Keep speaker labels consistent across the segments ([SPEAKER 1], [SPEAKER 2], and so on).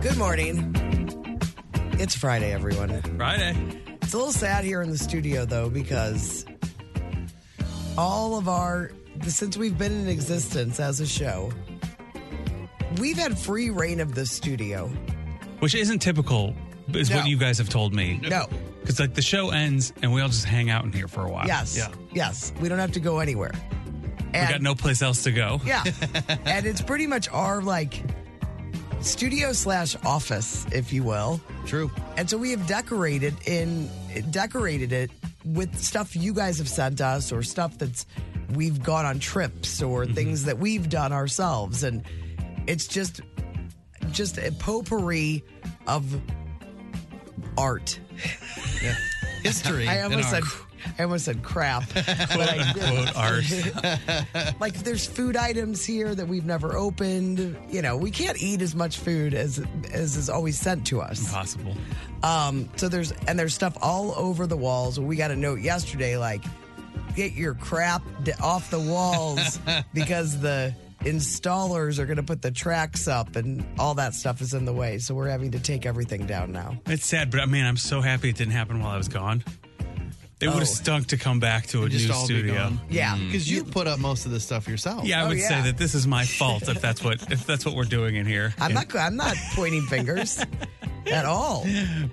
[SPEAKER 1] Good morning. It's Friday, everyone.
[SPEAKER 2] Friday.
[SPEAKER 1] It's a little sad here in the studio, though, because all of our, since we've been in existence as a show, we've had free reign of the studio.
[SPEAKER 2] Which isn't typical, is
[SPEAKER 1] No.
[SPEAKER 2] what you guys have told me.
[SPEAKER 1] No.
[SPEAKER 2] Because, like, the show ends and we all just hang out in here for a while.
[SPEAKER 1] Yes.
[SPEAKER 2] Ah, Yeah.
[SPEAKER 1] Yes. We don't have to go anywhere.
[SPEAKER 2] We got
[SPEAKER 1] And-
[SPEAKER 2] no place else to go.
[SPEAKER 1] Yeah. and it's pretty much our like studio slash office, if you will.
[SPEAKER 3] True.
[SPEAKER 1] And so we have decorated in decorated it with stuff you guys have sent us or stuff that's we've gone on trips or things that we've done ourselves. And it's just just a potpourri of art.
[SPEAKER 3] History.
[SPEAKER 1] I
[SPEAKER 3] and
[SPEAKER 1] almost
[SPEAKER 3] art.
[SPEAKER 1] said I almost said crap. but I didn't.
[SPEAKER 2] Quote art.
[SPEAKER 1] like there's food items here that we've never opened you know we can't eat as much food as as is always sent to us
[SPEAKER 2] Possible.
[SPEAKER 1] um so there's and there's stuff all over the walls we got a note yesterday like get your crap d- off the walls because the installers are going to put the tracks up and all that stuff is in the way so we're having to take everything down now
[SPEAKER 2] It's sad, but I mean, I'm so happy it didn't happen while I was gone. It would
[SPEAKER 1] Oh.
[SPEAKER 2] have stunk to come back to a
[SPEAKER 3] Just
[SPEAKER 2] new
[SPEAKER 3] all be
[SPEAKER 2] studio. Mm.
[SPEAKER 3] gone.
[SPEAKER 1] yeah
[SPEAKER 3] Because you put up most of this stuff yourself.
[SPEAKER 2] Yeah, I
[SPEAKER 1] Oh,
[SPEAKER 2] would
[SPEAKER 1] yeah.
[SPEAKER 2] say that this is my fault if that's what if that's what we're doing in here.
[SPEAKER 1] i'm not i'm not pointing fingers at all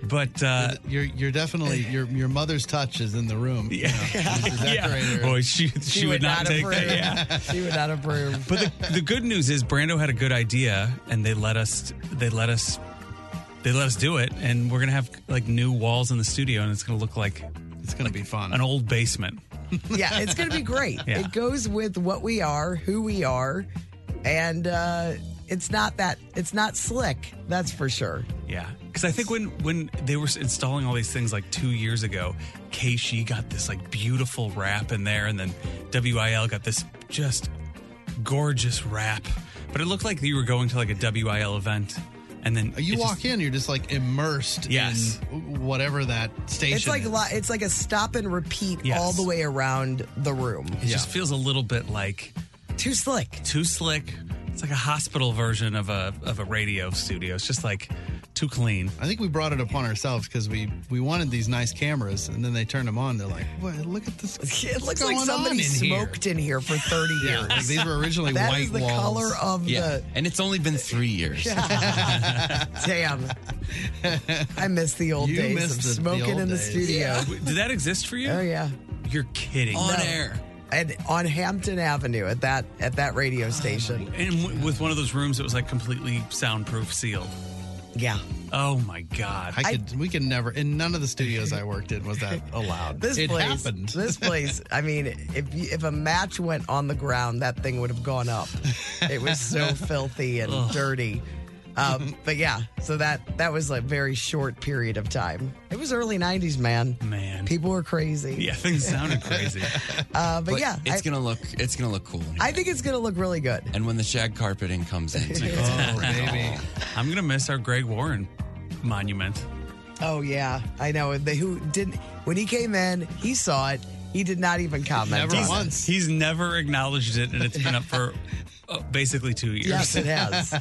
[SPEAKER 2] But uh,
[SPEAKER 3] You're you're definitely your your mother's touch is in the room. Yeah. the
[SPEAKER 2] yeah,
[SPEAKER 3] decorator.
[SPEAKER 2] boy, she she, would, not, take
[SPEAKER 1] approve
[SPEAKER 2] that. Yeah.
[SPEAKER 1] she would not approve
[SPEAKER 2] But the, the good news is Brando had a good idea, and they let us. They let us. They let us do it, and we're gonna have like new walls in the studio, and it's gonna look like
[SPEAKER 3] It's gonna be fun.
[SPEAKER 2] an old basement.
[SPEAKER 1] yeah, it's going to be great.
[SPEAKER 2] Yeah.
[SPEAKER 1] It goes with what we are, who we are, and uh, it's not that it's not slick. That's for sure.
[SPEAKER 2] Yeah, because I think when when they were installing all these things like two years ago, Keishi got this like beautiful wrap in there, and then WIL got this just gorgeous wrap. But it looked like you were going to like a WIL event, and then
[SPEAKER 3] Uh, you
[SPEAKER 2] it just-
[SPEAKER 3] walk in, you're just like immersed
[SPEAKER 2] Yes.
[SPEAKER 3] in whatever that station.
[SPEAKER 1] It's like
[SPEAKER 3] is.
[SPEAKER 1] li- it's like a stop and repeat
[SPEAKER 2] Yes.
[SPEAKER 1] all the way around the room.
[SPEAKER 2] It just feels a little bit like
[SPEAKER 1] Too slick.
[SPEAKER 2] too slick. It's like a hospital version of a of a radio studio. It's just like too clean.
[SPEAKER 3] I think we brought it upon ourselves because we we wanted these nice cameras, and then they turned them on. They're like, "What? Look at this!
[SPEAKER 1] It looks
[SPEAKER 3] What's
[SPEAKER 1] like
[SPEAKER 3] going
[SPEAKER 1] somebody
[SPEAKER 3] on in
[SPEAKER 1] smoked in here for thirty
[SPEAKER 3] Here? Yeah,
[SPEAKER 1] years.
[SPEAKER 3] like these were originally
[SPEAKER 1] That
[SPEAKER 3] white
[SPEAKER 1] is the
[SPEAKER 3] walls.
[SPEAKER 1] color of
[SPEAKER 4] Yeah,
[SPEAKER 1] the
[SPEAKER 4] and it's only been three years.
[SPEAKER 1] damn. I miss the old
[SPEAKER 3] You
[SPEAKER 1] days
[SPEAKER 3] miss
[SPEAKER 1] of
[SPEAKER 3] the- the
[SPEAKER 1] smoking
[SPEAKER 3] old
[SPEAKER 1] in the
[SPEAKER 3] days.
[SPEAKER 1] studio.
[SPEAKER 2] Wait, Did that exist for you?
[SPEAKER 1] Oh yeah.
[SPEAKER 2] You're kidding.
[SPEAKER 4] On
[SPEAKER 1] um,
[SPEAKER 4] air.
[SPEAKER 1] And on Hampton Avenue at that at that radio
[SPEAKER 3] Oh,
[SPEAKER 1] station.
[SPEAKER 2] And w- with one of those rooms that was like completely soundproof sealed.
[SPEAKER 1] Yeah.
[SPEAKER 2] Oh my god.
[SPEAKER 3] I could, we could never. In none of the studios I worked in was that allowed.
[SPEAKER 1] This
[SPEAKER 3] it
[SPEAKER 1] place,
[SPEAKER 3] happened.
[SPEAKER 1] This place. I mean, if you, if a match went on the ground, that thing would have gone up. It was so filthy and dirty. Um, but yeah, so that that was a very short period of time. It was early '90s, man.
[SPEAKER 2] Man.
[SPEAKER 1] people were crazy.
[SPEAKER 2] yeah, things sounded crazy.
[SPEAKER 1] uh, but,
[SPEAKER 4] But
[SPEAKER 1] yeah,
[SPEAKER 4] it's
[SPEAKER 1] I,
[SPEAKER 4] gonna look it's gonna look cool.
[SPEAKER 1] I think it's gonna look really good.
[SPEAKER 4] and when the shag carpeting comes in, it's
[SPEAKER 3] oh, baby.
[SPEAKER 2] I'm gonna miss our Greg Warren monument.
[SPEAKER 1] Oh yeah, I know. And They who didn't when he came in, he saw it. He did not even comment.
[SPEAKER 3] Never
[SPEAKER 1] on it.
[SPEAKER 3] once.
[SPEAKER 2] He's never acknowledged it, and it's been up for uh, basically two years.
[SPEAKER 1] Yes, it has.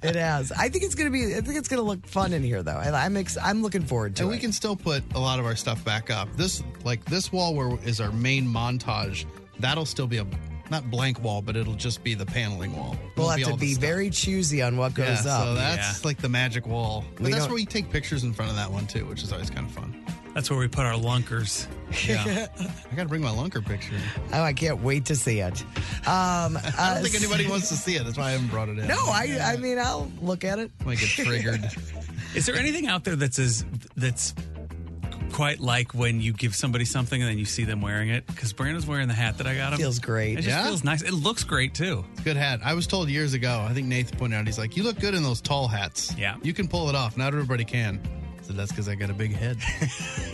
[SPEAKER 1] it has. I think it's gonna be. I think it's gonna look fun in here, though. I, I'm ex- I'm looking forward to
[SPEAKER 3] And
[SPEAKER 1] it.
[SPEAKER 3] we can still put a lot of our stuff back up. This like this wall where is our main montage. That'll still be a not blank wall, but it'll just be the paneling wall.
[SPEAKER 1] We'll
[SPEAKER 3] It'll
[SPEAKER 1] have to
[SPEAKER 3] all the
[SPEAKER 1] be
[SPEAKER 3] stuff.
[SPEAKER 1] very choosy on what
[SPEAKER 3] yeah,
[SPEAKER 1] goes
[SPEAKER 3] So
[SPEAKER 1] up.
[SPEAKER 3] that's
[SPEAKER 2] Yeah.
[SPEAKER 3] like the magic wall. But
[SPEAKER 1] We
[SPEAKER 3] that's
[SPEAKER 1] don't-
[SPEAKER 3] where we take pictures in front of that one too, which is always kind of fun.
[SPEAKER 2] That's where we put our lunkers.
[SPEAKER 3] Yeah. I gotta bring my lunker picture.
[SPEAKER 1] oh, I can't wait to see it. Um,
[SPEAKER 3] I don't think anybody wants to see it. That's why I haven't brought it in.
[SPEAKER 1] No, I. I mean, I'll look at it.
[SPEAKER 3] might get triggered.
[SPEAKER 2] Is there anything out there that's as that's quite like when you give somebody something and then you see them wearing it because Brandon's wearing the hat that I got him.
[SPEAKER 1] Feels great.
[SPEAKER 2] It just
[SPEAKER 3] Yeah?
[SPEAKER 2] feels nice. It looks great too.
[SPEAKER 3] Good hat. I was told years ago, I think Nathan pointed out, he's like, you look good in those tall hats.
[SPEAKER 2] Yeah.
[SPEAKER 3] You can pull it off. Not everybody can. So that's because I got a big head.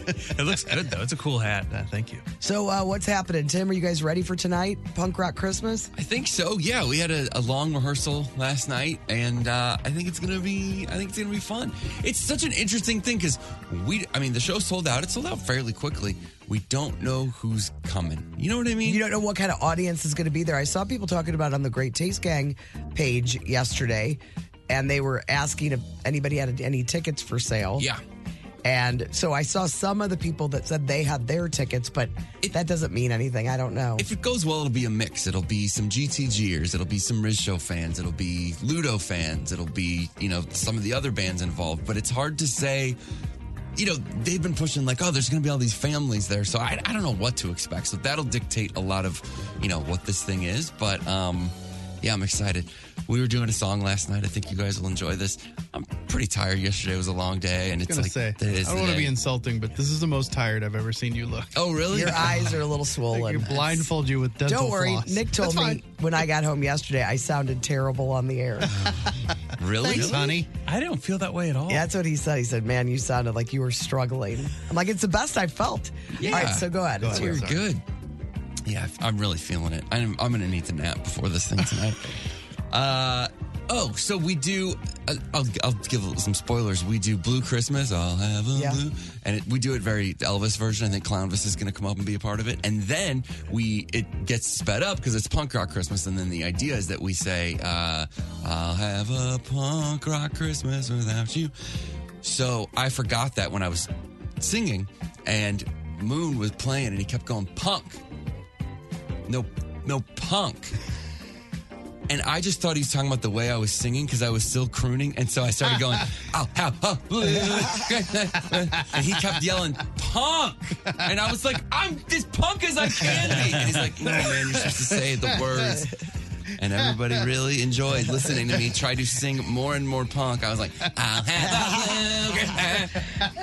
[SPEAKER 2] It looks good though. It's a cool hat.
[SPEAKER 3] Ah, Thank you.
[SPEAKER 1] So, uh, what's happening, Tim? Are you guys ready for tonight? Punk Rock Christmas?
[SPEAKER 4] I think so. Yeah, we had a, a long rehearsal last night, and uh, I think it's gonna be. I think it's gonna be fun. It's such an interesting thing because we. I mean, the show sold out. It sold out fairly quickly. We don't know who's coming. You know what I mean?
[SPEAKER 1] You don't know what kind of audience is going to be there. I saw people talking about it on the Great Taste Gang page yesterday, and they were asking if anybody had any tickets for sale.
[SPEAKER 4] yeah.
[SPEAKER 1] And so I saw some of the people that said they had their tickets, but that doesn't mean anything. I don't know.
[SPEAKER 4] If it goes well, it'll be a mix. It'll be some GTGers. It'll be some Riz Show fans. It'll be Ludo fans. It'll be you know some of the other bands involved. But it's hard to say. You know they've been pushing like, oh, there's going to be all these families there, so I, I don't know what to expect. So that'll dictate a lot of you know what this thing is. But um, yeah, I'm excited. We were doing a song last night. I think you guys will enjoy this. I'm pretty tired. Yesterday was a long day, and it's
[SPEAKER 3] Gonna
[SPEAKER 4] like
[SPEAKER 3] say,
[SPEAKER 4] that
[SPEAKER 3] I
[SPEAKER 4] is
[SPEAKER 3] don't
[SPEAKER 4] the
[SPEAKER 3] want to
[SPEAKER 4] day.
[SPEAKER 3] be insulting, but this is the most tired I've ever seen you look.
[SPEAKER 4] Oh, really?
[SPEAKER 1] Your eyes are a little
[SPEAKER 3] Like you
[SPEAKER 1] swollen.
[SPEAKER 3] blindfold you with dental
[SPEAKER 1] Don't worry.
[SPEAKER 3] floss.
[SPEAKER 1] Nick told
[SPEAKER 3] That's
[SPEAKER 1] me when I got home yesterday, I sounded terrible on the air.
[SPEAKER 4] really?
[SPEAKER 3] fine. Thanks, honey.
[SPEAKER 2] I don't feel that way at all.
[SPEAKER 1] Yeah, that's what he said. He said, "Man, you sounded like you were struggling." I'm like, "It's the best I felt."
[SPEAKER 4] Yeah.
[SPEAKER 1] All right, so go ahead.
[SPEAKER 3] Go
[SPEAKER 1] It's
[SPEAKER 3] ahead.
[SPEAKER 1] yours.
[SPEAKER 4] You're good. Yeah, I'm really feeling it. I'm, I'm going to need to nap before this thing tonight. uh, oh, so we do. Uh, I'll, I'll give some spoilers. We do Blue Christmas. I'll have a
[SPEAKER 1] Yeah.
[SPEAKER 4] blue, and it, we do it very Elvis version. I think Clownvis is going to come up and be a part of it, and then we it gets sped up because it's punk rock Christmas, and then the idea is that we say, uh, "I'll have a punk rock Christmas without you." So I forgot that when I was singing, and Moon was playing, and he kept going punk, no, no punk. And I just thought he was talking about the way I was singing because I was still crooning. And so I started going, oh, how, oh, and he kept yelling, punk. And I was like, I'm as punk as I can be. And he's like, no, man, you're supposed to say the words. And everybody really enjoyed listening to me try to sing more and more punk. I was like, I'll have a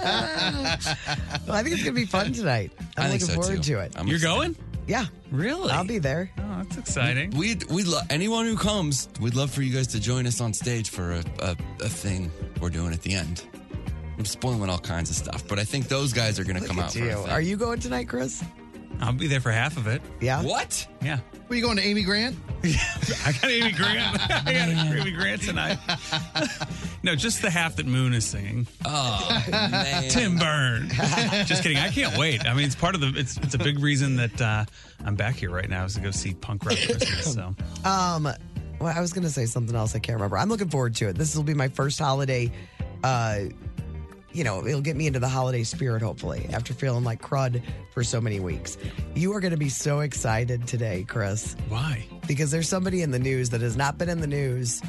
[SPEAKER 1] Well, I think it's gonna be fun tonight. I'm
[SPEAKER 4] I think
[SPEAKER 1] looking
[SPEAKER 4] so
[SPEAKER 1] forward
[SPEAKER 4] too.
[SPEAKER 1] to it.
[SPEAKER 4] I'm
[SPEAKER 2] You're going?
[SPEAKER 1] yeah,
[SPEAKER 2] Really?
[SPEAKER 1] I'll be there.
[SPEAKER 2] Oh, that's exciting.
[SPEAKER 4] We'd, we'd lo- anyone who comes, we'd love for you guys to join us on stage for a, a, a thing we're doing at the end. I'm spoiling all kinds of stuff, but I think those guys are going to come out.
[SPEAKER 1] To
[SPEAKER 4] For a
[SPEAKER 1] you.
[SPEAKER 4] thing.
[SPEAKER 1] Are you going tonight, Chris?
[SPEAKER 2] I'll be there for half of it.
[SPEAKER 1] Yeah.
[SPEAKER 4] What?
[SPEAKER 2] Yeah.
[SPEAKER 3] Were you going to Amy Grant?
[SPEAKER 2] I got Amy Grant. I got Amy Grant tonight. no, just the half that Moon is singing.
[SPEAKER 4] Oh man!
[SPEAKER 2] Tim Burn. just kidding. I can't wait. I mean, it's part of the. It's it's a big reason that uh, I'm back here right now is to go see Punk Rock Christmas. So
[SPEAKER 1] Um, well, I was gonna say something else. I can't remember. I'm looking forward to it. This will be my first holiday. Uh, you know, it'll get me into the holiday spirit. Hopefully, after feeling like crud for so many weeks, you are gonna be so excited today, Chris.
[SPEAKER 2] why?
[SPEAKER 1] because there's somebody in the news that has not been in the news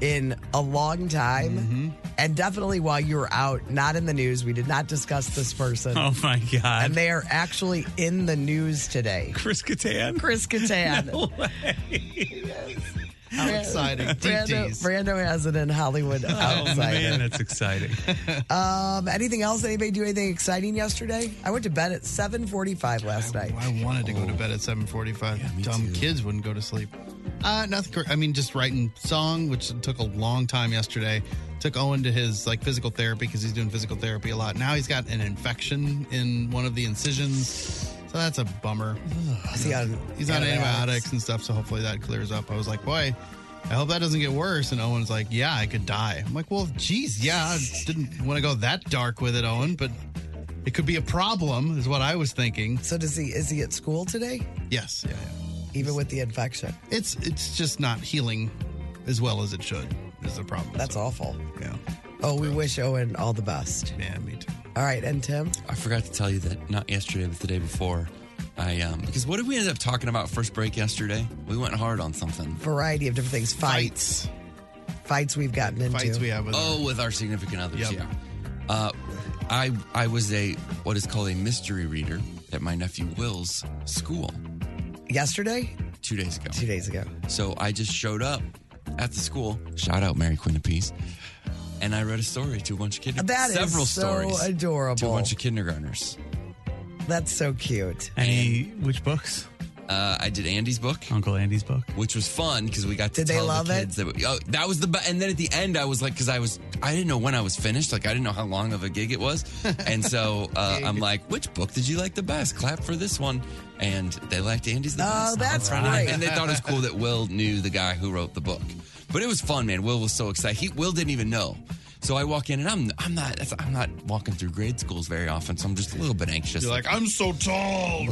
[SPEAKER 1] in a long time.
[SPEAKER 3] Mm-hmm.
[SPEAKER 1] And definitely while you were out, not in the news, we did not discuss this person.
[SPEAKER 2] Oh my
[SPEAKER 1] And
[SPEAKER 2] God,
[SPEAKER 1] they are actually in the news today.
[SPEAKER 2] Chris Kattan.
[SPEAKER 1] Chris Kattan.
[SPEAKER 2] No way.
[SPEAKER 3] How exciting. Deep
[SPEAKER 1] Brando,
[SPEAKER 3] tease.
[SPEAKER 1] Brando has it in Hollywood
[SPEAKER 2] Oh man,
[SPEAKER 1] outside.
[SPEAKER 2] that's exciting.
[SPEAKER 1] um, anything else? Anybody do anything exciting yesterday? I went to bed at 7:45 last night.
[SPEAKER 3] I wanted to go
[SPEAKER 4] Oh.
[SPEAKER 3] to bed at 7:45. Dumb kids wouldn't go to sleep. Uh, nothing. cor- I mean, just writing song, which took a long time yesterday. Took Owen to his like physical therapy because he's doing physical therapy a lot. Now he's got an infection in one of the incisions, so that's a bummer.
[SPEAKER 1] Is he on
[SPEAKER 3] He's on antibiotics and stuff, so hopefully that clears up. I was like, boy, I hope that doesn't get worse. And Owen's like, yeah, I could die. I'm like, well, geez, yeah, I didn't want to go that dark with it, Owen, but it could be a problem, is what I was thinking.
[SPEAKER 1] So does he is he at school today?
[SPEAKER 3] Yes, yeah, yeah.
[SPEAKER 1] Even with the infection.
[SPEAKER 3] it's it's just not healing as well as it should is the problem.
[SPEAKER 1] That's
[SPEAKER 3] So,
[SPEAKER 1] awful.
[SPEAKER 3] Yeah.
[SPEAKER 1] Oh, we wish Owen all the best.
[SPEAKER 3] Yeah, me too.
[SPEAKER 1] All right, and Tim?
[SPEAKER 4] I forgot to tell you that not yesterday, but the day before. I um because what did we end up talking about first break yesterday? We went hard on something.
[SPEAKER 1] variety of different things. Fights,
[SPEAKER 3] Fights.
[SPEAKER 1] fights, we've gotten into.
[SPEAKER 3] Fights we have with
[SPEAKER 4] Oh, with our significant others.
[SPEAKER 3] Yep.
[SPEAKER 4] Yeah. Uh, I I was a what is called a mystery reader at my nephew Will's school
[SPEAKER 1] Yesterday,
[SPEAKER 4] two days ago.
[SPEAKER 1] two days ago.
[SPEAKER 4] So I just showed up at the school. Shout out Mary Queen of Peace. and I read a story to a bunch of
[SPEAKER 1] That
[SPEAKER 4] kindergartners.
[SPEAKER 1] is
[SPEAKER 4] Several
[SPEAKER 1] so
[SPEAKER 4] stories. To a
[SPEAKER 1] adorable.
[SPEAKER 4] bunch of kindergartners.
[SPEAKER 1] That's so cute.
[SPEAKER 2] Any which books?
[SPEAKER 4] Uh, I did Andy's book,
[SPEAKER 2] Uncle Andy's book.
[SPEAKER 4] which was fun because we got to
[SPEAKER 1] Did they
[SPEAKER 4] tell
[SPEAKER 1] love
[SPEAKER 4] the
[SPEAKER 1] it?
[SPEAKER 4] kids that we, oh, that was the be- and then at the end I was like because I was I didn't know when I was finished like I didn't know how long of a gig it was and so uh, I'm like which book did you like the best clap for this one and they liked Andy's the
[SPEAKER 1] Oh,
[SPEAKER 4] best
[SPEAKER 1] that's
[SPEAKER 4] And I-
[SPEAKER 1] great.
[SPEAKER 4] and they thought it was cool that Will knew the guy who wrote the book but it was fun man Will was so excited he Will didn't even know. So I walk in and I'm I'm not that's- I'm not walking through grade schools very often, so I'm just a little bit anxious.
[SPEAKER 3] You're like, I'm so tall.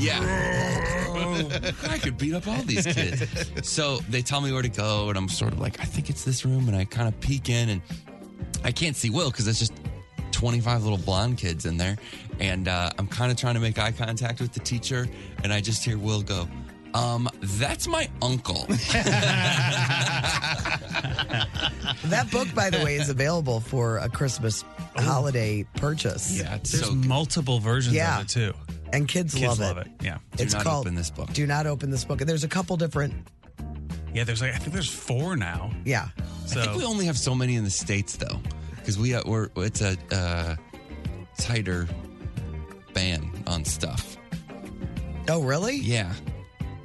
[SPEAKER 4] Yeah. Oh, I could beat up all these kids. So they tell me where to go, and I'm sort of like, I think it's this room. And I kind of peek in, and I can't see Will because there's just 25 little blonde kids in there. And uh, I'm kind of trying to make eye contact with the teacher, and I just hear Will go, um, that's my uncle.
[SPEAKER 1] That book, by the way, is available for a Christmas holiday purchase.
[SPEAKER 4] Oh. yeah, it's
[SPEAKER 2] There's
[SPEAKER 4] so good.
[SPEAKER 2] multiple versions
[SPEAKER 1] Yeah.
[SPEAKER 2] of it too.
[SPEAKER 1] And kids,
[SPEAKER 2] Kids love it. Yeah.
[SPEAKER 4] Do not open this book.
[SPEAKER 1] Do not open this book. And there's a couple different.
[SPEAKER 2] Yeah, there's like I think there's four now.
[SPEAKER 1] Yeah.
[SPEAKER 2] So
[SPEAKER 4] I think we only have so many in the states though, because we uh, we're it's a uh, tighter ban on stuff.
[SPEAKER 1] Oh, really?
[SPEAKER 4] Yeah,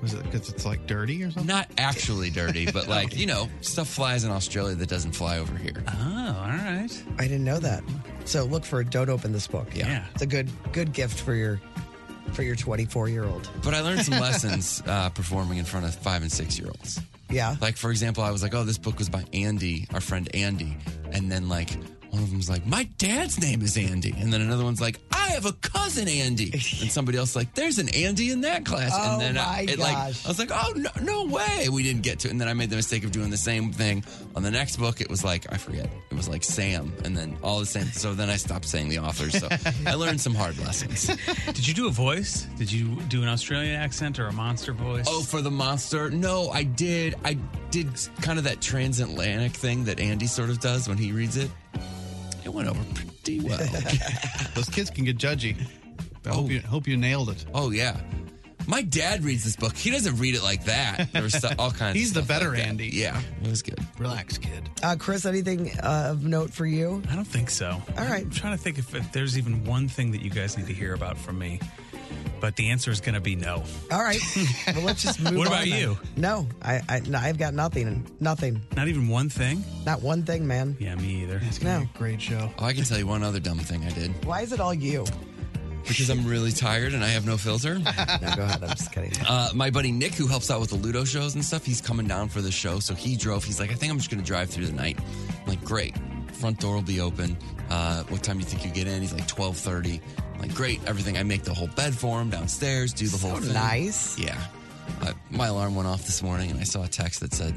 [SPEAKER 3] Was it because it's like dirty or something?
[SPEAKER 4] not actually dirty, but like you know, stuff flies in Australia that doesn't fly over here.
[SPEAKER 2] Oh, all right.
[SPEAKER 1] I didn't know that. So look for Don't Open This Book.
[SPEAKER 4] Yeah.
[SPEAKER 2] Yeah.
[SPEAKER 1] It's a good good gift for your for your 24 year old.
[SPEAKER 4] But I learned some lessons uh, performing in front of five and six year olds.
[SPEAKER 1] Yeah.
[SPEAKER 4] Like for example, I was like, "Oh, this book was by Andy, our friend Andy," and then like one of them's like, "My dad's name is Andy," and then another one's like, "I have a cousin Andy," and somebody else like, "There's an Andy in that class,"
[SPEAKER 1] Oh,
[SPEAKER 4] and then I,
[SPEAKER 1] my
[SPEAKER 4] it, like
[SPEAKER 1] gosh.
[SPEAKER 4] I was like, "Oh no, no way!" We didn't get to, it. and then I made the mistake of doing the same thing on the next book. It was like I forget, it was like Sam, and then all the same. So then I stopped saying the authors. So I learned some hard lessons.
[SPEAKER 2] Did you do a voice? Did you do an Australian accent or a monster voice?
[SPEAKER 4] Oh, for the monster? No, I did. I did kind of that transatlantic thing that Andy sort of does when he reads it. It went over pretty well.
[SPEAKER 3] Those kids can get judgy. I hope, you, hope you nailed it.
[SPEAKER 4] oh yeah, my dad reads this book. He doesn't read it like that. There was stu- all kinds.
[SPEAKER 3] He's
[SPEAKER 4] of
[SPEAKER 3] the
[SPEAKER 4] stuff like
[SPEAKER 3] better
[SPEAKER 4] that.
[SPEAKER 3] Andy.
[SPEAKER 4] Yeah, it was good.
[SPEAKER 3] Relax, kid.
[SPEAKER 1] Uh, Chris, anything uh, of note for you?
[SPEAKER 2] I don't think so.
[SPEAKER 1] All right.
[SPEAKER 2] I'm trying to think if, if there's even one thing that you guys need to hear about from me, but the answer is going to be no.
[SPEAKER 1] All right. well, let's just move
[SPEAKER 2] What
[SPEAKER 1] on
[SPEAKER 2] about
[SPEAKER 1] then.
[SPEAKER 2] you?
[SPEAKER 1] No, I, I no, I've got nothing. Nothing.
[SPEAKER 2] Not even one thing?
[SPEAKER 1] Not one thing, man.
[SPEAKER 2] Yeah, me either.
[SPEAKER 3] It's gonna
[SPEAKER 1] No.
[SPEAKER 3] be a great show.
[SPEAKER 4] Oh, I can tell you one other dumb thing I did
[SPEAKER 1] Why is it all you?
[SPEAKER 4] because I'm really tired and I have no filter.
[SPEAKER 1] No, go ahead. I'm just kidding.
[SPEAKER 4] Uh, my buddy Nick, who helps out with the Ludo shows and stuff, he's coming down for the show. So he drove. He's like, I think I'm just going to drive through the night. I'm like, great. Front door will be open. Uh, what time do you think you get in? He's like, 1230. I'm like, great. Everything. I make the whole bed for him downstairs, do the whole thing.
[SPEAKER 1] nice.
[SPEAKER 4] Yeah. Uh, my alarm went off this morning and I saw a text that said,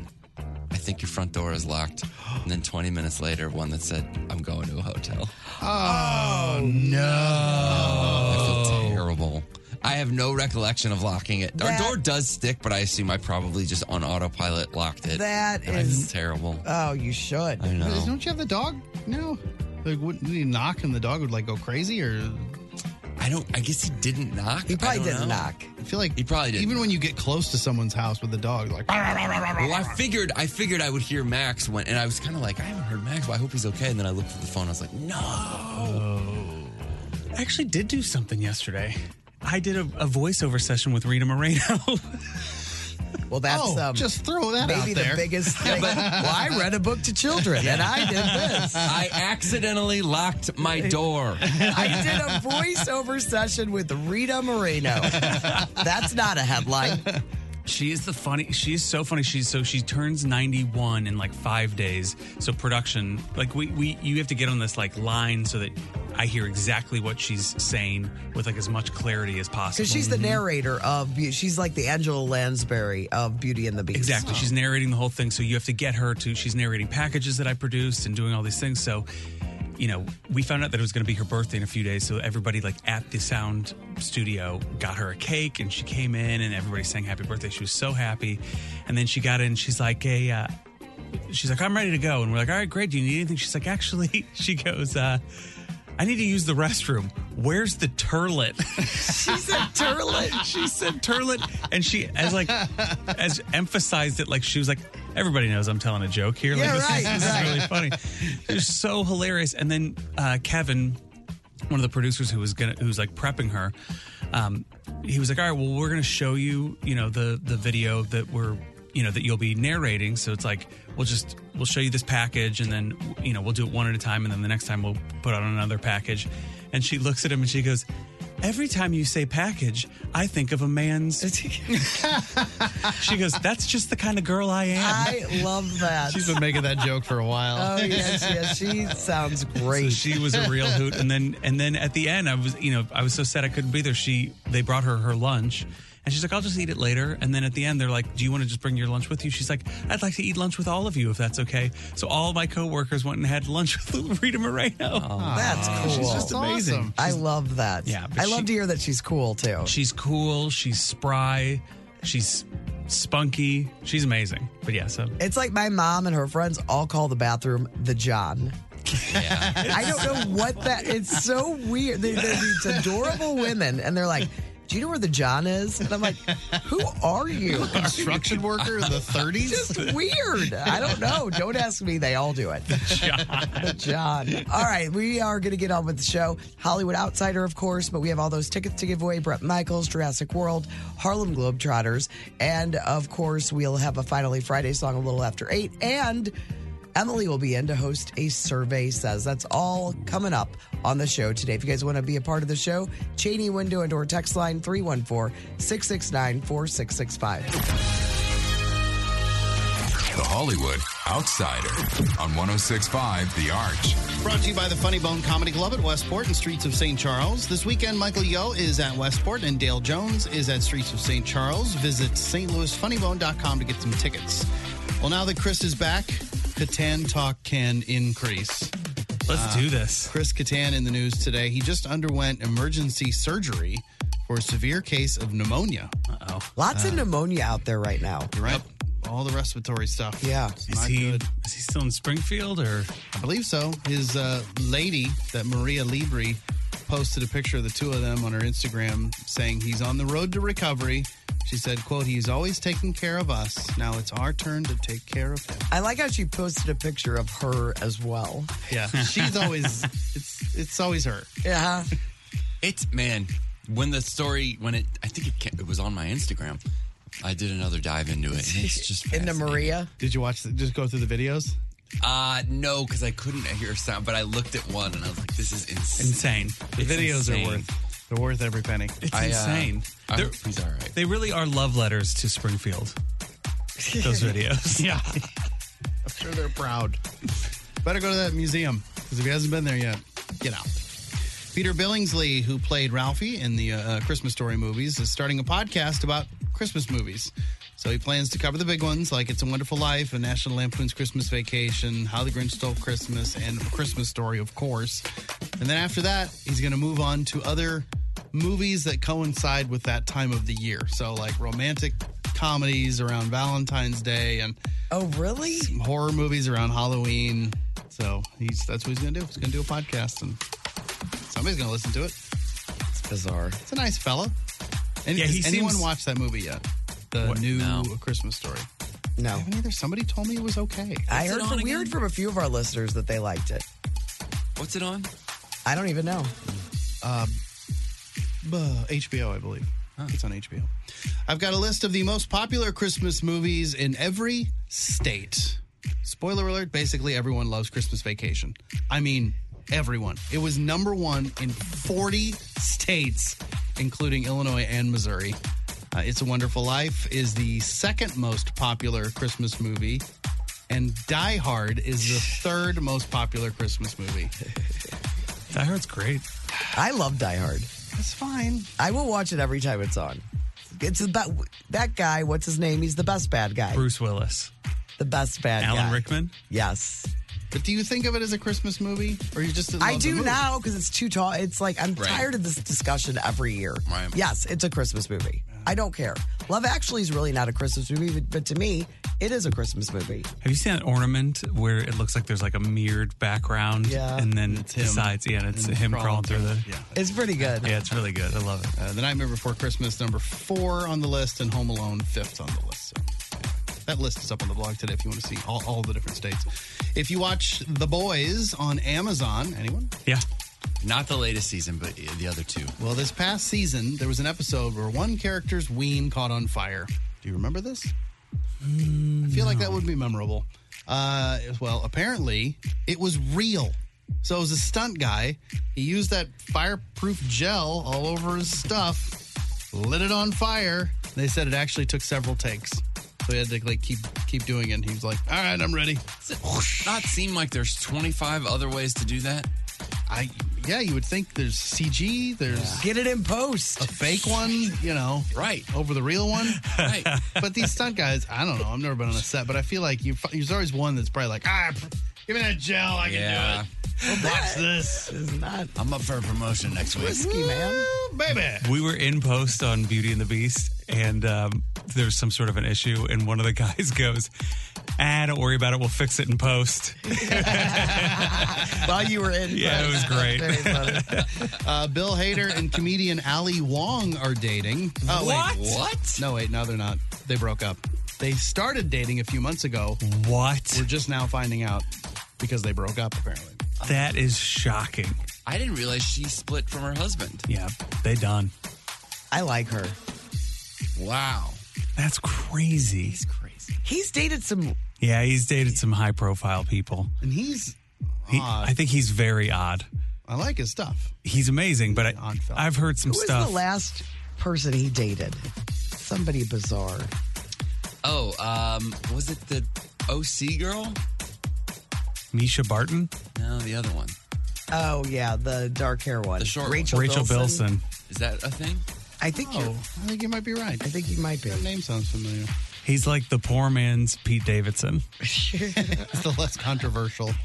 [SPEAKER 4] I think your front door is locked. And then 20 minutes later, one that said, I'm going to a hotel.
[SPEAKER 3] Oh, no.
[SPEAKER 4] I feel terrible. I have no recollection of locking it.
[SPEAKER 1] That-
[SPEAKER 4] Our door does stick, but I assume I probably just on autopilot locked it.
[SPEAKER 1] That
[SPEAKER 4] And I
[SPEAKER 1] is-
[SPEAKER 4] feel terrible.
[SPEAKER 1] Oh, you should.
[SPEAKER 4] I know.
[SPEAKER 3] Don't you have the dog now? Like, wouldn't he knock and the dog would like go crazy? Or
[SPEAKER 4] I don't. I guess he didn't knock.
[SPEAKER 1] He
[SPEAKER 4] I
[SPEAKER 1] probably
[SPEAKER 4] don't
[SPEAKER 1] didn't
[SPEAKER 4] know.
[SPEAKER 1] knock.
[SPEAKER 3] I feel like
[SPEAKER 4] He probably didn't.
[SPEAKER 3] Even when you get close to someone's house with the dog, like
[SPEAKER 4] Well, I figured. I figured I would hear Max when, and I was kind of like, I haven't heard Max. Well, I hope he's okay. And then I looked at the phone. I was like, No.
[SPEAKER 2] I actually did do something yesterday. I did a, a voiceover session with Rita Moreno.
[SPEAKER 1] Well, that's
[SPEAKER 3] oh,
[SPEAKER 1] um,
[SPEAKER 3] just throw that out
[SPEAKER 1] maybe the
[SPEAKER 3] there.
[SPEAKER 1] biggest thing.
[SPEAKER 4] but-
[SPEAKER 1] well, I read a book to children, and I did this.
[SPEAKER 4] I accidentally locked my door.
[SPEAKER 1] I did a voiceover session with Rita Moreno. That's not a headline.
[SPEAKER 2] She is the funny. She is so funny. She's so she turns ninety one in like five days. So production, like we we you have to get on this like line so that I hear exactly what she's saying with like as much clarity as possible.
[SPEAKER 1] Because she's the narrator of, Be- she's like the Angela Lansbury of Beauty and the Beast.
[SPEAKER 2] Exactly. She's narrating the whole thing. So you have to get her to, she's narrating packages that I produced and doing all these things. So, you know, we found out that it was going to be her birthday in a few days. So everybody, like, at the sound studio got her a cake and she came in and everybody sang happy birthday. She was so happy. And then she got in, she's like, hey, uh, she's like, I'm ready to go. And we're like, all right, great. Do you need anything? She's like, actually, she goes, uh, I need to use the restroom. Where's the turlet?
[SPEAKER 1] She said turlet.
[SPEAKER 2] she said turlet and she as like as emphasized it like she was like everybody knows I'm telling a joke here.
[SPEAKER 1] Yeah,
[SPEAKER 2] this, is-
[SPEAKER 1] right,
[SPEAKER 2] this
[SPEAKER 1] right.
[SPEAKER 2] is really funny. They're so hilarious. And then uh, Kevin, one of the producers who was gonna, who's like prepping her, um, he was like, "All right, well, we're gonna show you, you know, the the video that we're, you know, that you'll be narrating. So it's like we'll just we'll show you this package, and then you know we'll do it one at a time, and then the next time we'll put on another package." And she looks at him and she goes. Every time you say package, I think of a man's. she goes, That's just the kind of girl I am.
[SPEAKER 1] I love that.
[SPEAKER 3] She's been making that joke for a while.
[SPEAKER 1] oh yes, yes, she sounds
[SPEAKER 2] So
[SPEAKER 1] great.
[SPEAKER 2] she was a real hoot. And then and then at the end, I was you know I was so sad I couldn't be there. She they brought her her lunch, and she's like, I'll just eat it later. And then at the end, they're like, Do you want to just bring your lunch with you? She's like, I'd like to eat lunch with all of you if that's okay. So all of my coworkers went and had lunch with Rita Moreno.
[SPEAKER 1] That's Oh, cool.
[SPEAKER 3] She's just amazing.
[SPEAKER 2] amazing.
[SPEAKER 1] I love that.
[SPEAKER 2] Yeah, but
[SPEAKER 1] I love
[SPEAKER 2] she-
[SPEAKER 1] to hear that she's cool too.
[SPEAKER 2] She's cool. She's spry. She's spunky. She's amazing. But yeah, so
[SPEAKER 1] It's like my mom and her friends all call the bathroom the John. I don't know what that. It's so weird. They, they're these adorable women, and they're like, "Do you know where the John is?" And I'm like, "Who are you?"
[SPEAKER 3] Construction worker in the 30s.
[SPEAKER 1] Just weird. I don't know. Don't ask me. They all do it. The John. All right, we are going to get on with the show. Hollywood Outsider, of course, but we have all those tickets to give away. Brett Michaels, Jurassic World, Harlem Globetrotters, and of course, we'll have a finally Friday song a little after eight. And Emily will be in to host a survey. Says that's all coming up on the show today. If you guys want to be a part of the show, Cheney window and door text line 314-669-4665.
[SPEAKER 5] The Hollywood Outsider on 1065 The Arch.
[SPEAKER 3] Brought to you by the Funny Bone Comedy Club at Westport and Streets of St. Charles. This weekend, Michael Yo is at Westport and Dale Jones is at Streets of St. Charles. Visit stlouisfunnybone.com to get some tickets. Well, now that Chris is back, Catan talk can increase.
[SPEAKER 2] let's do this.
[SPEAKER 3] Chris Catan in the news today. He just underwent emergency surgery for a severe case of pneumonia.
[SPEAKER 1] Lots of pneumonia out there right now.
[SPEAKER 3] Right? All the respiratory stuff.
[SPEAKER 1] Yeah.
[SPEAKER 3] It's
[SPEAKER 2] Is
[SPEAKER 3] not
[SPEAKER 2] he
[SPEAKER 3] good.
[SPEAKER 2] is he still in Springfield or?
[SPEAKER 3] I believe so. His uh, lady, that Maria Libri, posted a picture of the two of them on her Instagram saying he's on the road to recovery. She said, quote, he's always taking care of us. Now it's our turn to take care of him.
[SPEAKER 1] I like how she posted a picture of her as well.
[SPEAKER 3] Yeah. She's always it's it's always her.
[SPEAKER 1] Yeah.
[SPEAKER 4] It's man, when the story when it I think it ca it was on my Instagram. I did another dive into it. And it's just
[SPEAKER 1] Into
[SPEAKER 4] fascinating.
[SPEAKER 1] Maria.
[SPEAKER 3] Did you watch the, just go through the videos?
[SPEAKER 4] Uh no, because I couldn't hear sound, but I looked at one and I was like, "This is insane."
[SPEAKER 2] Insane.
[SPEAKER 3] The
[SPEAKER 4] It's
[SPEAKER 3] videos
[SPEAKER 4] insane.
[SPEAKER 3] are worth they're worth every penny.
[SPEAKER 2] It's
[SPEAKER 4] I, uh,
[SPEAKER 2] insane.
[SPEAKER 4] I
[SPEAKER 2] They're-
[SPEAKER 4] hope he's all right.
[SPEAKER 2] They really are love letters to Springfield. Those videos. yeah.
[SPEAKER 3] I'm sure they're proud. Better go to that museum because if he hasn't been there yet, get out. Peter Billingsley, who played Ralphie in the uh, Christmas Story movies, is starting a podcast about Christmas movies. So he plans to cover the big ones like It's a Wonderful Life and National Lampoon's Christmas Vacation, How the Grinch Stole Christmas, and Christmas Story, of course. And then after that, he's going to move on to other movies that coincide with that time of the year. So, like romantic comedies around Valentine's Day and
[SPEAKER 1] Oh, really?
[SPEAKER 3] horror movies around Halloween. So he's that's what he's gonna do. He's gonna do a podcast, and somebody's gonna listen to it.
[SPEAKER 1] It's bizarre.
[SPEAKER 3] It's a nice fella. And
[SPEAKER 2] Yeah,
[SPEAKER 3] has
[SPEAKER 2] he
[SPEAKER 3] anyone
[SPEAKER 2] seems-
[SPEAKER 3] watched that movie yet? The
[SPEAKER 4] What?
[SPEAKER 3] new
[SPEAKER 4] No.
[SPEAKER 3] Christmas Story.
[SPEAKER 1] No.
[SPEAKER 3] I mean, either somebody told me it was okay.
[SPEAKER 1] I
[SPEAKER 4] Is it
[SPEAKER 1] heard
[SPEAKER 4] on
[SPEAKER 1] from, we
[SPEAKER 4] again?
[SPEAKER 1] heard from a few of our listeners that they liked it.
[SPEAKER 4] What's it on?
[SPEAKER 1] I don't even know.
[SPEAKER 3] Uh, HBO, I believe. It's on HBO. I've got a list of the most popular Christmas movies in every state. Spoiler alert, basically everyone loves Christmas Vacation. I mean, everyone. It was number one in 40 states, including Illinois and Missouri. Uh, it's a Wonderful Life is the second most popular Christmas movie, and Die Hard is the third most popular Christmas movie.
[SPEAKER 2] I heard it's great.
[SPEAKER 1] I love Die Hard.
[SPEAKER 3] That's fine.
[SPEAKER 1] I will watch it every time it's on. It's about that guy. What's his name? He's the best bad guy.
[SPEAKER 2] Bruce Willis.
[SPEAKER 1] The best bad guy.
[SPEAKER 2] Alan Rickman.
[SPEAKER 1] Yes.
[SPEAKER 3] But do you think of it as a Christmas movie, or you just
[SPEAKER 1] I
[SPEAKER 3] love the
[SPEAKER 1] do
[SPEAKER 3] movie?
[SPEAKER 1] now because it's too tall. It's like I'm
[SPEAKER 4] Right.
[SPEAKER 1] tired of this discussion every year.
[SPEAKER 4] Right.
[SPEAKER 1] Yes, it's a Christmas movie. I don't care. Love Actually is really not a Christmas movie, but, but to me, it is a Christmas movie.
[SPEAKER 2] Have you seen that ornament where it looks like there's like a mirrored background?
[SPEAKER 1] Yeah.
[SPEAKER 2] And then
[SPEAKER 3] him.
[SPEAKER 2] besides, yeah, and it's him crawling through the. Yeah.
[SPEAKER 1] It's pretty good.
[SPEAKER 2] it's really good. I love it.
[SPEAKER 3] Uh, the Nightmare Before Christmas, number four on the list, and Home Alone, fifth on the list. So, That list is up on the blog today if you want to see all, all the different states. If you watch The Boys on Amazon, anyone?
[SPEAKER 2] Yeah.
[SPEAKER 4] Not the latest season, but the other two.
[SPEAKER 3] Well, this past season, there was an episode where one character's ween caught on fire. Do you remember this? I feel like that would be memorable. Uh, well, apparently, it was real. So it was a stunt guy. He used that fireproof gel all over his stuff, lit it on fire. They said it actually took several takes. So he had to like keep keep doing it. And he was like, "All right, I'm ready."
[SPEAKER 4] Not seem like there's 25 other ways to do that.
[SPEAKER 3] I yeah, you would think there's CG, there's
[SPEAKER 1] Get it in post.
[SPEAKER 3] a fake one, you know,
[SPEAKER 4] Right.
[SPEAKER 3] over the real one.
[SPEAKER 4] Right.
[SPEAKER 3] but these stunt guys, I don't know. I've never been on a set, but I feel like you, there's always one that's probably like, ah, pr- give me that gel. I can
[SPEAKER 4] Yeah.
[SPEAKER 3] do it. We'll watch this.
[SPEAKER 1] It's not
[SPEAKER 4] I'm up for a promotion next week.
[SPEAKER 1] risky, man.
[SPEAKER 3] Ooh, Mm, baby.
[SPEAKER 2] We were in post on Beauty and the Beast, and um, there was some sort of an issue, and one of the guys goes, "Ah, don't worry about it. We'll fix it in post."
[SPEAKER 1] While you were in.
[SPEAKER 2] Yeah, it was great.
[SPEAKER 1] Very funny.
[SPEAKER 3] Uh, Bill Hader and comedian Ali Wong are dating. Oh,
[SPEAKER 4] What?
[SPEAKER 3] wait.
[SPEAKER 4] What?
[SPEAKER 3] No, wait, no, they're not. They broke up. They started dating a few months ago.
[SPEAKER 2] What?
[SPEAKER 3] We're just now finding out because they broke up, apparently.
[SPEAKER 2] That is shocking.
[SPEAKER 4] I didn't realize she split from her husband.
[SPEAKER 2] Yeah, they done.
[SPEAKER 1] I like her.
[SPEAKER 4] Wow.
[SPEAKER 2] That's crazy.
[SPEAKER 4] It's crazy.
[SPEAKER 1] He's dated some.
[SPEAKER 2] Yeah, he's dated some high profile people.
[SPEAKER 3] And he's
[SPEAKER 2] He,
[SPEAKER 3] odd.
[SPEAKER 2] I think he's very odd.
[SPEAKER 3] I like his stuff.
[SPEAKER 2] He's amazing, but I,
[SPEAKER 3] Odd fella.
[SPEAKER 2] I've heard some
[SPEAKER 1] Who was
[SPEAKER 2] stuff.
[SPEAKER 1] the last person he dated? Somebody bizarre.
[SPEAKER 4] Oh, um, was it the OC girl?
[SPEAKER 2] Misha Barton,
[SPEAKER 4] No, the other one.
[SPEAKER 1] Oh yeah, the dark hair one.
[SPEAKER 4] The short one.
[SPEAKER 1] Rachel,
[SPEAKER 2] Rachel
[SPEAKER 1] Bilson.
[SPEAKER 2] Bilson.
[SPEAKER 4] Is that a thing?
[SPEAKER 1] I think
[SPEAKER 3] Oh,
[SPEAKER 1] you.
[SPEAKER 3] I think you might be right.
[SPEAKER 1] I think you might be.
[SPEAKER 3] That name sounds familiar.
[SPEAKER 2] He's like the poor man's Pete Davidson.
[SPEAKER 3] It's the less controversial.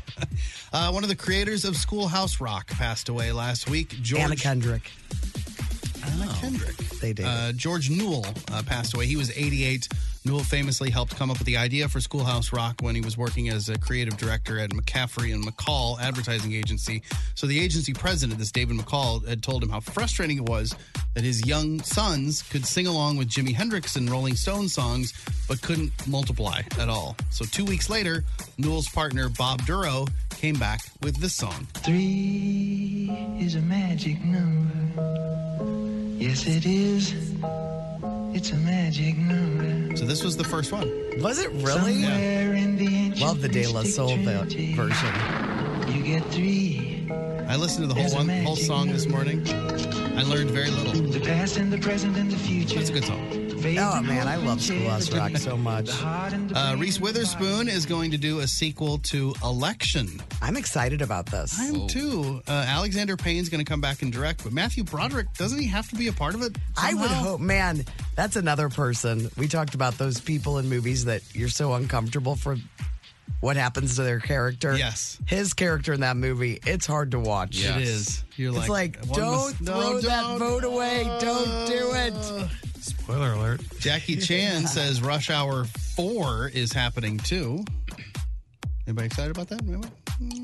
[SPEAKER 3] Uh, one of the creators of Schoolhouse Rock passed away last week. George
[SPEAKER 1] Anna Kendrick.
[SPEAKER 3] Anna Kendrick.
[SPEAKER 1] They dated.
[SPEAKER 3] Uh, George Newell uh, passed away. He was 88. Newell famously helped come up with the idea for Schoolhouse Rock when he was working as a creative director at McCaffrey and McCall Advertising Agency. So the agency president, this David McCall, had told him how frustrating it was that his young sons could sing along with Jimi Hendrix and Rolling Stones songs, but couldn't multiply at all. So two weeks later, Newell's partner Bob Duro came back with this song.
[SPEAKER 6] Three is a magic number. Yes, it is. It's a magic number.
[SPEAKER 3] So this was the first one.
[SPEAKER 1] was it really?
[SPEAKER 6] Somewhere in the ancient
[SPEAKER 1] Love the De La
[SPEAKER 6] mystic
[SPEAKER 1] Soul va-
[SPEAKER 6] Trinity,
[SPEAKER 1] version.
[SPEAKER 6] You get three.
[SPEAKER 3] I listened to the whole
[SPEAKER 6] There's a
[SPEAKER 3] one, whole
[SPEAKER 6] magic
[SPEAKER 3] song this morning. I learned very little.
[SPEAKER 6] The past and the present and the future.
[SPEAKER 3] That's a good song.
[SPEAKER 1] Oh man, I love Schoolhouse Rock so much.
[SPEAKER 3] Uh, Reese Witherspoon is going to do a sequel to Election.
[SPEAKER 1] I'm excited about this.
[SPEAKER 3] I'm too. Uh, Alexander Payne's going to come back and direct, but Matthew Broderick doesn't he have to be a part of it?
[SPEAKER 1] I would
[SPEAKER 3] somehow?
[SPEAKER 1] hope, man, that's another person. We talked about those people in movies that you're so uncomfortable for what happens to their character.
[SPEAKER 3] Yes.
[SPEAKER 1] His character in that movie, it's hard to watch.
[SPEAKER 4] Yeah.
[SPEAKER 3] it is. You're
[SPEAKER 1] It's
[SPEAKER 3] like,
[SPEAKER 1] like,
[SPEAKER 3] one
[SPEAKER 1] don't
[SPEAKER 3] must-
[SPEAKER 1] throw
[SPEAKER 3] no,
[SPEAKER 1] that
[SPEAKER 3] don't. Uh,
[SPEAKER 1] vote away. Don't do it.
[SPEAKER 2] Spoiler alert.
[SPEAKER 3] Jackie Chan says Rush Hour Four is happening too. Anybody excited about that? Anyone?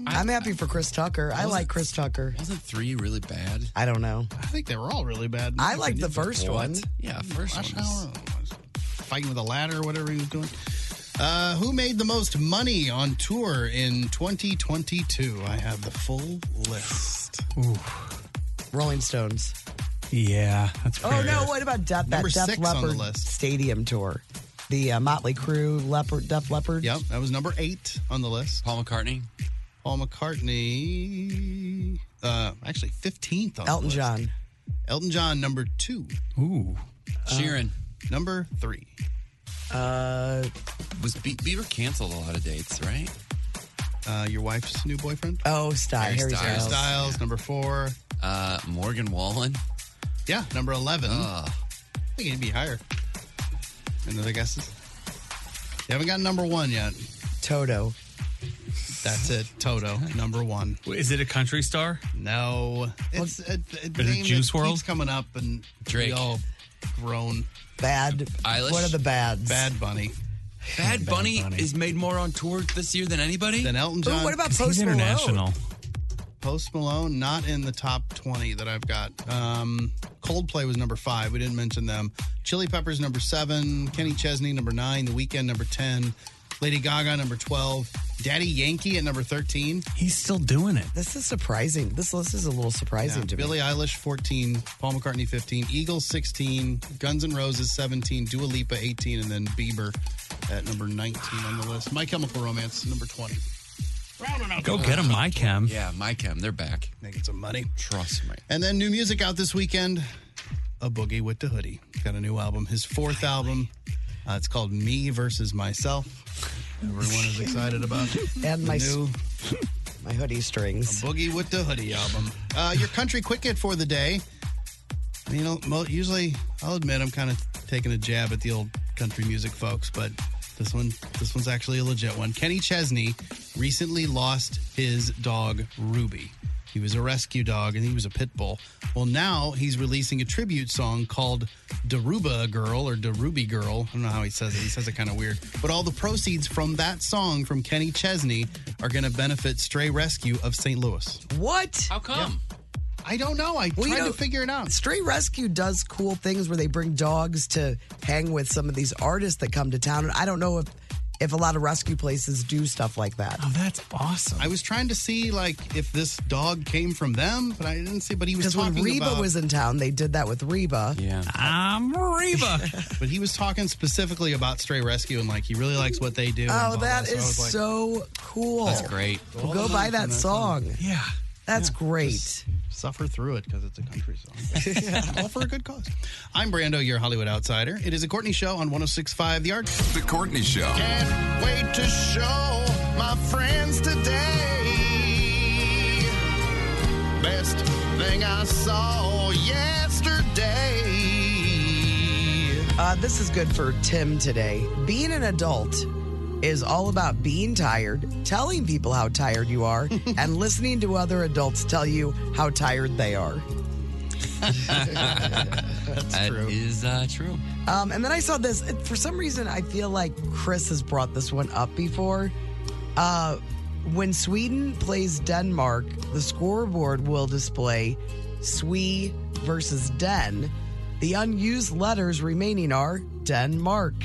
[SPEAKER 1] I'm happy for Chris Tucker. I like Chris Tucker.
[SPEAKER 4] Wasn't three really bad?
[SPEAKER 1] I don't know.
[SPEAKER 3] I think they were all really bad.
[SPEAKER 1] I liked the first
[SPEAKER 4] What?
[SPEAKER 1] one.
[SPEAKER 4] Yeah, first
[SPEAKER 3] Rush
[SPEAKER 4] one. was-
[SPEAKER 3] Hour was fighting with a ladder or whatever he was doing. Uh, who made the most money on tour in 2022? I have the full list.
[SPEAKER 1] Rolling Stones.
[SPEAKER 2] Yeah, that's
[SPEAKER 1] Oh
[SPEAKER 2] fair.
[SPEAKER 1] no! What about Death? That
[SPEAKER 3] Number
[SPEAKER 1] Death
[SPEAKER 3] six on the
[SPEAKER 1] Leopard
[SPEAKER 3] list.
[SPEAKER 1] Stadium tour, the uh, Motley Crue Leopard Death Leopard.
[SPEAKER 3] Yep, that was number eight on the list.
[SPEAKER 4] Paul McCartney.
[SPEAKER 3] Paul McCartney, uh, actually 15th on the
[SPEAKER 1] Elton
[SPEAKER 3] list.
[SPEAKER 1] John.
[SPEAKER 3] Elton John, number two.
[SPEAKER 2] Ooh.
[SPEAKER 4] Sheeran.
[SPEAKER 3] Number three.
[SPEAKER 1] Uh,
[SPEAKER 4] Was Be- Bieber canceled a lot of dates, right?
[SPEAKER 3] Uh, your wife's new boyfriend?
[SPEAKER 1] oh, Sty.
[SPEAKER 4] Harry
[SPEAKER 1] Harry
[SPEAKER 4] Styles.
[SPEAKER 1] Styles.
[SPEAKER 4] Yes.
[SPEAKER 3] Styles, number four.
[SPEAKER 4] Uh, Morgan Wallen.
[SPEAKER 3] Yeah, number 11.
[SPEAKER 2] Uh.
[SPEAKER 3] I think it'd be higher. Any other guesses? You haven't gotten number one yet.
[SPEAKER 1] Toto.
[SPEAKER 3] That's it. Toto, number one.
[SPEAKER 2] Is it a country star?
[SPEAKER 3] No, it's a, a
[SPEAKER 2] it
[SPEAKER 3] name
[SPEAKER 2] Juice
[SPEAKER 3] that
[SPEAKER 2] WRLD?
[SPEAKER 3] keeps coming up, and
[SPEAKER 4] Drake.
[SPEAKER 3] we all grown.
[SPEAKER 1] Bad.
[SPEAKER 4] Eilish?
[SPEAKER 1] One of the bads.
[SPEAKER 3] Bad Bunny.
[SPEAKER 4] Bad Bunny,
[SPEAKER 2] Bunny.
[SPEAKER 4] is made more on tour this year than anybody.
[SPEAKER 3] Then Elton
[SPEAKER 1] Ooh,
[SPEAKER 3] John.
[SPEAKER 1] what about
[SPEAKER 2] He's
[SPEAKER 1] Post Malone?
[SPEAKER 2] international.
[SPEAKER 3] Post Malone? Not in the top twenty that I've got. Um, Coldplay was number five. We didn't mention them. Chili Peppers number seven, Kenny Chesney number nine, The Weeknd number ten, Lady Gaga number twelve, Daddy Yankee at number thirteen,
[SPEAKER 2] He's still doing it.
[SPEAKER 1] This is surprising. This list is a little surprising to me.
[SPEAKER 3] Billie Eilish fourteen, Paul McCartney fifteen, Eagles sixteen, Guns N' Roses seventeen, Dua Lipa eighteen, and then Bieber at number nineteen on the list. My Chemical Romance number twenty. Rounding out
[SPEAKER 2] Go
[SPEAKER 3] the
[SPEAKER 2] get him, my chem.
[SPEAKER 4] Yeah, my chem, they're back.
[SPEAKER 3] making some money.
[SPEAKER 4] Trust me.
[SPEAKER 3] And then new music out this weekend. A Boogie with the Hoodie. Got a new album, his fourth album. Uh, it's called Me Versus Myself. Everyone is excited about
[SPEAKER 1] And my,
[SPEAKER 3] the new
[SPEAKER 1] my hoodie strings.
[SPEAKER 3] Boogie with the Hoodie album. Uh, your country quick hit for the day. You know, mo- usually I'll admit I'm kind of taking a jab at the old country music folks, but this one, this one's actually a legit one. Kenny Chesney recently lost his dog Ruby. He was a rescue dog and he was a pit bull. Well, now he's releasing a tribute song called Daruba Girl or Daruby Girl. I don't know how he says it. He says it kind of weird. But all the proceeds from that song from Kenny Chesney are going to benefit Stray Rescue of St. Louis.
[SPEAKER 1] What?
[SPEAKER 4] How come?
[SPEAKER 3] I don't know. I
[SPEAKER 1] Well, you
[SPEAKER 3] tried
[SPEAKER 1] know,
[SPEAKER 3] to figure it out.
[SPEAKER 1] Stray Rescue does cool things where they bring dogs to hang with some of these artists that come to town. And I don't know if, if a lot of rescue places do stuff like that.
[SPEAKER 2] Oh, that's awesome.
[SPEAKER 3] I was trying to see like if this dog came from them, but I didn't see. But he was
[SPEAKER 1] Because
[SPEAKER 3] talking
[SPEAKER 1] when Reba
[SPEAKER 3] about,
[SPEAKER 1] was in town, they did that with Reba.
[SPEAKER 4] Yeah.
[SPEAKER 2] I'm Reba.
[SPEAKER 3] but he was talking specifically about stray rescue and like he really likes what they do. and
[SPEAKER 1] Oh,
[SPEAKER 3] blah,
[SPEAKER 1] that
[SPEAKER 3] blah. So I
[SPEAKER 1] is
[SPEAKER 3] was like,
[SPEAKER 1] so cool.
[SPEAKER 4] That's great.
[SPEAKER 1] Well, go buy that song.
[SPEAKER 2] yeah.
[SPEAKER 1] That's great.
[SPEAKER 3] Suffer through it because it's a country song. All for a good cause. I'm Brando, your Hollywood outsider. It is a Courtney show on 106.5 The Art.
[SPEAKER 5] The Courtney Show.
[SPEAKER 3] Can't wait to show my friends today. Best thing I saw yesterday.
[SPEAKER 1] Uh, this is good for Tim today. Being an adult is all about being tired, telling people how tired you are, and listening to other adults tell you how tired they are.
[SPEAKER 4] That
[SPEAKER 3] true.
[SPEAKER 4] is uh, true.
[SPEAKER 1] Um, and then I saw this. For some reason, I feel like Chris has brought this one up before. Uh, when Sweden plays Denmark, the scoreboard will display Swee versus Den. The unused letters remaining are Denmark.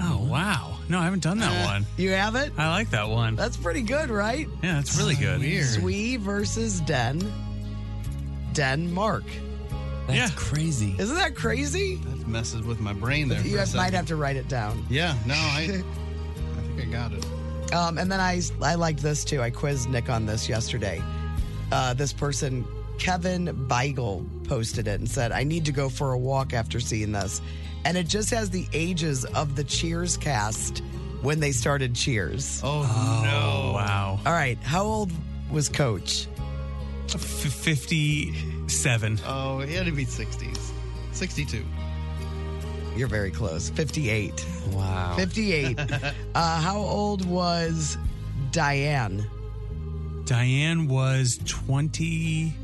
[SPEAKER 2] Oh, wow. No, I haven't done that one.
[SPEAKER 1] You have it?
[SPEAKER 2] I like that one.
[SPEAKER 1] That's pretty good, right?
[SPEAKER 2] Yeah, that's really good.
[SPEAKER 1] Swee versus Den. Denmark.
[SPEAKER 4] That's
[SPEAKER 2] Yeah.
[SPEAKER 4] crazy.
[SPEAKER 1] Isn't that crazy?
[SPEAKER 3] That messes with my brain there.
[SPEAKER 1] You
[SPEAKER 3] for a
[SPEAKER 1] guys might
[SPEAKER 3] second.
[SPEAKER 1] have to write it down.
[SPEAKER 3] Yeah, no, I, I think I got it.
[SPEAKER 1] Um, and then I I liked this too. I quizzed Nick on this yesterday. Uh, this person, Kevin Beigel, posted it and said, "I need to go for a walk after seeing this." And it just has the ages of the Cheers cast when they started Cheers.
[SPEAKER 3] Oh, no!
[SPEAKER 2] Wow.
[SPEAKER 1] All right, how old was Coach?
[SPEAKER 2] F- 57.
[SPEAKER 3] Oh, it had to be sixties, sixty-two.
[SPEAKER 1] You're very close. Fifty-eight.
[SPEAKER 4] Wow.
[SPEAKER 1] 58. uh, how old was Diane?
[SPEAKER 2] Diane was 27.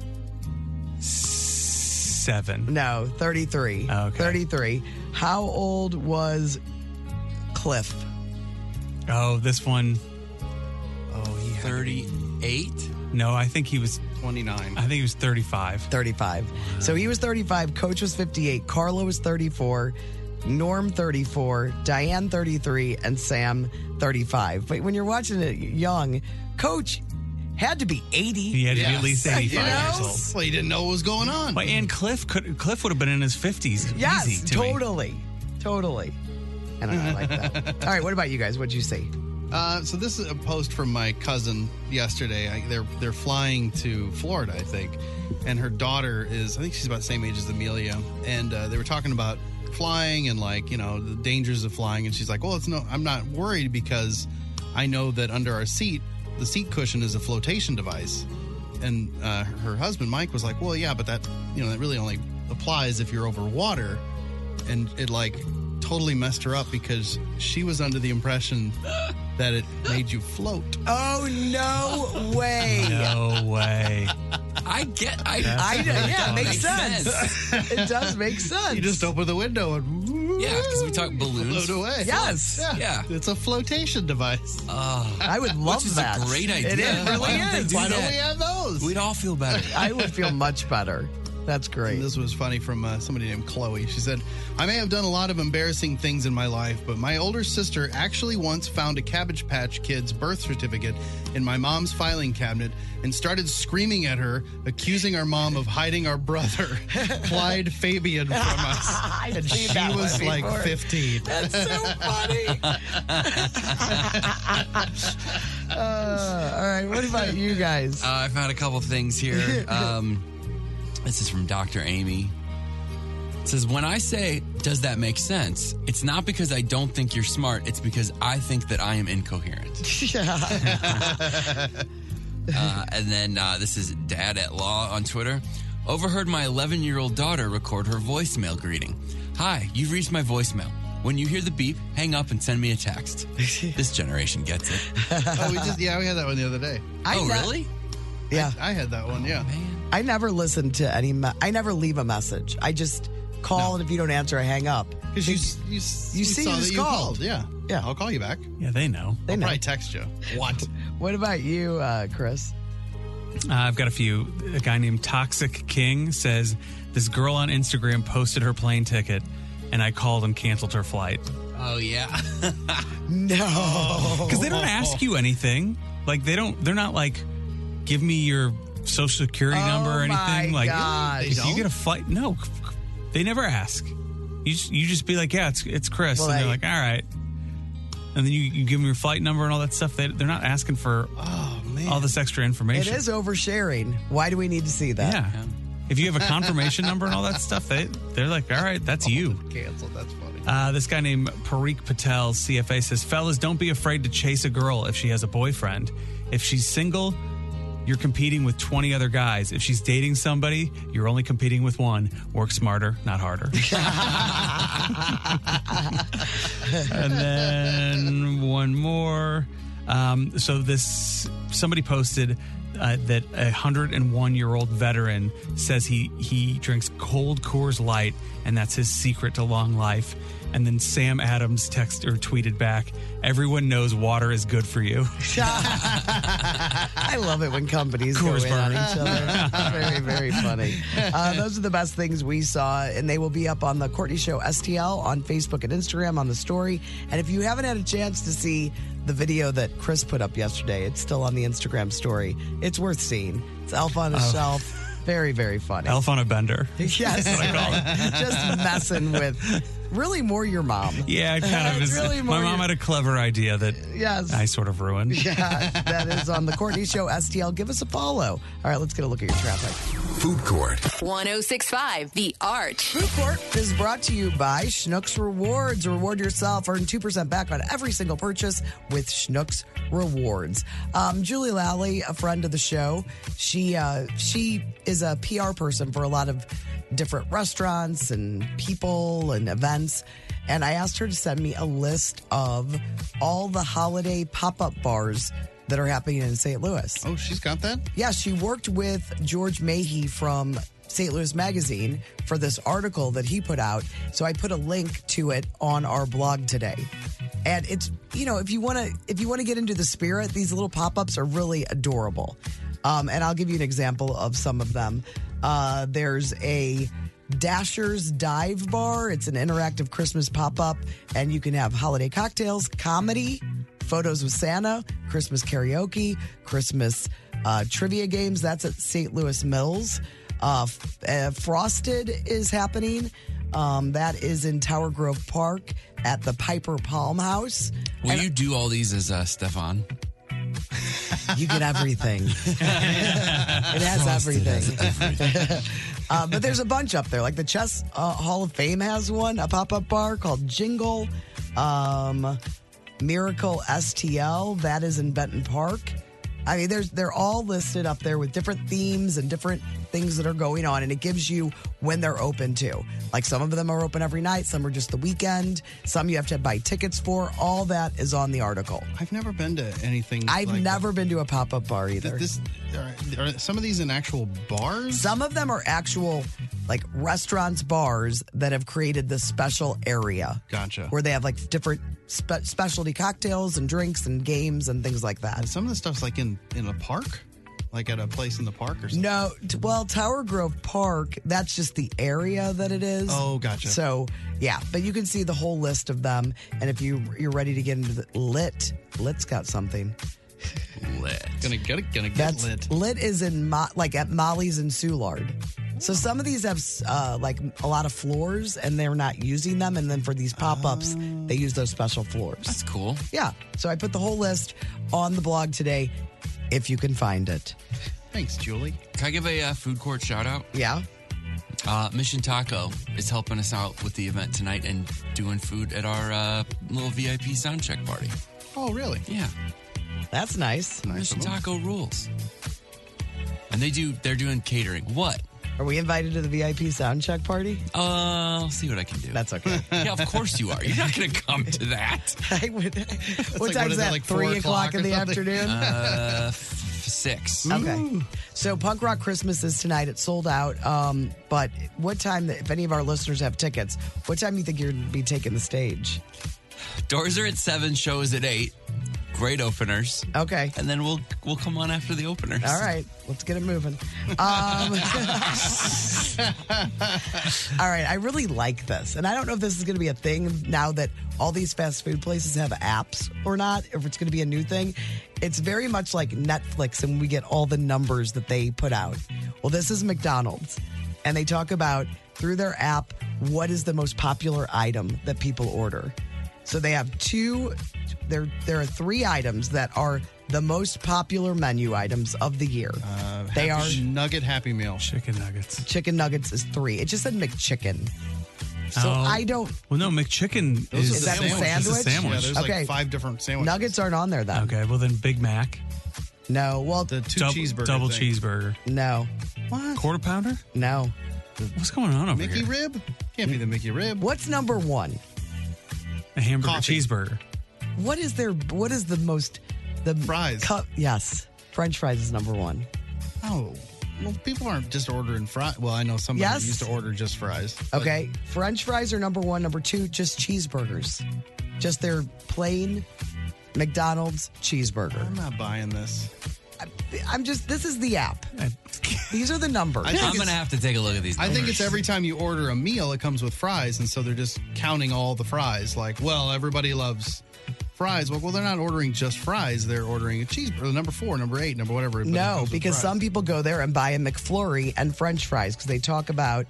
[SPEAKER 1] No, 33.
[SPEAKER 2] Okay.
[SPEAKER 1] 33. How old was Cliff?
[SPEAKER 2] Oh, this one.
[SPEAKER 3] Oh, he had
[SPEAKER 4] 38?
[SPEAKER 2] No, I think he was.
[SPEAKER 3] twenty-nine.
[SPEAKER 2] I think he was 35.
[SPEAKER 1] 35. So he was 35. Coach was 58. Carla was 34. Norm 34, Diane 33, and Sam 35. But when you're watching it young, Coach had to be 80.
[SPEAKER 2] He had to be at least
[SPEAKER 3] Yes.
[SPEAKER 2] 85 years
[SPEAKER 1] know?
[SPEAKER 2] old.
[SPEAKER 3] Well, he didn't know what was going on.
[SPEAKER 2] Well, and Cliff could Cliff would have been in his 50s.
[SPEAKER 1] Yes,
[SPEAKER 2] Easy to me.
[SPEAKER 1] totally. Totally. I don't know. I like that. All right, what about you guys? What'd you see?
[SPEAKER 3] Uh, so this is a post from my cousin yesterday. I, they're they're flying to Florida, I think, and her daughter is I think she's about the same age as Amelia, and uh, they were talking about flying and like you know the dangers of flying, and she's like, well, it's no, I'm not worried because I know that under our seat, the seat cushion is a flotation device, and uh, her husband Mike was like, well, yeah, but that you know that really only applies if you're over water and it like totally messed her up because she was under the impression that it made you float.
[SPEAKER 1] Oh, no way.
[SPEAKER 2] No way.
[SPEAKER 4] I get I,
[SPEAKER 1] I, yeah, it makes
[SPEAKER 4] Makes
[SPEAKER 1] sense. it does make sense.
[SPEAKER 3] You just open the window and
[SPEAKER 4] Yeah, because we talk balloons.
[SPEAKER 3] float away.
[SPEAKER 1] Yes.
[SPEAKER 4] Yeah.
[SPEAKER 3] It's a flotation device.
[SPEAKER 4] Oh,
[SPEAKER 1] I would love
[SPEAKER 4] is a
[SPEAKER 1] that.
[SPEAKER 4] great
[SPEAKER 1] It
[SPEAKER 4] idea.
[SPEAKER 1] is, really
[SPEAKER 4] Why don't they
[SPEAKER 1] is.
[SPEAKER 4] do
[SPEAKER 3] Why don't
[SPEAKER 4] that.
[SPEAKER 3] we have those?
[SPEAKER 4] we'd all feel better.
[SPEAKER 1] I would feel much better. That's great.
[SPEAKER 3] And this was funny from uh, somebody named Chloe. She said, I may have done a lot of embarrassing things in my life, but my older sister actually once found a Cabbage Patch Kid's birth certificate in my mom's filing cabinet and started screaming at her, accusing our mom of hiding our brother, Clyde Fabian, from us.
[SPEAKER 1] I've
[SPEAKER 3] And
[SPEAKER 1] seen
[SPEAKER 3] she
[SPEAKER 1] that one
[SPEAKER 3] was like
[SPEAKER 1] before.
[SPEAKER 3] 15.
[SPEAKER 1] That's so funny. uh, all right, what about you guys?
[SPEAKER 4] Uh, I found a couple things here. Um, this is from Dr. Amy. It says, When I say, does that make sense? It's not because I don't think you're smart, it's because I think that I am incoherent.
[SPEAKER 1] yeah.
[SPEAKER 4] Uh, and then uh, this is Dad at Law on Twitter. Overheard my 11 year old daughter record her voicemail greeting Hi, you've reached my voicemail. When you hear the beep, hang up and send me a text. this generation gets it.
[SPEAKER 3] oh, we just, yeah, we had that one the other day.
[SPEAKER 1] I
[SPEAKER 4] oh,
[SPEAKER 1] ne-
[SPEAKER 4] really?
[SPEAKER 1] Yeah.
[SPEAKER 3] I had that one,
[SPEAKER 1] Oh,
[SPEAKER 3] yeah.
[SPEAKER 4] Man.
[SPEAKER 1] I never listen to any, me- I never leave a message. I just call, and if you don't answer, I hang up.
[SPEAKER 3] Because you, s- you, s-
[SPEAKER 1] You see
[SPEAKER 3] saw
[SPEAKER 1] who's
[SPEAKER 3] that
[SPEAKER 1] called.
[SPEAKER 3] Yeah.
[SPEAKER 1] Yeah.
[SPEAKER 3] I'll call you back.
[SPEAKER 2] Yeah, they know.
[SPEAKER 1] They
[SPEAKER 3] I'll
[SPEAKER 1] know.
[SPEAKER 3] probably text you. What?
[SPEAKER 1] What about you, uh, Chris?
[SPEAKER 2] Uh, I've got a few. A guy named Toxic King says this girl on Instagram posted her plane ticket, and I called and canceled her flight
[SPEAKER 4] Oh, yeah.
[SPEAKER 1] No.
[SPEAKER 2] because they don't ask you anything. Like they don't. They're not like, give me your social security
[SPEAKER 1] Oh
[SPEAKER 2] number or
[SPEAKER 1] my
[SPEAKER 2] anything. Like
[SPEAKER 1] gosh.
[SPEAKER 2] if you get a flight, no, they never ask. You just, you just be like, yeah, it's it's Chris,
[SPEAKER 1] Well,
[SPEAKER 2] and they're
[SPEAKER 1] I-
[SPEAKER 2] like, all right. And then you, you give them your flight number and all that stuff. They, they're not asking for
[SPEAKER 3] Oh, man.
[SPEAKER 2] all this extra
[SPEAKER 1] It
[SPEAKER 2] information.
[SPEAKER 1] is oversharing. Why do we need to see that?
[SPEAKER 2] Yeah. If you have a confirmation number and all that stuff, they they're like, all right, that's you.
[SPEAKER 3] Canceled. That's funny.
[SPEAKER 2] Uh, this guy named Parikh Patel, CFA, says, fellas, don't be afraid to chase a girl if she has a boyfriend. If she's single, you're competing with 20 other guys. If she's dating somebody, you're only competing with one. Work smarter, not harder. and then one more. Um, so this somebody posted uh, that a 101 year old veteran says he he drinks cold Coors Light and that's his secret to long life. And then Sam Adams texted or tweeted back, "Everyone knows water is good for you."
[SPEAKER 1] I love it when companies go
[SPEAKER 2] Coors
[SPEAKER 1] in on each other. very, very funny. Uh, those are the best things we saw, and they will be up on the Courtney Show STL on Facebook and Instagram on the story. And if you haven't had a chance to see the video that Chris put up yesterday, it's still on the Instagram story. It's worth seeing. It's Elf on a Shelf. Very, very funny.
[SPEAKER 2] Oh. Elf on a bender.
[SPEAKER 1] Yes, just messing with really more your mom.
[SPEAKER 2] Yeah, it kind of
[SPEAKER 1] It's
[SPEAKER 2] is.
[SPEAKER 1] really
[SPEAKER 2] my
[SPEAKER 1] more
[SPEAKER 2] mom
[SPEAKER 1] your-
[SPEAKER 2] had a clever idea that
[SPEAKER 1] Yes.
[SPEAKER 2] I sort of ruined.
[SPEAKER 1] Yeah, that is on the Courtney Show STL. Give us a follow. All right, let's get a look at your traffic.
[SPEAKER 5] Food Court.
[SPEAKER 7] 1065 The Arch.
[SPEAKER 1] Food Court is brought to you by Schnucks Rewards. Reward yourself. Earn 2% back on every single purchase with Schnucks Rewards. Um, Julie Lally, a friend of the show, she, uh, she is a PR person for a lot of different restaurants and people and events. And I asked her to send me a list of all the holiday pop up bars that are happening in St. Louis.
[SPEAKER 3] Oh, she's got that?
[SPEAKER 1] Yeah, she worked with George Mahey from St. Louis Magazine for this article that he put out. So I put a link to it on our blog today. And it's you know if you want to if you want to get into the spirit, these little pop ups are really adorable. Um, and I'll give you an example of some of them. Uh, there's a Dasher's Dive Bar. It's an interactive Christmas pop up, and you can have holiday cocktails, comedy, photos with Santa, Christmas karaoke, Christmas uh, trivia games. That's at St. Louis Mills. Uh, F- uh, Frosted is happening. Um, that is in Tower Grove Park at the Piper Palm House.
[SPEAKER 4] Will you do all these as uh, Stefan?
[SPEAKER 1] You get everything. it has everything. uh, but there's a bunch up there. Like the Chess uh, Hall of Fame has one, a pop up bar called Jingle. Um, Miracle STL, that is in Benton Park. I mean, there's they're all listed up there with different themes and different things that are going on, and it gives you when they're open too. Like some of them are open every night, some are just the weekend, some you have to buy tickets for. All that is on the article.
[SPEAKER 3] I've never been to anything.
[SPEAKER 1] I've
[SPEAKER 3] like
[SPEAKER 1] never been to a pop up bar either.
[SPEAKER 3] That. This are, are some of these in actual bars.
[SPEAKER 1] Some of them are actual like restaurants, bars that have created this special area.
[SPEAKER 3] Gotcha.
[SPEAKER 1] Where they have like different spe- specialty cocktails and drinks and games and things like that.
[SPEAKER 3] Some of the stuff's like in in a park. Like at a place in the park or something?
[SPEAKER 1] No, t- well, Tower Grove Park, that's just the area that it is.
[SPEAKER 3] Oh, gotcha.
[SPEAKER 1] So, yeah, but you can see the whole list of them. And if you, you're ready to get into the lit, lit's got something.
[SPEAKER 4] Lit.
[SPEAKER 3] Gonna get it, gonna get
[SPEAKER 1] That's
[SPEAKER 3] lit.
[SPEAKER 1] lit, is in Mo- like at Molly's in Soulard. So some of these have uh, like a lot of floors and they're not using them. And then for these pop ups, they use those special floors.
[SPEAKER 4] That's cool.
[SPEAKER 1] Yeah. So I put the whole list on the blog today if you can find it.
[SPEAKER 3] Thanks, Julie.
[SPEAKER 4] Can I give a uh, food court shout out?
[SPEAKER 1] Yeah.
[SPEAKER 4] Uh, Mission Taco is helping us out with the event tonight and doing food at our uh, little VIP sound check party.
[SPEAKER 3] Oh, really?
[SPEAKER 4] Yeah,
[SPEAKER 1] That's nice.
[SPEAKER 4] Mission Taco rules. And they do. They're doing catering. What?
[SPEAKER 1] Are we invited to the VIP sound check party?
[SPEAKER 4] Uh, I'll see what I can do.
[SPEAKER 1] That's okay.
[SPEAKER 4] yeah, of course you are. You're not going to come to that.
[SPEAKER 1] I would, what
[SPEAKER 3] like,
[SPEAKER 1] time
[SPEAKER 3] what
[SPEAKER 1] is
[SPEAKER 3] is
[SPEAKER 1] that?
[SPEAKER 3] it, like four
[SPEAKER 1] Three o'clock,
[SPEAKER 3] o'clock
[SPEAKER 1] in
[SPEAKER 3] or
[SPEAKER 1] the
[SPEAKER 3] something?
[SPEAKER 1] afternoon?
[SPEAKER 4] Uh, f- six.
[SPEAKER 1] Okay. So Punk Rock Christmas is tonight. It's sold out. Um, but what time, if any of our listeners have tickets, what time do you think you're going to be taking the stage?
[SPEAKER 4] Doors are at seven. Shows at eight. Great openers.
[SPEAKER 1] Okay.
[SPEAKER 4] And then we'll we'll come on after the openers.
[SPEAKER 1] All right. Let's get it moving. Um, all right. I really like this. And I don't know if this is going to be a thing now that all these fast food places have apps or not, if it's going to be a new thing. It's very much like Netflix and we get all the numbers that they put out. Well, this is McDonald's. And they talk about through their app what is the most popular item that people order. So they have two. There, there are three items that are the most popular menu items of the year. they are
[SPEAKER 3] Nugget Happy Meal.
[SPEAKER 2] Chicken nuggets.
[SPEAKER 1] chicken nuggets is three. It just said McChicken. So
[SPEAKER 2] Oh.
[SPEAKER 1] I don't.
[SPEAKER 2] Well, no, McChicken
[SPEAKER 3] Those
[SPEAKER 2] is,
[SPEAKER 3] are
[SPEAKER 1] Is that the
[SPEAKER 3] sandwiches.
[SPEAKER 2] It's a
[SPEAKER 1] sandwich?
[SPEAKER 3] Yeah,
[SPEAKER 2] sandwich.
[SPEAKER 3] there's
[SPEAKER 1] Okay.
[SPEAKER 3] like five different sandwiches.
[SPEAKER 1] Nuggets aren't on there then.
[SPEAKER 2] okay, well then Big Mac,
[SPEAKER 1] No. Well,
[SPEAKER 3] The two
[SPEAKER 2] Dub-
[SPEAKER 3] cheeseburger.
[SPEAKER 2] double
[SPEAKER 3] thing.
[SPEAKER 2] cheeseburger,
[SPEAKER 1] no. What?
[SPEAKER 2] quarter pounder.
[SPEAKER 1] No.
[SPEAKER 2] What's going on over
[SPEAKER 3] Mickey
[SPEAKER 2] here?
[SPEAKER 3] rib? Can't be the Mickey rib.
[SPEAKER 1] What's number one?
[SPEAKER 2] a hamburger
[SPEAKER 3] Coffee.
[SPEAKER 2] cheeseburger.
[SPEAKER 1] What is their? What is the most? The
[SPEAKER 3] Fries.
[SPEAKER 1] Cu- yes, French fries is number one.
[SPEAKER 3] Oh. Well, people aren't just ordering fries. Well, I know somebody
[SPEAKER 1] Yes.
[SPEAKER 3] used to order just fries. but-
[SPEAKER 1] Okay, French fries are number one. Number two, just cheeseburgers, just their plain McDonald's
[SPEAKER 3] I'm
[SPEAKER 1] cheeseburger.
[SPEAKER 3] not buying this.
[SPEAKER 1] I'm just. This is the app.
[SPEAKER 2] I-
[SPEAKER 1] These are the numbers.
[SPEAKER 3] I think
[SPEAKER 4] I'm
[SPEAKER 3] it's-
[SPEAKER 4] going to have to take a look at these.
[SPEAKER 3] I think
[SPEAKER 4] numbers.
[SPEAKER 3] it's every time you order a meal, it comes with fries, and so they're just counting all the fries. Like, well, everybody loves fries. Well, well, they're not ordering just fries; they're ordering a cheeseburger, number four, number eight, number whatever. but it
[SPEAKER 1] No,
[SPEAKER 3] comes with
[SPEAKER 1] because
[SPEAKER 3] fries.
[SPEAKER 1] some people go there and buy a McFlurry and French fries because they talk about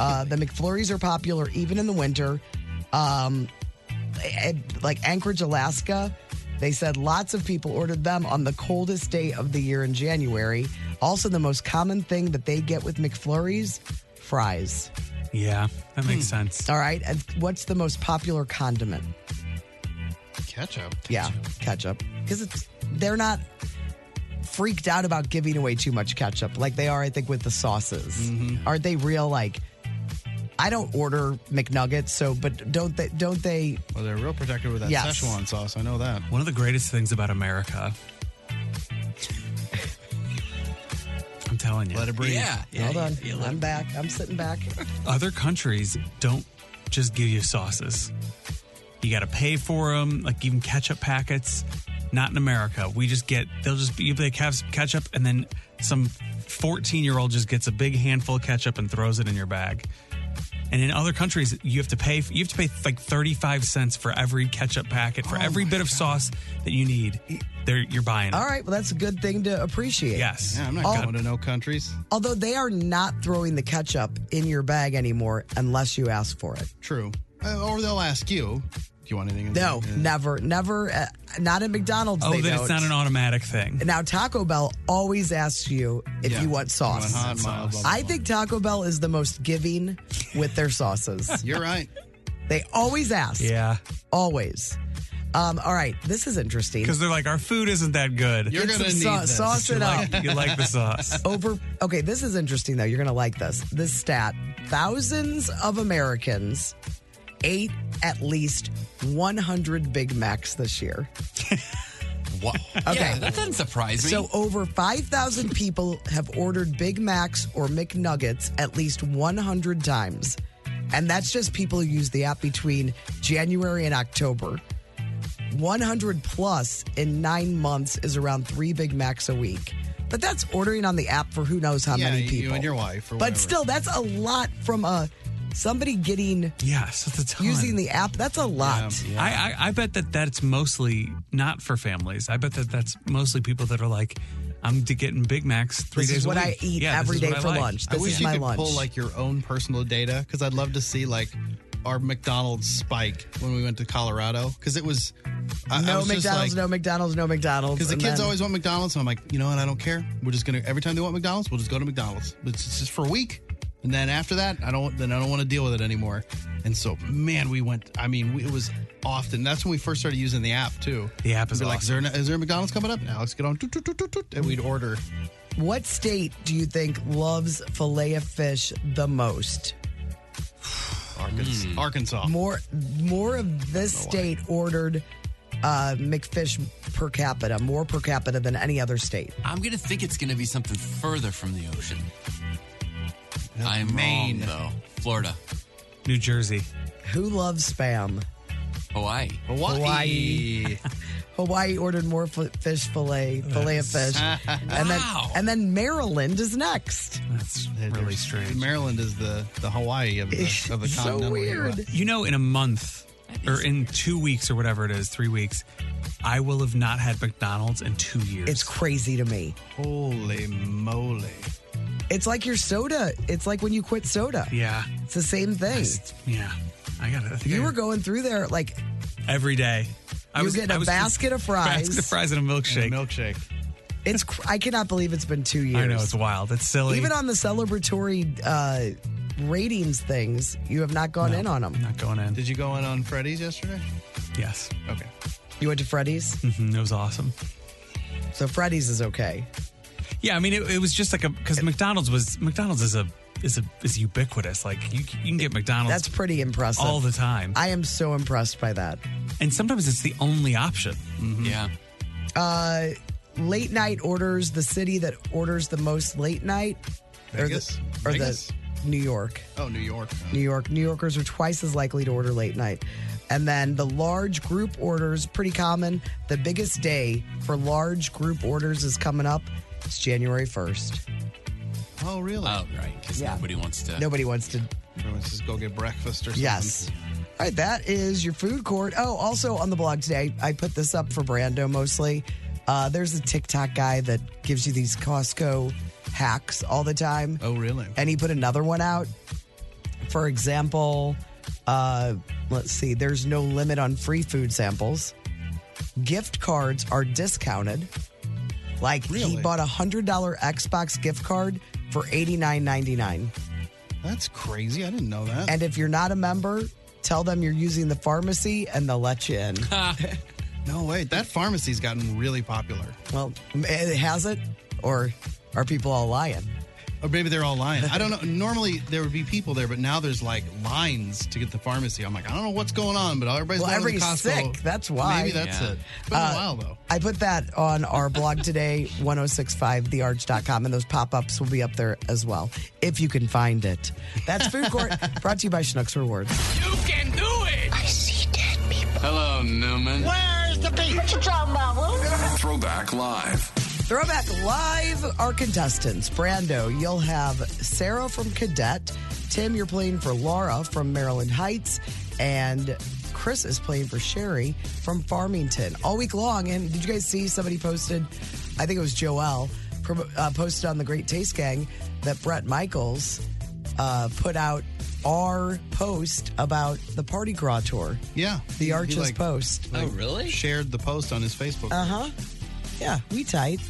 [SPEAKER 1] uh, the McFlurries are popular even in the winter. Um, eh, like Anchorage, Alaska, they said lots of people ordered them on the coldest day of the year in January. Also, the most common thing that they get with McFlurries fries.
[SPEAKER 2] yeah, that makes
[SPEAKER 3] Hmm.
[SPEAKER 2] sense.
[SPEAKER 1] All right, and what's the most popular condiment?
[SPEAKER 3] ketchup.
[SPEAKER 1] Yeah, ketchup. Because it's they're not freaked out about giving away too much ketchup like they are, I think, with the sauces.
[SPEAKER 2] Mm-hmm.
[SPEAKER 1] Aren't they real like I don't order McNuggets, so but don't they don't they
[SPEAKER 3] Well, they're real protective with that
[SPEAKER 1] Yes.
[SPEAKER 3] Szechuan sauce. I know that.
[SPEAKER 2] One of the greatest things about America. I'm telling you.
[SPEAKER 3] Let it breathe.
[SPEAKER 4] Yeah. yeah
[SPEAKER 1] Hold on.
[SPEAKER 4] yeah, let
[SPEAKER 1] I'm
[SPEAKER 4] it-
[SPEAKER 1] back. I'm sitting back.
[SPEAKER 2] other countries don't just give you sauces. You got to pay for them, like even ketchup packets. Not in America. We just get, they'll just be, they have some ketchup and then some 14 year old just gets a big handful of ketchup and throws it in your bag. And in other countries, you have to pay, you have to pay like 35 cents for every ketchup packet,
[SPEAKER 3] Oh
[SPEAKER 2] for every bit of sauce that you need. They're, you're buying it.
[SPEAKER 1] All right, well that's a good thing to appreciate.
[SPEAKER 2] Yes.
[SPEAKER 3] Yeah, I'm not
[SPEAKER 1] Oh.
[SPEAKER 3] going to no countries.
[SPEAKER 1] Although they are not throwing the ketchup in your bag anymore unless you ask for it.
[SPEAKER 3] True. Uh, or they'll ask you, "Do you want anything?" in
[SPEAKER 1] No,
[SPEAKER 3] there?"
[SPEAKER 1] never, never. Uh, not at McDonald's.
[SPEAKER 2] oh,
[SPEAKER 1] they
[SPEAKER 2] then
[SPEAKER 1] don't.
[SPEAKER 2] it's not an automatic thing.
[SPEAKER 1] Now Taco Bell always asks you if
[SPEAKER 3] Yeah.
[SPEAKER 1] you want
[SPEAKER 3] You
[SPEAKER 2] Uh-huh.
[SPEAKER 1] sauce.
[SPEAKER 3] want hot, mild, blah, blah,
[SPEAKER 1] I
[SPEAKER 3] blah.
[SPEAKER 1] think Taco Bell is the most giving with their sauces.
[SPEAKER 3] you're right.
[SPEAKER 1] they always ask.
[SPEAKER 2] Yeah.
[SPEAKER 1] Always. Um, all right, this is interesting.
[SPEAKER 2] Because they're like, our food isn't that good.
[SPEAKER 3] You're
[SPEAKER 1] Get
[SPEAKER 3] gonna need
[SPEAKER 1] some sau-
[SPEAKER 3] this.
[SPEAKER 1] sauce it up.
[SPEAKER 2] you like the sauce.
[SPEAKER 1] Over okay, this is interesting though. You're gonna like this. This stat. Thousands of Americans ate at least one hundred Big Macs this year.
[SPEAKER 4] Wha- Yeah, that doesn't surprise me.
[SPEAKER 1] So over 5,000 people have ordered Big Macs or McNuggets at least 100 times. And that's just people who use the app between January and October. 100 plus in nine months is around three Big Macs a week. But that's ordering on the app for who knows how
[SPEAKER 3] Yeah,
[SPEAKER 1] many
[SPEAKER 3] you
[SPEAKER 1] people.
[SPEAKER 3] and your wife or
[SPEAKER 1] but
[SPEAKER 3] whatever.
[SPEAKER 1] still, that's a lot from a somebody getting
[SPEAKER 2] Yes, that's a ton.
[SPEAKER 1] using the app. That's a lot.
[SPEAKER 2] I, I I bet that that's mostly not for families. I bet that that's mostly people that are like, I'm d- getting Big Macs three
[SPEAKER 1] This
[SPEAKER 2] days
[SPEAKER 1] is what
[SPEAKER 2] a
[SPEAKER 1] I
[SPEAKER 2] week.
[SPEAKER 1] eat
[SPEAKER 2] Yeah, this
[SPEAKER 1] every
[SPEAKER 2] is
[SPEAKER 1] day
[SPEAKER 2] what I
[SPEAKER 1] for
[SPEAKER 2] like.
[SPEAKER 1] lunch.
[SPEAKER 3] I
[SPEAKER 1] This
[SPEAKER 3] wish
[SPEAKER 1] is
[SPEAKER 3] you
[SPEAKER 1] my
[SPEAKER 3] could
[SPEAKER 1] lunch.
[SPEAKER 3] pull like your own personal data because I'd love to see like our McDonald's spike when we went to Colorado because it was I, I
[SPEAKER 1] no
[SPEAKER 3] was just
[SPEAKER 1] McDonald's,
[SPEAKER 3] like-
[SPEAKER 1] no McDonald's, no McDonald's.
[SPEAKER 3] Because the
[SPEAKER 1] and
[SPEAKER 3] kids
[SPEAKER 1] then-
[SPEAKER 3] always want McDonald's, and I'm like, you know what? I don't care. We're just gonna every time they want McDonald's, we'll just go to McDonald's. But it's it's just for a week, and then after that, I don't then I don't want to deal with it anymore. And so, man, we went. I mean, we, it was often. That's when we first started using the app too.
[SPEAKER 2] The app is
[SPEAKER 3] We'd be like, is
[SPEAKER 2] awesome.
[SPEAKER 3] there, is there a McDonald's coming up? Now let's get on, toot, toot, toot, toot, toot, and we'd order.
[SPEAKER 1] What state do you think loves filet of fish the most?
[SPEAKER 3] Arkansas.
[SPEAKER 2] Hmm.
[SPEAKER 3] Arkansas.
[SPEAKER 1] More, more of this state ordered uh, McFish per capita, more per capita than any other state.
[SPEAKER 4] I'm gonna think it's gonna be something further from the ocean. I'm
[SPEAKER 3] Maine.
[SPEAKER 4] Maine wrong, though. Florida,
[SPEAKER 2] New Jersey.
[SPEAKER 1] Who loves spam?
[SPEAKER 4] Hawaii.
[SPEAKER 3] Hawaii.
[SPEAKER 1] Hawaii. Hawaii ordered more f- fish fillet, filet of fish, and then
[SPEAKER 4] Wow.
[SPEAKER 1] and then Maryland is next.
[SPEAKER 2] That's really strange.
[SPEAKER 3] Maryland is the the Hawaii of the, of the continental
[SPEAKER 1] so
[SPEAKER 3] U.S.
[SPEAKER 1] weird.
[SPEAKER 2] You know, in a month or in two weeks or whatever it is, three weeks, I will have not had McDonald's in two years.
[SPEAKER 1] It's crazy to me.
[SPEAKER 3] Holy moly!
[SPEAKER 1] It's like your soda. It's like when you quit soda.
[SPEAKER 2] yeah,
[SPEAKER 1] It's the same thing.
[SPEAKER 2] yeah. I got it. I think
[SPEAKER 1] You
[SPEAKER 2] I-
[SPEAKER 1] were going through there like
[SPEAKER 2] every day. I
[SPEAKER 1] You
[SPEAKER 2] was
[SPEAKER 1] get
[SPEAKER 2] I
[SPEAKER 1] a
[SPEAKER 2] was-
[SPEAKER 1] basket of fries.
[SPEAKER 2] basket of fries, and a milkshake.
[SPEAKER 3] And a milkshake.
[SPEAKER 1] it's. cr- I cannot believe it's been two years.
[SPEAKER 2] I know it's wild. It's silly.
[SPEAKER 1] Even on the celebratory uh, ratings things, you have not gone in on them.
[SPEAKER 2] not going in.
[SPEAKER 3] Did you go in on Freddy's yesterday?
[SPEAKER 2] Yes,
[SPEAKER 3] Okay.
[SPEAKER 1] You went to Freddy's,
[SPEAKER 2] Mhm, it was awesome.
[SPEAKER 1] so Freddy's is okay.
[SPEAKER 2] Yeah, I mean, it, it was just like a because McDonald's was McDonald's is a is a is ubiquitous. Like you, c- you can get McDonald's
[SPEAKER 1] That's pretty impressive.
[SPEAKER 2] all the time,
[SPEAKER 1] I am so impressed by that.
[SPEAKER 2] and sometimes it's the only option. Mm-hmm.
[SPEAKER 4] Yeah.
[SPEAKER 1] Uh, late night orders. The city that orders the most late night,
[SPEAKER 3] Vegas?
[SPEAKER 1] or the, or
[SPEAKER 3] Vegas?
[SPEAKER 1] the New York.
[SPEAKER 3] Oh, New York. Uh,
[SPEAKER 1] New York. New Yorkers are twice as likely to order late night. And then the large group orders, pretty common. The biggest day for large group orders is coming up. It's January 1st.
[SPEAKER 3] Oh, really?
[SPEAKER 4] Oh, right. Because
[SPEAKER 1] Yeah.
[SPEAKER 4] nobody wants to.
[SPEAKER 1] Nobody wants to.
[SPEAKER 3] Let's just go get breakfast or something.
[SPEAKER 1] Yes. All right, that is your food court. Oh, also on the blog today, I put this up for Brando mostly. Uh, there's a TikTok guy that gives you these Costco hacks all the time.
[SPEAKER 3] Oh, really?
[SPEAKER 1] and he put another one out. For example, uh, let's see, there's no limit on free food samples. Gift cards are discounted. Like he
[SPEAKER 3] Really?
[SPEAKER 1] bought a hundred dollar Xbox gift card for eighty nine ninety nine.
[SPEAKER 3] That's crazy. I didn't know that.
[SPEAKER 1] And if you're not a member, tell them you're using the pharmacy and they'll let you in.
[SPEAKER 3] no, wait. That pharmacy's gotten really popular.
[SPEAKER 1] well, it has it, or are people all lying?
[SPEAKER 3] Or maybe they're all lying. I don't know. Normally there would be people there, but now there's like lines to get the pharmacy. I'm like, I don't know what's going on, but everybody's
[SPEAKER 1] Well,
[SPEAKER 3] going to
[SPEAKER 1] everybody's
[SPEAKER 3] Costco.
[SPEAKER 1] sick. That's why.
[SPEAKER 3] Maybe that's
[SPEAKER 4] Yeah.
[SPEAKER 3] it. It's been
[SPEAKER 1] Uh,
[SPEAKER 3] a while, though.
[SPEAKER 1] I put that on our blog today, 1065thearch.com, and those pop ups will be up there as well, if you can find it. That's Food Court, brought to you by Schnucks Rewards.
[SPEAKER 8] You can do it!
[SPEAKER 9] I see dead people.
[SPEAKER 4] Hello, Newman.
[SPEAKER 9] What you talking about, Wilson?
[SPEAKER 5] Throwback Live.
[SPEAKER 1] Throwback Live, our contestants. Brando, you'll have Sarah from Cadet. Tim, you're playing for Laura from Maryland Heights. And Chris is playing for Sherry from Farmington all week long. And did you guys see somebody posted? I think it was Joel prom- uh, posted on the Great Taste Gang that Brett Michaels uh, put out our post about the Party Gras tour,
[SPEAKER 3] Yeah.
[SPEAKER 1] the
[SPEAKER 3] He-
[SPEAKER 1] Arches
[SPEAKER 3] he, like,
[SPEAKER 1] post.
[SPEAKER 4] Oh, really?
[SPEAKER 3] Shared the post on his Facebook.
[SPEAKER 1] Uh huh. Yeah, we tight.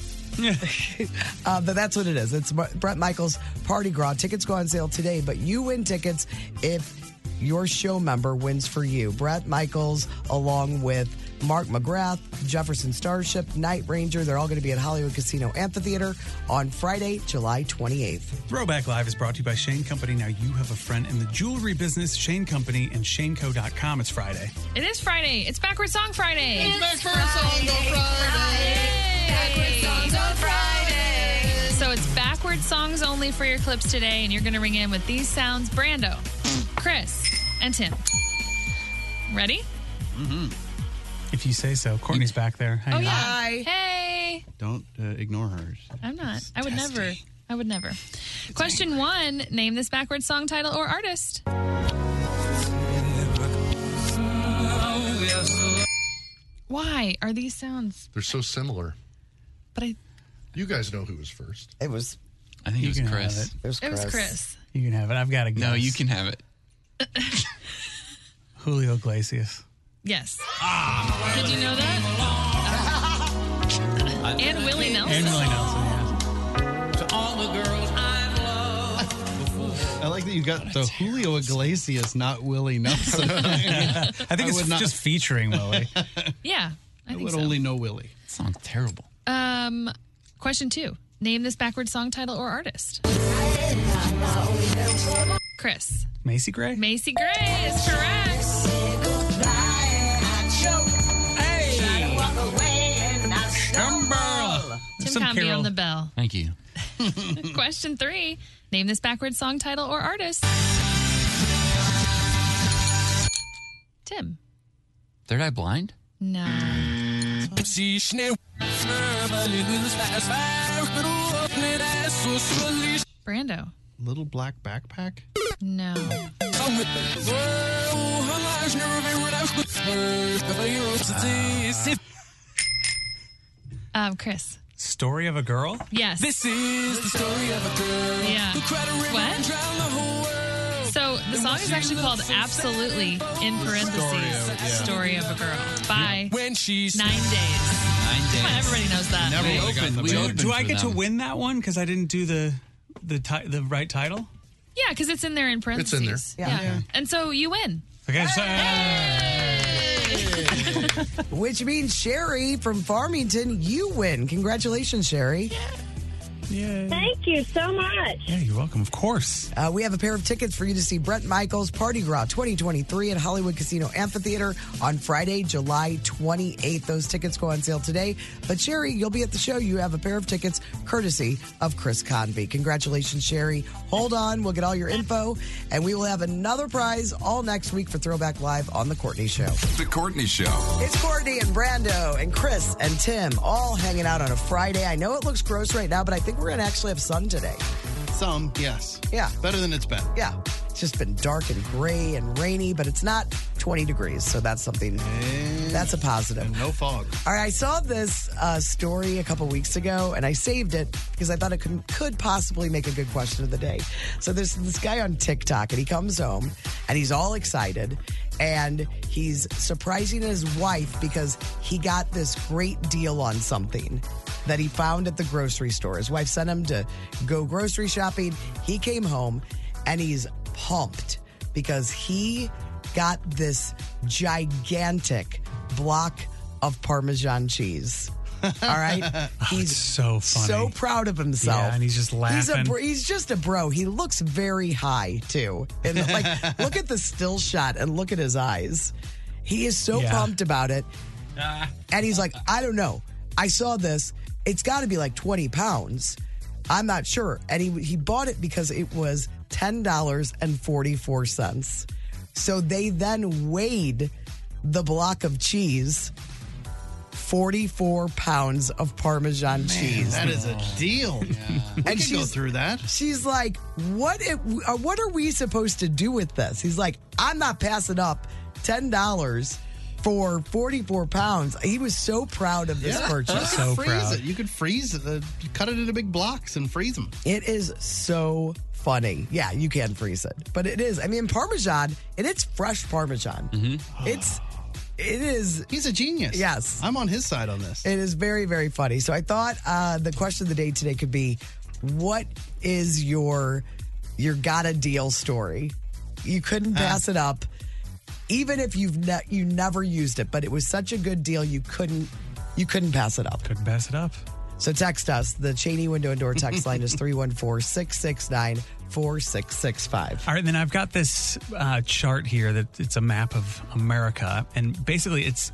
[SPEAKER 1] uh, but that's what it is. It's Bre- Brett Michaels Party Gras. Tickets go on sale today, but you win tickets if your show member wins for you. Brett Michaels, along with Mark McGrath, Jefferson Starship, Night Ranger, they're all going to be at Hollywood Casino Amphitheater on Friday, July 28th.
[SPEAKER 2] Throwback Live is brought to you by Shane Company. Now you have a friend in the jewelry business, Shane Company and ShaneCo.com. It's Friday.
[SPEAKER 8] It is Friday. It's Backward Song Friday. So it's backward songs only for your clips today, and you're going to ring in with these sounds Brando, Chris, and Tim. Ready? Mm-hmm.
[SPEAKER 2] If you say so. Courtney's back there. Hang
[SPEAKER 8] Oh
[SPEAKER 2] on.
[SPEAKER 8] yeah. Hey.
[SPEAKER 3] Don't uh, ignore her.
[SPEAKER 8] I'm not. I would never. I would never. Question one: Name this backwards song title or artist. Why are these sounds?
[SPEAKER 10] They're so similar.
[SPEAKER 8] But I.
[SPEAKER 10] You guys know who was first.
[SPEAKER 1] It was.
[SPEAKER 4] I think
[SPEAKER 2] You
[SPEAKER 4] it was
[SPEAKER 2] can have
[SPEAKER 4] Chris.
[SPEAKER 2] it. You can have it. I've got a guess.
[SPEAKER 4] No, you can have it.
[SPEAKER 2] Julio Iglesias.
[SPEAKER 8] Yes. Did you know that? and Willie Nelson.
[SPEAKER 2] And Willie Nelson.
[SPEAKER 3] I like that you got the Julio Iglesias, not Willie Nelson. I
[SPEAKER 2] I think it's
[SPEAKER 3] would not-
[SPEAKER 2] just featuring Willie.
[SPEAKER 8] Yeah, I,
[SPEAKER 3] I
[SPEAKER 8] think
[SPEAKER 3] would
[SPEAKER 8] so.
[SPEAKER 3] only know Willie.
[SPEAKER 4] Sounds terrible.
[SPEAKER 8] Um, question two: Name this backwards song title or artist. Chris.
[SPEAKER 2] Macy Gray.
[SPEAKER 8] Macy Gray is correct. Tim
[SPEAKER 4] Some
[SPEAKER 8] Conby
[SPEAKER 4] Carol.
[SPEAKER 8] on the bell.
[SPEAKER 4] Thank you.
[SPEAKER 8] Question three: Name this backwards song title or artist. Tim.
[SPEAKER 4] Third Eye Blind?
[SPEAKER 8] No. Brando.
[SPEAKER 3] Little black backpack.
[SPEAKER 8] No. Um, Chris.
[SPEAKER 2] Story of a girl.
[SPEAKER 8] Yes. This
[SPEAKER 6] is the story of a girl.
[SPEAKER 8] Yeah. What? So the song is actually called Absolutely in parentheses Story of a Girl by
[SPEAKER 6] When she's
[SPEAKER 8] Nine Days.
[SPEAKER 4] Nine
[SPEAKER 8] Come on, everybody knows that.
[SPEAKER 2] We
[SPEAKER 8] right?
[SPEAKER 2] opened- we opened Do I get to win that one because I didn't do the the ti- the right title?
[SPEAKER 8] Yeah, because it's in there in
[SPEAKER 2] It's
[SPEAKER 8] parentheses.
[SPEAKER 2] in there.
[SPEAKER 8] Yeah.
[SPEAKER 2] Yeah. Yeah.
[SPEAKER 8] And so you win.
[SPEAKER 2] Okay. So,
[SPEAKER 1] Which means Sherry from Farmington, you win. Congratulations, Sherry.
[SPEAKER 11] Thank you so much.
[SPEAKER 2] Yeah, you're welcome. Of course.
[SPEAKER 1] Uh, we have a pair of tickets for you to see Brent Michaels Party Gras 2023 at Hollywood Casino Amphitheater on Friday, July 28th. Those tickets go on sale today. But Sherry, you'll be at the show. You have a pair of tickets courtesy of Chris Convey. Congratulations, Sherry. Hold on. We'll get all your info and we will have another prize all next week for Throwback Live on The Courtney Show.
[SPEAKER 5] The Courtney Show.
[SPEAKER 1] It's Courtney and Brando and Chris and Tim all hanging out on a Friday. I know it looks gross right now, but I think we're going to actually have sun today.
[SPEAKER 3] Some, yes.
[SPEAKER 1] Yeah.
[SPEAKER 3] Better than it's been.
[SPEAKER 1] Yeah. It's just been dark and gray and rainy, but it's not 20 degrees. So that's something, that's a positive.
[SPEAKER 3] No fog.
[SPEAKER 1] All right, I saw this uh, story a couple weeks ago, and I saved it because I thought it could, could possibly make a good question of the day. So there's this guy on TikTok, and he comes home, and he's all excited, and he's surprising his wife because he got this great deal on something that he found at the grocery store. His wife sent him to go grocery shopping. He came home, and he's pumped because he got this gigantic block of Parmesan cheese. All right. He's
[SPEAKER 2] so funny.
[SPEAKER 1] so proud of himself.
[SPEAKER 2] Yeah, and he's just
[SPEAKER 1] He's, a
[SPEAKER 2] laughing.
[SPEAKER 1] bro, he's just a bro. He looks very high too. And like, look at the still shot and look at his eyes. He is so
[SPEAKER 2] Yeah. Ah.
[SPEAKER 1] pumped about it. And he's like, I don't know. I saw this. It's got to be like 20 pounds. I'm not sure. And he, he bought it because it was $10.44. So they then weighed the block of cheese 44 pounds of Parmesan cheese.
[SPEAKER 3] That is a deal. We
[SPEAKER 1] And
[SPEAKER 3] could go
[SPEAKER 1] she's-
[SPEAKER 3] through that.
[SPEAKER 1] She's like, "What? It, uh, what are we supposed to do with this?" He's like, "I'm not passing up ten dollars for forty four pounds." He was so proud of this purchase.
[SPEAKER 3] You could freeze it. You could freeze it. Uh, you cut it into big blocks and freeze them.
[SPEAKER 1] It is so funny. Yeah, you can freeze it, but it is. I mean, Parmesan, and it's fresh Parmesan. It's. It is.
[SPEAKER 3] He's a genius.
[SPEAKER 1] Yes.
[SPEAKER 3] I'm on his side on this.
[SPEAKER 1] It is very, very funny. So I thought uh, the question of the day today could be, what is your your gotta deal story? You couldn't
[SPEAKER 2] Uh.
[SPEAKER 1] pass it up, even if you've ne- you never used it, but it was such a good deal you couldn't you couldn't pass it up.
[SPEAKER 2] Couldn't pass it up.
[SPEAKER 1] So text us. The Cheney Window and Door text line is 314-669-4665.
[SPEAKER 2] All right, then I've got this uh, chart here that it's a map of America, and basically it's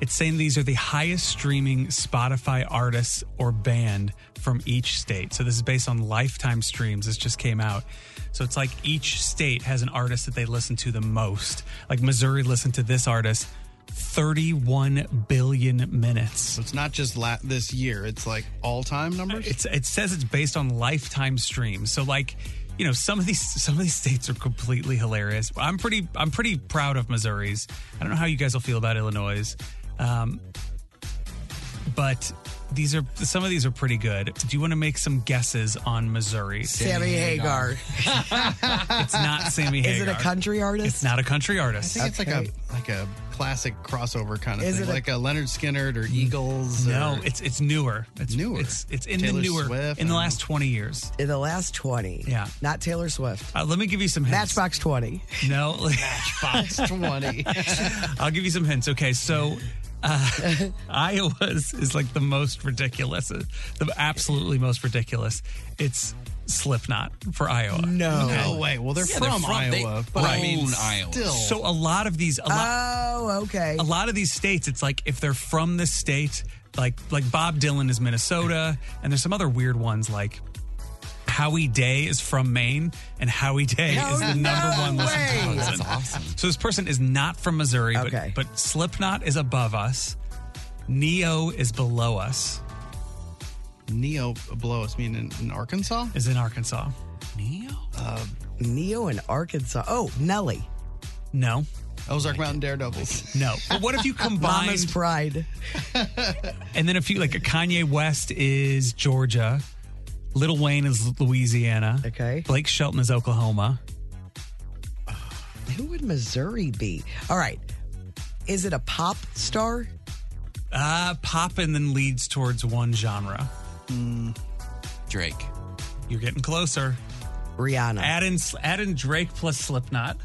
[SPEAKER 2] it's saying these are the highest streaming Spotify artists or band from each state. So this is based on lifetime streams. This just came out. So it's like each state has an artist that they listen to the most. Like Missouri listened to this artist 31 billion minutes. So
[SPEAKER 3] it's not just la- this year, it's like all time numbers?
[SPEAKER 2] It's, it says it's based on lifetime streams. So, like, you know, some of these some of these states are completely hilarious. I'm pretty I'm pretty proud of Missouri's. I don't know how you guys will feel about Illinois, um, but these are some of these are pretty good. Do you want to make some guesses on Missouri?
[SPEAKER 1] Sammy Hagar.
[SPEAKER 2] it's not Sammy Hagar.
[SPEAKER 1] Is it a country artist?
[SPEAKER 2] It's not a country artist.
[SPEAKER 3] I think it's like a like a classic crossover kind of Is thing, like a, Leonard Skinner or Eagles.
[SPEAKER 2] No,
[SPEAKER 3] or-
[SPEAKER 2] it's it's newer. It's
[SPEAKER 3] Newer.
[SPEAKER 2] It's it's in
[SPEAKER 3] Taylor
[SPEAKER 2] the newer
[SPEAKER 3] Swift,
[SPEAKER 2] in
[SPEAKER 3] I
[SPEAKER 2] the
[SPEAKER 3] don't
[SPEAKER 2] last twenty years.
[SPEAKER 1] In the last 20.
[SPEAKER 2] Yeah.
[SPEAKER 1] Not Taylor Swift.
[SPEAKER 2] Uh, let me give you some hints.
[SPEAKER 1] Matchbox 20.
[SPEAKER 2] No,
[SPEAKER 3] Matchbox 20.
[SPEAKER 2] I'll give you some hints. Okay, so uh, Iowa's is like the most ridiculous, uh, the absolutely most ridiculous. It's Slipknot for Iowa.
[SPEAKER 1] No.
[SPEAKER 3] No way. Well, they're
[SPEAKER 2] Yeah,
[SPEAKER 3] from,
[SPEAKER 2] they-
[SPEAKER 3] Iowa, but I
[SPEAKER 2] right.
[SPEAKER 3] mean, still.
[SPEAKER 2] So a lot of these, a lot,
[SPEAKER 1] Oh, okay.
[SPEAKER 2] a lot of these states, it's like if they're from this state, like like Bob Dylan is Minnesota, and there's some other weird ones like. Howie Day is from Maine, and Howie Day
[SPEAKER 1] No,
[SPEAKER 2] is the number
[SPEAKER 1] no
[SPEAKER 2] one listened
[SPEAKER 1] way.
[SPEAKER 2] to.
[SPEAKER 1] Oh, that's
[SPEAKER 2] person. So this person is not from Missouri,
[SPEAKER 1] Okay.
[SPEAKER 2] but, but Slipknot is above us. Neo is below us.
[SPEAKER 3] Neo below us, meaning in Arkansas?
[SPEAKER 2] Is in Arkansas.
[SPEAKER 1] Uh, Neo in Arkansas. Oh, Nelly.
[SPEAKER 2] No.
[SPEAKER 3] Ozark Mountain Daredevils.
[SPEAKER 2] No. But what if you combine
[SPEAKER 1] Mama's Pride.
[SPEAKER 2] and then a few like a Kanye West is Georgia, Little Wayne is Louisiana.
[SPEAKER 1] Okay.
[SPEAKER 2] Blake Shelton is Oklahoma.
[SPEAKER 1] Who would Missouri be? All right. Is it a pop star?
[SPEAKER 2] Uh pop and then leads towards one genre.
[SPEAKER 4] Drake.
[SPEAKER 2] You're getting closer.
[SPEAKER 1] Rihanna.
[SPEAKER 2] Add in add in Drake plus Slipknot.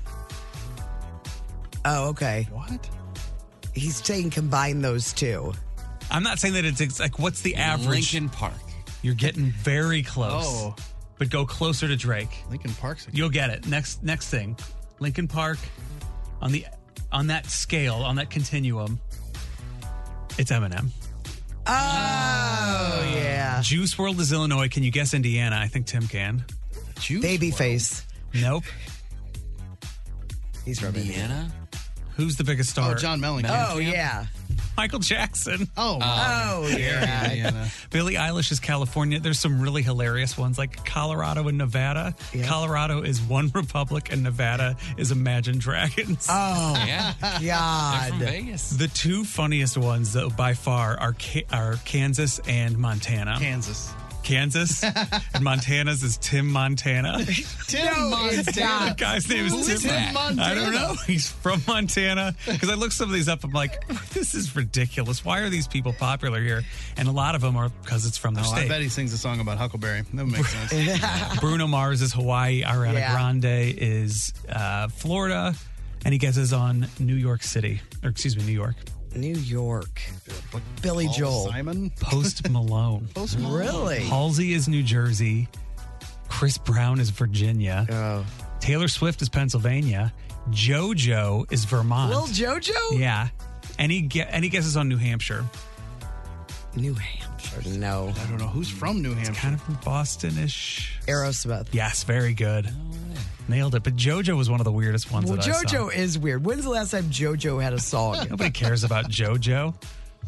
[SPEAKER 1] Oh, okay.
[SPEAKER 3] What?
[SPEAKER 1] He's saying combine those two.
[SPEAKER 2] I'm not saying that it's it's like what's the average
[SPEAKER 4] Lincoln Park.
[SPEAKER 2] You're getting very close.
[SPEAKER 3] Oh.
[SPEAKER 2] But go closer to Drake.
[SPEAKER 3] Lincoln Park's.
[SPEAKER 2] You'll get it. Next next thing. Lincoln Park on the on that scale, on that continuum. It's Eminem.
[SPEAKER 1] Oh, yeah.
[SPEAKER 2] Juice World is Illinois. Can you guess Indiana? I think Tim can.
[SPEAKER 3] Juice
[SPEAKER 1] Babyface.
[SPEAKER 2] Nope.
[SPEAKER 1] He's from
[SPEAKER 4] Indiana?
[SPEAKER 2] Who's the biggest star?
[SPEAKER 3] Oh, John Mellencamp.
[SPEAKER 1] Oh, yeah.
[SPEAKER 2] Michael Jackson.
[SPEAKER 3] Oh,
[SPEAKER 2] Uh,
[SPEAKER 1] Oh, yeah.
[SPEAKER 2] Billie Eilish is California. There's some really hilarious ones like Colorado and Nevada. Colorado is One Republic and Nevada is Imagine Dragons.
[SPEAKER 3] Ah.
[SPEAKER 1] Oh,
[SPEAKER 4] Yeah. They're from
[SPEAKER 1] God.
[SPEAKER 4] Vegas.
[SPEAKER 2] the two funniest ones, though, by far, are Ca- are Kansas and Montana.
[SPEAKER 3] Kansas.
[SPEAKER 2] Kansas and Montana's is Tim Montana.
[SPEAKER 3] Tim
[SPEAKER 2] The guy's name is
[SPEAKER 3] Ah. Who
[SPEAKER 2] Tim.
[SPEAKER 3] is Tim Montana?
[SPEAKER 2] I don't know. He's from Montana. Because I looked some of these up, I'm like, this is ridiculous. Why are these people popular here? And a lot of them are because it's from their
[SPEAKER 3] Oh, I
[SPEAKER 2] state.
[SPEAKER 3] bet he sings a song about Huckleberry. That would make sense.
[SPEAKER 2] Bruno Mars is Hawaii. Ariana
[SPEAKER 1] Yeah.
[SPEAKER 2] Grande is uh, Florida. And he guesses on New York City, or excuse me, New York.
[SPEAKER 1] New York. Billy
[SPEAKER 3] Paul
[SPEAKER 1] Joel.
[SPEAKER 3] Simon.
[SPEAKER 2] Post Malone.
[SPEAKER 3] Post Malone.
[SPEAKER 1] Really?
[SPEAKER 2] Halsey is New Jersey. Chris Brown is Virginia.
[SPEAKER 1] Oh.
[SPEAKER 2] Taylor Swift is Pennsylvania. JoJo is Vermont.
[SPEAKER 1] Lil JoJo?
[SPEAKER 2] Yeah. Any gue- any guesses on New Hampshire?
[SPEAKER 1] New Hampshire. No.
[SPEAKER 3] I don't know who's from New Hampshire.
[SPEAKER 2] Kind of from Boston-ish.
[SPEAKER 1] Aerosmith.
[SPEAKER 2] Yes, very good. Nailed it. But JoJo was one of the weirdest ones
[SPEAKER 1] Oh, Well,
[SPEAKER 2] that I saw.
[SPEAKER 1] JoJo is weird. When's the last time JoJo had a song?
[SPEAKER 2] Nobody cares about JoJo.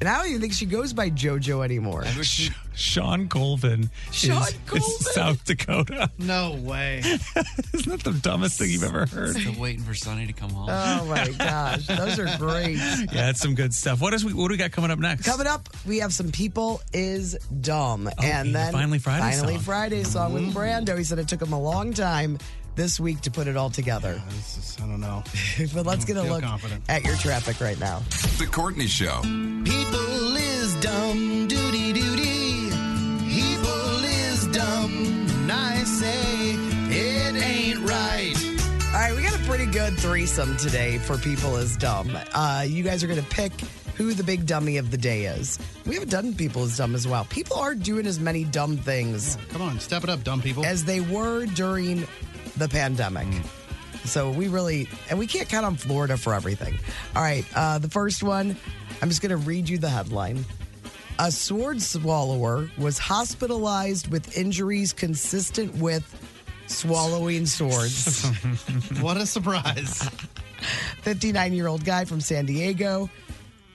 [SPEAKER 1] and I don't even think she goes by JoJo anymore.
[SPEAKER 2] Sh- Sean Colvin
[SPEAKER 1] Sean
[SPEAKER 2] is, is
[SPEAKER 1] Colvin?
[SPEAKER 2] South Dakota.
[SPEAKER 3] No way.
[SPEAKER 2] Isn't that the dumbest thing you've ever heard?
[SPEAKER 4] Still waiting for Sonny to come home.
[SPEAKER 1] Oh my gosh, those are great.
[SPEAKER 2] Yeah, that's some good stuff. What is we what do we got coming up next?
[SPEAKER 1] Coming up, we have some people is dumb, and
[SPEAKER 2] Oh, and the
[SPEAKER 1] then
[SPEAKER 2] Finally Friday
[SPEAKER 1] Finally
[SPEAKER 2] song.
[SPEAKER 1] Friday song with Brando. He said it took him a long time this week to put it all together.
[SPEAKER 3] This is, I don't know.
[SPEAKER 1] but let's get a
[SPEAKER 3] feel
[SPEAKER 1] look
[SPEAKER 3] confident.
[SPEAKER 1] at your traffic right now.
[SPEAKER 5] The Courtney Show.
[SPEAKER 6] People is dumb, doody doody. People is dumb, and I say it ain't right.
[SPEAKER 1] All right, we got a pretty good threesome today for people is dumb. Uh, you guys are going to pick who the big dummy of the day is. We haven't done people is dumb as well. People aren't doing as many dumb things
[SPEAKER 3] Come on, step it up, dumb people.
[SPEAKER 1] as they were during the pandemic. So we really, and we can't count on Florida for everything. All right, uh, the first one, I'm just going to read you the headline. A sword swallower was hospitalized with injuries consistent with swallowing swords.
[SPEAKER 3] what a surprise.
[SPEAKER 1] 59 year old guy from San Diego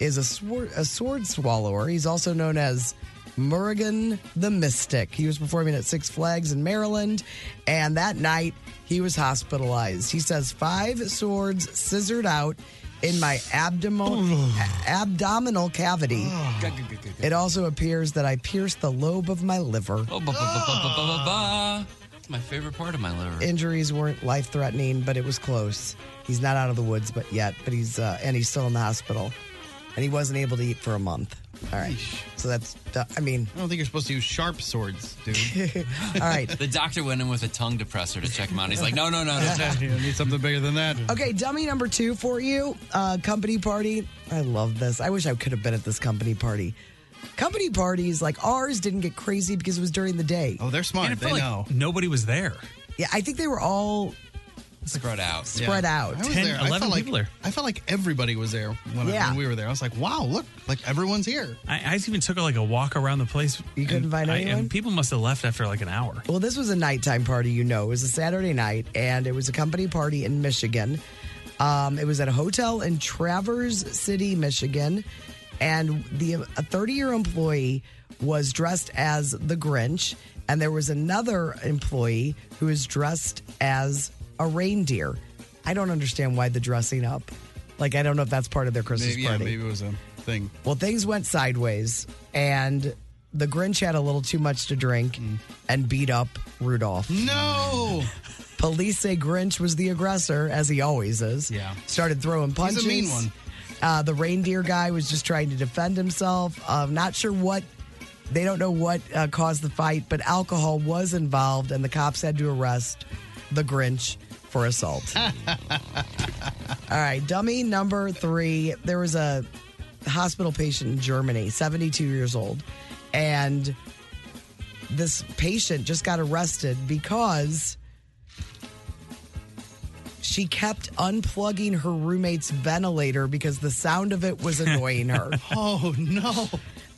[SPEAKER 1] is a sword, a sword swallower. He's also known as Murrigan the Mystic. He was performing at Six Flags in Maryland, and that night he was hospitalized. He says five swords scissored out in my abdomen, abdominal cavity. It also appears that I pierced the lobe of my liver.
[SPEAKER 4] Oh, ba, ba, ba, ba, ba, ba, ba, ba. That's my favorite part of my liver.
[SPEAKER 1] Injuries weren't life threatening, but it was close. He's not out of the woods, but yet, but he's uh, and he's still in the hospital, and he wasn't able to eat for a month. All right, so that's I mean,
[SPEAKER 3] I don't think you're supposed to use sharp swords, dude.
[SPEAKER 1] All right.
[SPEAKER 12] The doctor went in with a tongue depressor to check him out. He's like, no, no, no, no.
[SPEAKER 3] you need something bigger than that.
[SPEAKER 1] Okay, dummy number two for you. Uh, company party. I love this. I wish I could have been at this company party. Company parties like ours didn't get crazy because it was during the day.
[SPEAKER 3] Oh, they're smart.
[SPEAKER 2] And it felt like Nobody was there.
[SPEAKER 1] Yeah, I think they were all
[SPEAKER 12] Spread out.
[SPEAKER 1] Spread out.
[SPEAKER 3] I was
[SPEAKER 1] 10,
[SPEAKER 3] there. I
[SPEAKER 1] 11
[SPEAKER 3] felt like,
[SPEAKER 1] people there.
[SPEAKER 3] I felt like everybody was there when, I,
[SPEAKER 1] Yeah.
[SPEAKER 3] when we were there. I was like, wow, look, like everyone's here.
[SPEAKER 2] I, I even took like a walk around the place. You
[SPEAKER 1] couldn't find anyone?
[SPEAKER 2] and people must have left after like an hour.
[SPEAKER 1] Well, this was a nighttime party, you know. It was a Saturday night, and it was a company party in Michigan. Um, it was at a hotel in Traverse City, Michigan, and the a 30 year employee was dressed as the Grinch, and there was another employee who was dressed as a reindeer. I don't understand why the dressing up. Like, I don't know if that's part of their Christmas
[SPEAKER 3] Maybe, yeah,
[SPEAKER 1] party.
[SPEAKER 3] maybe it was a thing.
[SPEAKER 1] Well, things went sideways, and the Grinch had a little too much to drink and beat up Rudolph.
[SPEAKER 3] No!
[SPEAKER 1] Police say Grinch was the aggressor, as he always is.
[SPEAKER 3] Yeah.
[SPEAKER 1] Started throwing
[SPEAKER 3] He's
[SPEAKER 1] punches.
[SPEAKER 3] a mean one.
[SPEAKER 1] Uh, the reindeer guy was just trying to defend himself. Uh, not sure what, they don't know what uh, caused the fight, but alcohol was involved, and the cops had to arrest the Grinch for assault. All right, dummy number three. There was a hospital patient in Germany, 72 years old, and this patient just got arrested because she kept unplugging her roommate's ventilator because the sound of it was annoying her.
[SPEAKER 3] oh no.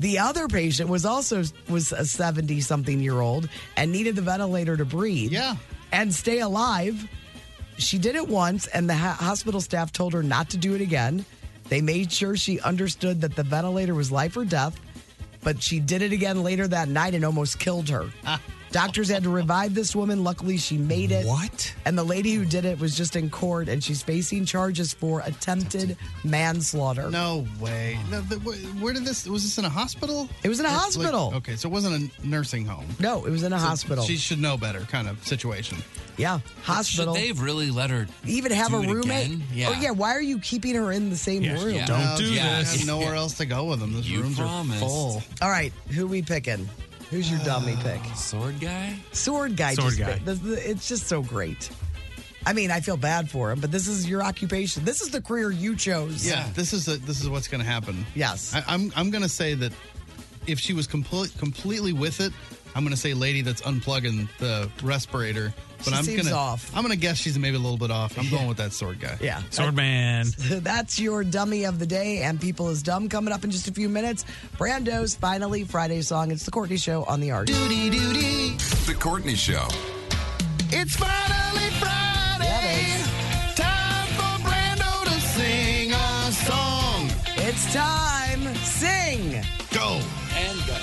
[SPEAKER 1] The other patient was also was a 70 something year old and needed the ventilator to breathe. Yeah. And stay alive. She did it once and the ha- hospital staff told her not to do it again. They made sure she understood that the ventilator was life or death, but she did it again later that night and almost killed her. Doctors had to revive this woman. Luckily, she made it.
[SPEAKER 2] What?
[SPEAKER 1] And the lady who did it was just in court and she's facing charges for attempted manslaughter.
[SPEAKER 3] No way. No, the- wh- where did this? Was this in a hospital?
[SPEAKER 1] It was in a
[SPEAKER 3] Or, like,
[SPEAKER 1] hospital.
[SPEAKER 3] okay, so it wasn't a nursing home.
[SPEAKER 1] No, it was in a hospital.
[SPEAKER 3] She should know better, kind of situation.
[SPEAKER 1] Yeah, hospital.
[SPEAKER 12] Should they have really let her
[SPEAKER 1] even have
[SPEAKER 12] do
[SPEAKER 1] a
[SPEAKER 12] it
[SPEAKER 1] roommate?
[SPEAKER 12] again? Yeah.
[SPEAKER 1] Oh yeah. Why are you keeping her in the same room?
[SPEAKER 12] Yeah. Don't
[SPEAKER 3] No,
[SPEAKER 12] do
[SPEAKER 3] yeah,
[SPEAKER 12] this.
[SPEAKER 3] I have nowhere else to go with them. Those rooms
[SPEAKER 12] promised.
[SPEAKER 3] are full.
[SPEAKER 1] All right. Who we picking? Who's your dummy pick?
[SPEAKER 12] Sword guy?
[SPEAKER 1] Sword guy.
[SPEAKER 12] Uh, Sword
[SPEAKER 1] just
[SPEAKER 12] guy.
[SPEAKER 1] picked- this- this- It's just so great. I mean, I feel bad for him, but this is your occupation. This is the career you chose.
[SPEAKER 3] Yeah, this is a, this is what's going to happen.
[SPEAKER 1] Yes,
[SPEAKER 3] I, I'm I'm going to say that if she was complete, completely with it, I'm going to say lady that's unplugging the respirator. But
[SPEAKER 1] She
[SPEAKER 3] I'm
[SPEAKER 1] seems
[SPEAKER 3] gonna
[SPEAKER 1] off.
[SPEAKER 3] I'm going to guess she's maybe a little bit off. I'm going with that sword guy.
[SPEAKER 1] Yeah,
[SPEAKER 2] Swordman.
[SPEAKER 1] That's your dummy of the day, and people is dumb. Coming up in just a few minutes, Brando's finally Friday song. It's the Courtney Show on the Arch.
[SPEAKER 5] The Courtney Show.
[SPEAKER 6] It's finally Friday. Time for Brando to sing a song.
[SPEAKER 1] It's time. Sing.
[SPEAKER 3] Go.
[SPEAKER 12] And go.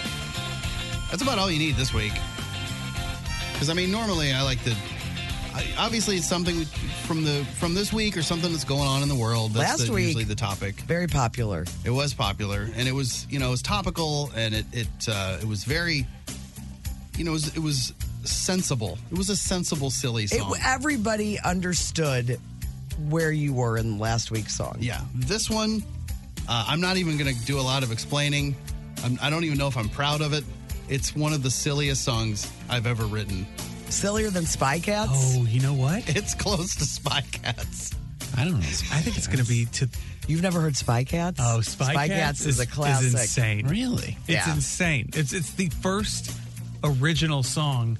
[SPEAKER 3] That's about all you need this week. Because I mean, normally I like to. I, obviously, it's something from the from this week or something that's going on in the world. That's
[SPEAKER 1] Last
[SPEAKER 3] the-
[SPEAKER 1] week,
[SPEAKER 3] usually the topic.
[SPEAKER 1] Very popular.
[SPEAKER 3] It was popular, and it was you know it was topical, and it it uh, it was very, you know, it was, it was sensible. It was a sensible, silly
[SPEAKER 1] It,
[SPEAKER 3] song.
[SPEAKER 1] everybody understood where you were in last week's song.
[SPEAKER 3] yeah, this one, uh, I'm not even going to do a lot of explaining. I'm, I don't even know if I'm proud of it. It's one of the silliest songs I've ever written.
[SPEAKER 1] Sillier than Spy Cats?
[SPEAKER 2] Oh, you know what?
[SPEAKER 3] It's close to Spy Cats.
[SPEAKER 2] I don't know. I think it's going to be to.
[SPEAKER 1] You've never heard Spy Cats?
[SPEAKER 2] Oh, Spy,
[SPEAKER 1] Cats, is, a classic.
[SPEAKER 2] Is insane.
[SPEAKER 12] Really?
[SPEAKER 2] It's
[SPEAKER 1] Yeah.
[SPEAKER 2] insane. It's it's the first original song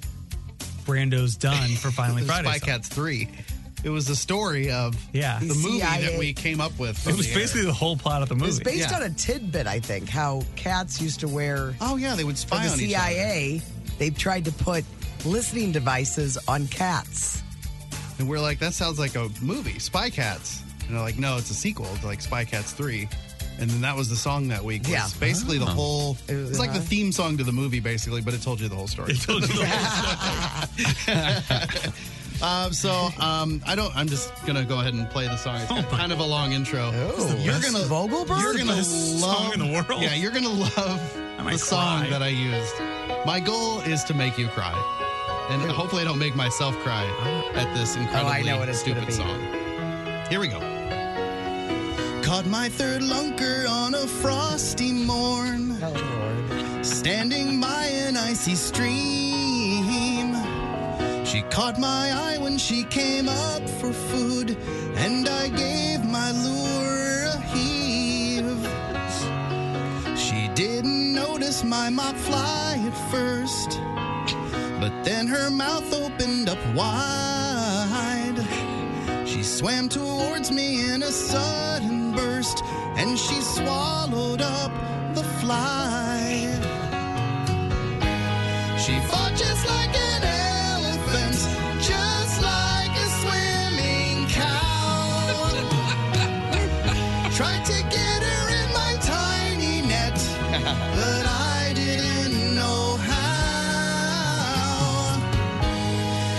[SPEAKER 2] Brando's done for Finally
[SPEAKER 3] The
[SPEAKER 2] Friday.
[SPEAKER 3] Spy
[SPEAKER 2] song.
[SPEAKER 3] Cats Three. It was the story of
[SPEAKER 2] Yeah.
[SPEAKER 3] the
[SPEAKER 2] The
[SPEAKER 3] movie that
[SPEAKER 1] CIA
[SPEAKER 3] we came up with.
[SPEAKER 2] It was basically the whole plot of the movie.
[SPEAKER 1] It's based
[SPEAKER 3] Yeah.
[SPEAKER 1] on a tidbit, I think, how cats used to wear
[SPEAKER 3] Oh yeah, they would
[SPEAKER 1] for
[SPEAKER 3] spy
[SPEAKER 1] the
[SPEAKER 3] on each other.
[SPEAKER 1] CIA. They tried to put listening devices on cats.
[SPEAKER 3] And we're like, that sounds like a movie, Spy Cats. And they're like, no, it's a sequel to like Spy Cats 3. And then that was the song that week. was
[SPEAKER 1] Yeah.
[SPEAKER 3] Basically, the
[SPEAKER 1] Oh.
[SPEAKER 3] whole.
[SPEAKER 1] It
[SPEAKER 3] It's
[SPEAKER 1] was-
[SPEAKER 3] like the
[SPEAKER 1] uh-huh.
[SPEAKER 3] theme song to the movie, basically, but it told you the whole story. It told you the whole story. um, so um, I don't. I'm just gonna go ahead and play the song.
[SPEAKER 1] Oh
[SPEAKER 3] It's kind of a long intro. You're gonna
[SPEAKER 1] Vogelberg?
[SPEAKER 3] You're gonna love
[SPEAKER 1] song in the world.
[SPEAKER 3] Yeah, you're gonna love the song that I used. My goal is to make you cry, and hopefully, I don't make myself cry at this incredibly
[SPEAKER 1] Oh, know what it's gonna
[SPEAKER 3] stupid
[SPEAKER 1] be.
[SPEAKER 3] song. Here we go.
[SPEAKER 6] Caught my third lunker on a frosty morn.
[SPEAKER 1] Oh,
[SPEAKER 6] Standing by an icy stream. She caught my eye when she came up for food, and I gave my lure a heave. She didn't notice my mock fly at first, but then her mouth opened up wide. She swam towards me in a sudden burst, and she swallowed up the fly. She fought just like an elephant, just like a swimming cow. Tried to get her in my tiny net, but I didn't know how.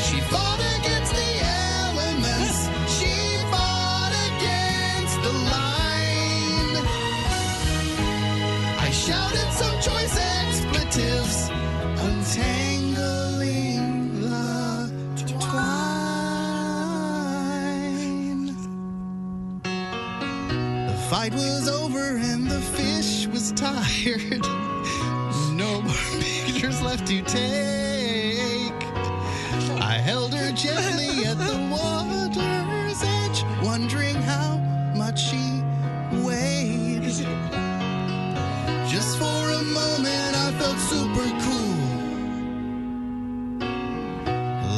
[SPEAKER 6] She fought against the elements. She fought against the line. I shouted some choice expletives, untangling the twine. The fight was over and the fish was tired. No more pictures left to take. I held her gently at the water's edge, wondering how much she weighed. Just for a moment, I felt super cool,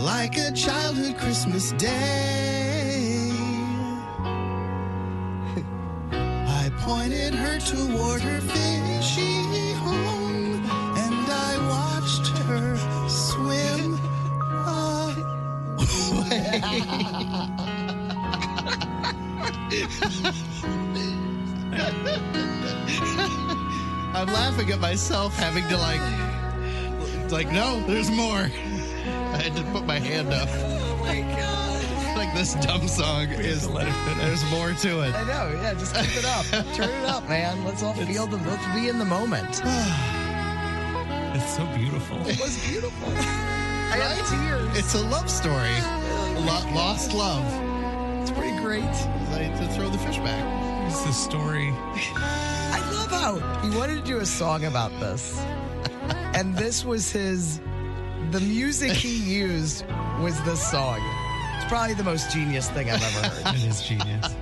[SPEAKER 6] like a childhood Christmas day. I pointed her toward her fishy home, and I watched her swim
[SPEAKER 3] I'm laughing at myself having to like, it's like no, there's more. I had to put my hand up. Oh my god! Like this dumb song is. There's more to it.
[SPEAKER 1] I know. Yeah, just keep it up. Turn it up, man. Let's all feel the. Let's be in the moment.
[SPEAKER 2] It's so beautiful.
[SPEAKER 1] it was beautiful. I have tears.
[SPEAKER 3] It's a love story. Lo- lost love.
[SPEAKER 1] It's pretty great.
[SPEAKER 3] to throw the fish back.
[SPEAKER 2] It's the story.
[SPEAKER 1] I love how he wanted to do a song about this, and this was his. The music he used was this song. It's probably the most genius thing I've ever heard.
[SPEAKER 2] It is genius.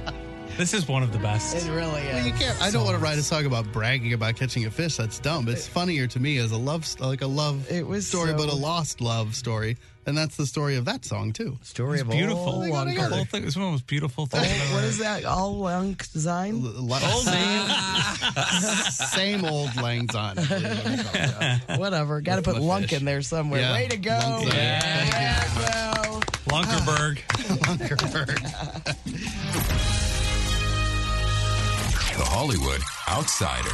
[SPEAKER 2] This is one of the best.
[SPEAKER 1] It really is.
[SPEAKER 3] Well, you can't. I don't want to write a song about bragging about catching a fish. That's dumb. It's funnier to me as a love, st- like a love it was story,
[SPEAKER 1] so-
[SPEAKER 3] but a lost love story, and that's the story of that song too.
[SPEAKER 1] Story
[SPEAKER 3] it's
[SPEAKER 1] of
[SPEAKER 3] beautiful.
[SPEAKER 1] all
[SPEAKER 3] They go
[SPEAKER 1] one
[SPEAKER 3] together.
[SPEAKER 2] It's
[SPEAKER 1] color.
[SPEAKER 2] one of the most beautiful
[SPEAKER 1] Oh,
[SPEAKER 2] things.
[SPEAKER 1] what is that? All long design?
[SPEAKER 3] Same old lang syne. I believe it was called, yeah.
[SPEAKER 1] Whatever. Got to put lunk in there somewhere.
[SPEAKER 3] Yeah.
[SPEAKER 1] Way to go.
[SPEAKER 3] Lunk syne.
[SPEAKER 2] Lunkerberg.
[SPEAKER 5] The Hollywood Outsider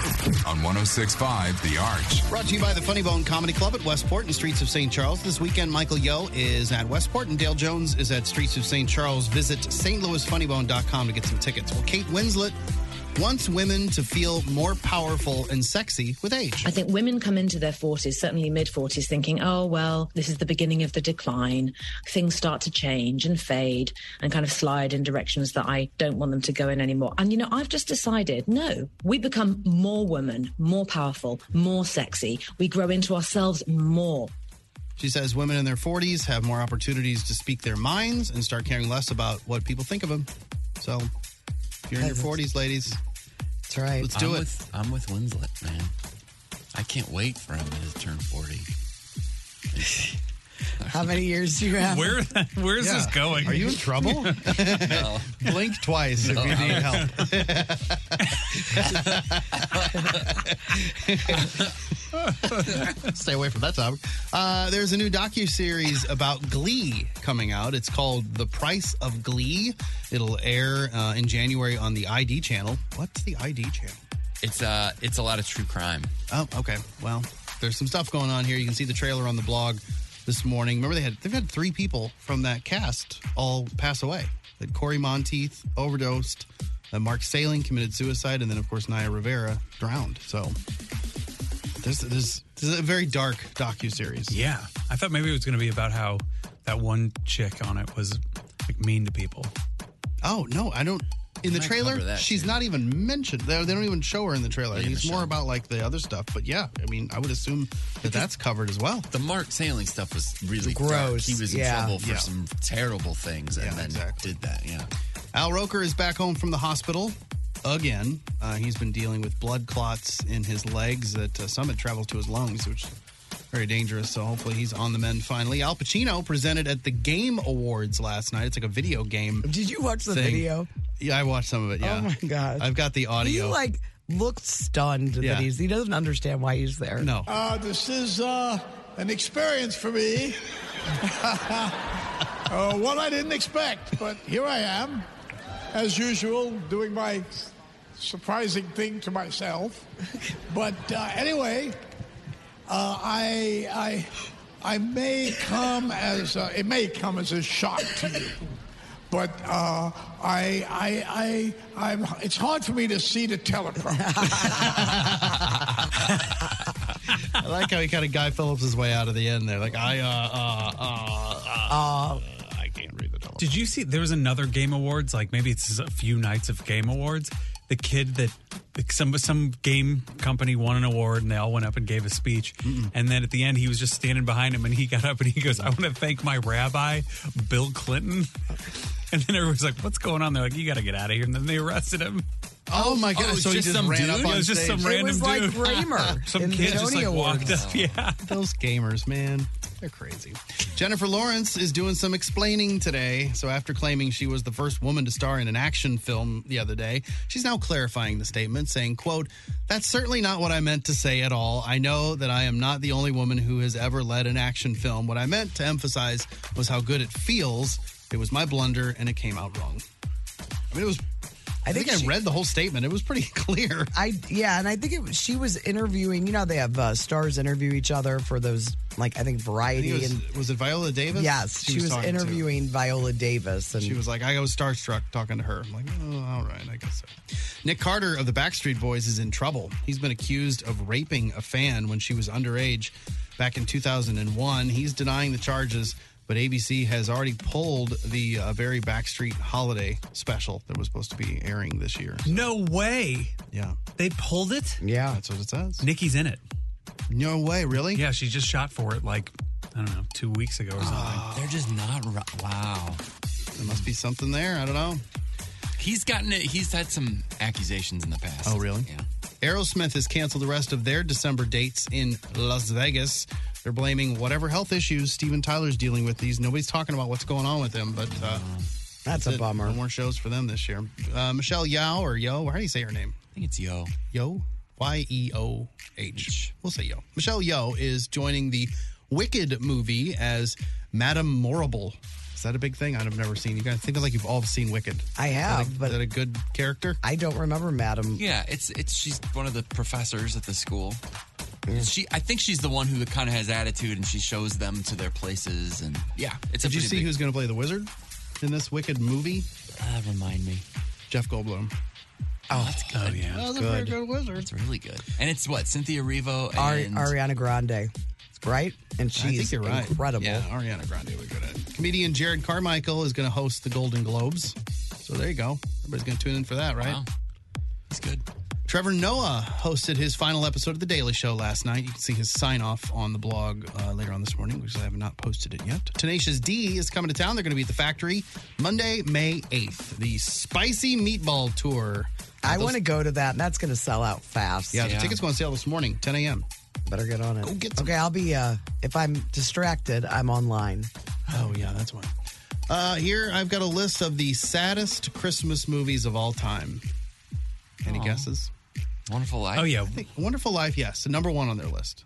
[SPEAKER 5] on 1065 The Arch.
[SPEAKER 3] Brought to you by the Funny Bone Comedy Club at Westport and Streets of St. Charles. This weekend, Michael Yo is at Westport and Dale Jones is at Streets of St. Charles. Visit stlouisfunnybone.com to get some tickets. Well, Kate Winslet wants women to feel more powerful and sexy with age.
[SPEAKER 13] I think women come into their 40s, certainly mid 40s, thinking, oh, well, this is the beginning of the decline. Things start to change and fade and kind of slide in directions that I don't want them to go in anymore. And, you know, I've just decided no, we become more women, more powerful, more sexy. We grow into ourselves more.
[SPEAKER 3] She says women in their 40s have more opportunities to speak their minds and start caring less about what people think of them. So, if you're in your 40s, ladies,
[SPEAKER 1] that's right.
[SPEAKER 3] Let's do
[SPEAKER 4] I'm
[SPEAKER 3] it.
[SPEAKER 4] With, I'm with Winslet, man. I can't wait for him to turn 40.
[SPEAKER 1] How many years do you have?
[SPEAKER 4] Where-
[SPEAKER 2] where is this going?
[SPEAKER 3] Are you in trouble?
[SPEAKER 2] No.
[SPEAKER 3] Blink twice
[SPEAKER 2] No,
[SPEAKER 3] if you need
[SPEAKER 2] I'm-
[SPEAKER 3] help. Stay away from that topic. Uh, there's a new docu series about Glee coming out. It's called "The Price of Glee." It'll air uh, in January on the ID channel. What's the ID channel?
[SPEAKER 4] It's uh, it's a lot of true crime.
[SPEAKER 3] Oh, okay. Well, there's some stuff going on here. You can see the trailer on the blog this morning. Remember, they had they've had three people from that cast all pass away. That Corey Monteith overdosed, uh, Mark Saling committed suicide, and then of course Naya Rivera drowned. So there's there's this is a very dark docu series.
[SPEAKER 2] Yeah, I thought maybe it was going to be about how that one chick on it was like mean to people.
[SPEAKER 3] Oh no, I don't. In the
[SPEAKER 2] Might
[SPEAKER 3] trailer,
[SPEAKER 2] cover that,
[SPEAKER 3] she's
[SPEAKER 2] too.
[SPEAKER 3] not even mentioned. They, they don't even show her in the trailer.
[SPEAKER 4] Yeah, in
[SPEAKER 3] it's
[SPEAKER 4] the
[SPEAKER 3] more about like the other stuff. But yeah, I mean, I would assume that that's covered as well.
[SPEAKER 4] The Mark Sailing stuff was really
[SPEAKER 3] Gross,
[SPEAKER 4] dark. He was in
[SPEAKER 3] yeah.
[SPEAKER 4] trouble for
[SPEAKER 3] Yeah.
[SPEAKER 4] some terrible things, and
[SPEAKER 3] Yeah,
[SPEAKER 4] then
[SPEAKER 3] exactly.
[SPEAKER 4] did that. Yeah.
[SPEAKER 3] Al Roker is back home from the hospital again. Uh, he's been dealing with blood clots in his legs that uh, some had traveled to his lungs, which is very dangerous. So hopefully he's on the mend finally. Al Pacino presented at the Game Awards last night. It's like a video game.
[SPEAKER 1] Did you watch the video?
[SPEAKER 3] Yeah, I watched some of it. Yeah.
[SPEAKER 1] Oh my god!
[SPEAKER 3] I've got the audio.
[SPEAKER 1] He like looked stunned
[SPEAKER 3] Yeah.
[SPEAKER 1] that he's he doesn't understand why he's there.
[SPEAKER 3] No.
[SPEAKER 14] Uh, this is uh, an experience for me. uh, one I didn't expect, but here I am, as usual, doing my surprising thing to myself. But uh, anyway, uh, I, I, I may come as a, it may come as a shock to you. But uh, I, I, I, I'm, it's hard for me to see the teleprompter.
[SPEAKER 3] I like how he kind of Guy Phillips his way out of the end there. Like, I,
[SPEAKER 1] Oh.
[SPEAKER 3] uh, uh, uh, uh. I can't read the
[SPEAKER 2] Did you see there was another Game Awards? Like maybe it's a few nights of Game Awards. The kid that like, some some game company won an award, and they all went up and gave a speech. And then at the end, he was just standing behind him, and he got up and he goes, "I want to thank my rabbi, Bill Clinton." And then everyone's like, "What's going on?" They're like, "You got to get out of here!" And then they arrested him.
[SPEAKER 3] Oh, my
[SPEAKER 2] it
[SPEAKER 3] God.
[SPEAKER 2] was
[SPEAKER 3] so he
[SPEAKER 2] just
[SPEAKER 3] just
[SPEAKER 2] some
[SPEAKER 3] ran
[SPEAKER 2] dude?
[SPEAKER 3] up
[SPEAKER 2] It
[SPEAKER 3] on
[SPEAKER 2] was just
[SPEAKER 3] stage.
[SPEAKER 2] some It random was like dude. Kramer Some in the kid just, Tony like, walked Awards. up, Yeah.
[SPEAKER 3] Those gamers, man. They're crazy. Jennifer Lawrence is doing some explaining today. So, after claiming she was the first woman to star in an action film the other day, she's now clarifying the statement, saying, quote, That's certainly not what I meant to say at all. I know that I am not the only woman who has ever led an action film. What I meant to emphasize was how good it feels. It was my blunder, and it came out wrong. I mean, it was. I think, I, read the whole statement. It was pretty clear.
[SPEAKER 1] I yeah, and I think it, was- she was interviewing. You know, they have uh, stars interview each other for those like I think
[SPEAKER 3] I think
[SPEAKER 1] variety
[SPEAKER 3] it was,
[SPEAKER 1] and
[SPEAKER 3] was it Viola Davis?
[SPEAKER 1] Yes, she, was,
[SPEAKER 3] talking to.
[SPEAKER 1] interviewing Viola Davis, and
[SPEAKER 3] She was like, I was starstruck talking to her. I'm like, oh, all right, I guess so. Nick Carter of the Backstreet Boys is in trouble. He's been accused of raping a fan when she was underage back in 2001. He's denying the charges, but ABC has already pulled the uh, very Backstreet holiday special that was supposed to be airing this year.
[SPEAKER 2] No way.
[SPEAKER 3] Yeah.
[SPEAKER 2] They pulled it?
[SPEAKER 1] Yeah.
[SPEAKER 3] That's what it says.
[SPEAKER 2] Nikki's in it.
[SPEAKER 3] No way, really?
[SPEAKER 2] Yeah, she just shot for it like, I don't know, two weeks ago or something.
[SPEAKER 4] They're just not. ri- Wow.
[SPEAKER 3] There must be something there. I don't know.
[SPEAKER 4] He's gotten it. He's had some accusations in the past.
[SPEAKER 3] Oh, really?
[SPEAKER 4] Yeah.
[SPEAKER 3] Aerosmith has canceled the rest of their December dates in Las Vegas. They're blaming whatever health issues Steven Tyler's dealing with these. Nobody's talking about what's going on with him, but uh,
[SPEAKER 1] that's a
[SPEAKER 3] it.
[SPEAKER 1] bummer.
[SPEAKER 3] No more shows for them this year. Uh, Michelle Yao or Yo, how do you say her name?
[SPEAKER 4] I think it's Yo.
[SPEAKER 3] Yo? Y E O H. We'll say Yo. Michelle Yo is joining the Wicked movie as Madame Morrible. Is that a big thing? I've never seen. You guys think like you've all seen Wicked.
[SPEAKER 1] I
[SPEAKER 3] Is
[SPEAKER 1] have,
[SPEAKER 3] that a,
[SPEAKER 1] but
[SPEAKER 3] is that a good character?
[SPEAKER 1] I don't remember Madam.
[SPEAKER 4] Yeah, it's it's she's one of the professors at the school. She, I think she's the one who kind of has attitude, and she shows them to their places. And yeah, it's a
[SPEAKER 3] Did you
[SPEAKER 4] pretty
[SPEAKER 3] see
[SPEAKER 4] big-
[SPEAKER 3] who's going to play the wizard in this Wicked movie?
[SPEAKER 4] Ah, remind me,
[SPEAKER 3] Jeff Goldblum.
[SPEAKER 4] Oh, that's good. Oh, yeah,
[SPEAKER 3] That's a very good wizard.
[SPEAKER 4] It's really good. And it's what Cynthia Revo
[SPEAKER 1] Ari-
[SPEAKER 4] and
[SPEAKER 1] Ariana Grande, right? And
[SPEAKER 3] I think
[SPEAKER 1] she's
[SPEAKER 3] you're right.
[SPEAKER 1] incredible.
[SPEAKER 3] Yeah, Ariana Grande would go to. Comedian Jared Carmichael is going to host the Golden Globes. So there you go. Everybody's going to tune in for that, right?
[SPEAKER 4] That's good.
[SPEAKER 3] Trevor Noah hosted his final episode of The Daily Show last night. You can see his sign off on the blog uh, later on this morning, which I have not posted it yet. Tenacious D is coming to town. They're going to be at the factory Monday, May 8th. The Spicy Meatball Tour.
[SPEAKER 1] I want to go to that, and that's going to sell out fast.
[SPEAKER 3] Yeah, the tickets go on sale this morning, 10 a.m.
[SPEAKER 1] Better get on it.
[SPEAKER 3] Go get some.
[SPEAKER 1] Okay, I'll be. uh If I'm distracted, I'm online.
[SPEAKER 3] Oh yeah, that's why. Uh, here I've got a list of the saddest Christmas movies of all time. Any
[SPEAKER 4] Aw.
[SPEAKER 3] guesses?
[SPEAKER 4] Wonderful
[SPEAKER 2] Oh,
[SPEAKER 4] Life.
[SPEAKER 3] I think Wonderful Life. Yes, the number one on their list.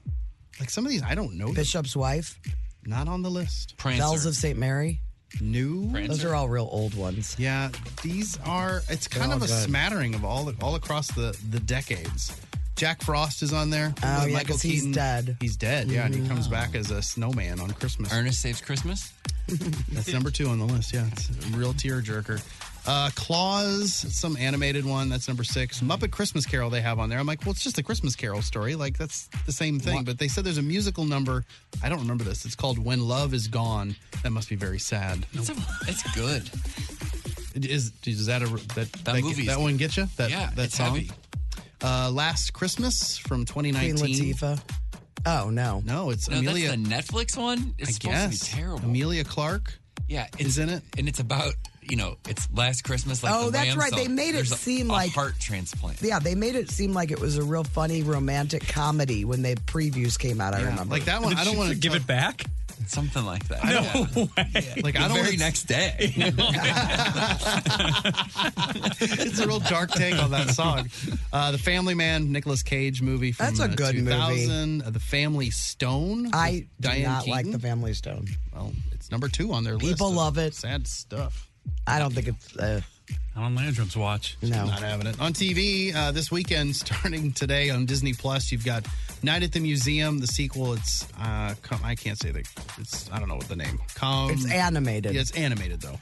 [SPEAKER 3] Like some of these, I don't know.
[SPEAKER 1] Bishop's Wife,
[SPEAKER 3] not on the list.
[SPEAKER 1] Bells of St. Mary.
[SPEAKER 3] New.
[SPEAKER 1] Those are all real old ones.
[SPEAKER 3] Yeah, these are. It's
[SPEAKER 1] They're
[SPEAKER 3] kind of
[SPEAKER 1] all
[SPEAKER 3] a
[SPEAKER 1] good.
[SPEAKER 3] smattering of all all across the the decades. Jack Frost is on there.
[SPEAKER 1] Oh, yeah,
[SPEAKER 3] Michael
[SPEAKER 1] 'cause he's
[SPEAKER 3] Keaton.
[SPEAKER 1] dead.
[SPEAKER 3] He's dead. Yeah, and he comes back as a snowman on Christmas.
[SPEAKER 4] Ernest Saves Christmas.
[SPEAKER 3] That's number two on the list. Yeah, it's a real tearjerker. Uh, Claus, some animated one. That's number six. Muppet Christmas Carol they have on there. I'm like, well, it's just a Christmas Carol story. Like that's the same thing. But they said there's a musical number. I don't remember this. It's called When Love Is Gone. That must be very sad.
[SPEAKER 4] It's, good.
[SPEAKER 3] Is is that a that that,
[SPEAKER 4] movie is
[SPEAKER 3] that
[SPEAKER 4] good.
[SPEAKER 3] one get you? That
[SPEAKER 4] Yeah,
[SPEAKER 3] that
[SPEAKER 4] it's
[SPEAKER 3] song.
[SPEAKER 4] heavy.
[SPEAKER 3] Uh, Last Christmas from 2019.
[SPEAKER 1] Queen Latifah. Oh no,
[SPEAKER 3] no, it's
[SPEAKER 4] No,
[SPEAKER 3] Amelia.
[SPEAKER 4] that's the Netflix one. It's
[SPEAKER 3] I
[SPEAKER 4] supposed
[SPEAKER 3] guess.
[SPEAKER 4] to be terrible.
[SPEAKER 3] Amelia Clark.
[SPEAKER 4] Yeah, it's, is
[SPEAKER 3] in it,
[SPEAKER 4] and it's about you know it's last Christmas. Like
[SPEAKER 1] Oh,
[SPEAKER 4] the
[SPEAKER 1] that's
[SPEAKER 4] Ram
[SPEAKER 1] right. They
[SPEAKER 4] song.
[SPEAKER 1] made it
[SPEAKER 4] There's a-
[SPEAKER 1] seem
[SPEAKER 4] a
[SPEAKER 1] like-
[SPEAKER 4] heart transplant.
[SPEAKER 1] Yeah, they made it seem like it was a real funny romantic comedy when the previews came out. I remember
[SPEAKER 3] like that one. I don't want to
[SPEAKER 4] back. Something like that.
[SPEAKER 3] I
[SPEAKER 4] Yeah.
[SPEAKER 3] don't- Like I
[SPEAKER 4] the
[SPEAKER 3] don't
[SPEAKER 4] very
[SPEAKER 3] wanna-
[SPEAKER 4] next day.
[SPEAKER 3] it's a real dark take on that song. Uh, the Family Man, Nicolas Cage movie. From,
[SPEAKER 1] That's a
[SPEAKER 3] uh,
[SPEAKER 1] good movie.
[SPEAKER 3] 2000. movie. the Family Stone. with
[SPEAKER 1] I do
[SPEAKER 3] Diane
[SPEAKER 1] not
[SPEAKER 3] Keaton.
[SPEAKER 1] like the Family Stone.
[SPEAKER 3] Well, it's number two on their list.
[SPEAKER 1] People
[SPEAKER 3] of
[SPEAKER 1] love it.
[SPEAKER 3] Sad stuff.
[SPEAKER 1] I don't think it's. Uh,
[SPEAKER 2] Alan Landrum's watch.
[SPEAKER 1] No.
[SPEAKER 3] Not having it. On TV uh, this weekend, starting today on Disney Plus, you've got Night at the Museum, the sequel. It's uh, com- I can't say the. It's I don't know what the name. Com-
[SPEAKER 1] It's animated.
[SPEAKER 3] Mm. Yeah, it's animated though.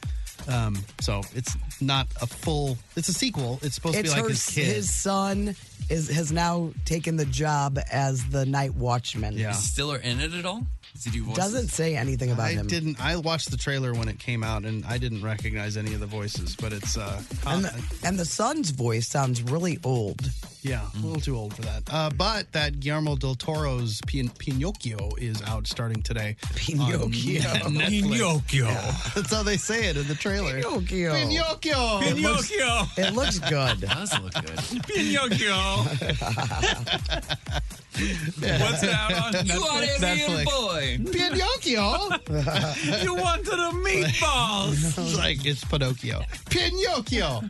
[SPEAKER 3] Um, so it's not a full. It's a sequel. It's supposed
[SPEAKER 1] it's
[SPEAKER 3] to be like
[SPEAKER 1] her,
[SPEAKER 3] his kid.
[SPEAKER 1] son is has now taken the job as the night watchman.
[SPEAKER 4] Is Stiller in it at all? Does he do voices?
[SPEAKER 1] Doesn't say anything about
[SPEAKER 3] I
[SPEAKER 1] him.
[SPEAKER 3] didn't. I watched the trailer when it came out, and I didn't recognize any of the voices. But it's uh,
[SPEAKER 1] And
[SPEAKER 3] com-
[SPEAKER 1] the, and the son's voice sounds really old.
[SPEAKER 3] yeah,
[SPEAKER 1] Mm.
[SPEAKER 3] a little too old for that. Uh, but that Guillermo del Toro's Pin- Pinocchio is out starting today. on
[SPEAKER 1] Pinocchio.
[SPEAKER 3] Netflix.
[SPEAKER 2] Pinocchio.
[SPEAKER 3] Yeah, that's how they say it in the trailer.
[SPEAKER 1] Pinocchio.
[SPEAKER 3] Pinocchio.
[SPEAKER 1] It looks-
[SPEAKER 2] Pinocchio.
[SPEAKER 1] It looks good.
[SPEAKER 4] does look good.
[SPEAKER 2] Pinocchio. What's that on?
[SPEAKER 4] You are a real boy.
[SPEAKER 3] Pinocchio.
[SPEAKER 2] You wanted a meatballs.
[SPEAKER 3] it's like it's Pinocchio. Pinocchio.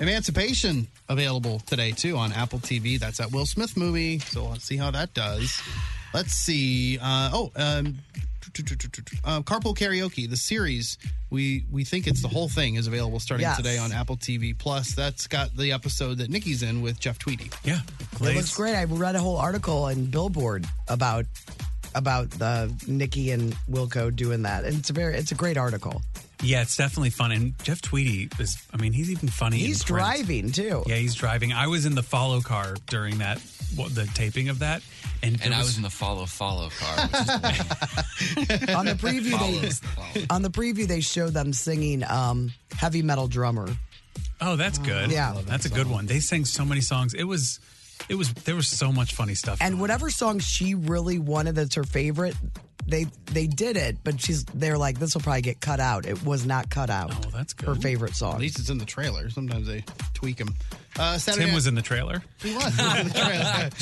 [SPEAKER 3] Emancipation available today too on Apple TV. That's that Will Smith movie. So let's see how that does. Let's see. Uh, oh, um, uh, Carpool Karaoke, the series. We we think it's the whole thing is available starting
[SPEAKER 1] Yes.
[SPEAKER 3] today on Apple TV Plus. That's got the episode that Nikki's in with Jeff Tweedy.
[SPEAKER 2] Yeah,
[SPEAKER 1] It looks great. I read a whole article in Billboard about about the Nikki and Wilco doing that, and it's a very it's a great article.
[SPEAKER 2] Yeah, it's definitely fun. And Jeff Tweedy is, I mean, he's even funny. in
[SPEAKER 1] He's
[SPEAKER 2] print.
[SPEAKER 1] driving too.
[SPEAKER 2] Yeah, he's driving. I was in the follow car during that, what, the taping of that. And,
[SPEAKER 4] And I was in the follow follow car. which is
[SPEAKER 1] on the preview,
[SPEAKER 4] follows the follow.
[SPEAKER 1] they on the preview they show them singing um, "Heavy Metal Drummer."
[SPEAKER 2] Oh, that's good.
[SPEAKER 1] Yeah. I love that
[SPEAKER 2] that's a good one. They sang so many songs. It was, it was, there was so much funny stuff.
[SPEAKER 1] and whatever song she really wanted that's her favorite they they did it but she's they're like this will probably get cut out it was not cut out oh
[SPEAKER 2] that's good
[SPEAKER 1] her favorite
[SPEAKER 3] At
[SPEAKER 1] song
[SPEAKER 3] least it's in the trailer. Sometimes they tweak them. Uh, Saturday
[SPEAKER 2] Tim
[SPEAKER 3] Night-
[SPEAKER 2] was in the trailer.
[SPEAKER 3] He was on the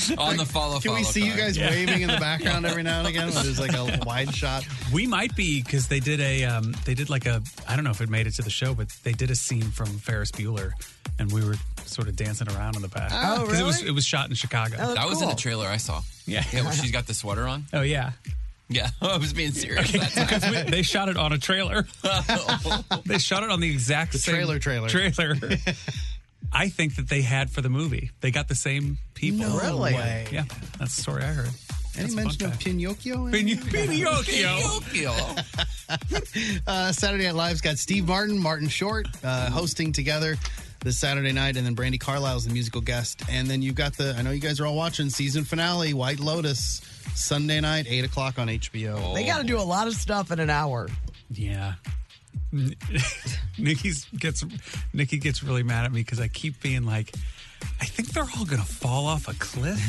[SPEAKER 3] trailer.
[SPEAKER 4] On the follow
[SPEAKER 3] Can we
[SPEAKER 4] follow
[SPEAKER 3] see you
[SPEAKER 4] card.
[SPEAKER 3] guys
[SPEAKER 4] Yeah.
[SPEAKER 3] waving in the background every now and again? when There's like a wide shot.
[SPEAKER 2] We might be because they did a um, they did like a I don't know if it made it to the show, but they did a scene from Ferris Bueller, and we were sort of dancing around in the back.
[SPEAKER 4] Oh,
[SPEAKER 2] 'Cause It was
[SPEAKER 4] really?
[SPEAKER 2] it was shot in Chicago.
[SPEAKER 4] that was in the trailer I saw.
[SPEAKER 2] Yeah.
[SPEAKER 4] yeah. Where she's got the sweater on.
[SPEAKER 2] Oh yeah,
[SPEAKER 4] Yeah, I was being serious. that time.
[SPEAKER 2] because we- they shot it on a trailer. they shot it on the exact same
[SPEAKER 4] trailer trailer.
[SPEAKER 2] trailer. I think that they had for the movie. They got the same people. Oh,
[SPEAKER 3] No Really? way.
[SPEAKER 2] Yeah, that's the story I heard. That's
[SPEAKER 3] Any
[SPEAKER 2] a fun
[SPEAKER 3] mention of
[SPEAKER 2] fact.
[SPEAKER 3] Pinocchio? in
[SPEAKER 2] Pin-
[SPEAKER 3] it?
[SPEAKER 2] Pinocchio.
[SPEAKER 3] Uh, Saturday Night Live's got Steve Martin, Martin Short uh, hosting together this Saturday night, and then Brandy Carlisle's the musical guest. And then you've got the, I know you guys are all watching season finale, White Lotus, Sunday night, 8 o'clock on HBO.
[SPEAKER 1] they got to do a lot of stuff in an hour
[SPEAKER 2] Yeah. N- Nikki's gets Nikki gets really mad at me because I keep being like, I think they're all gonna fall off a cliff.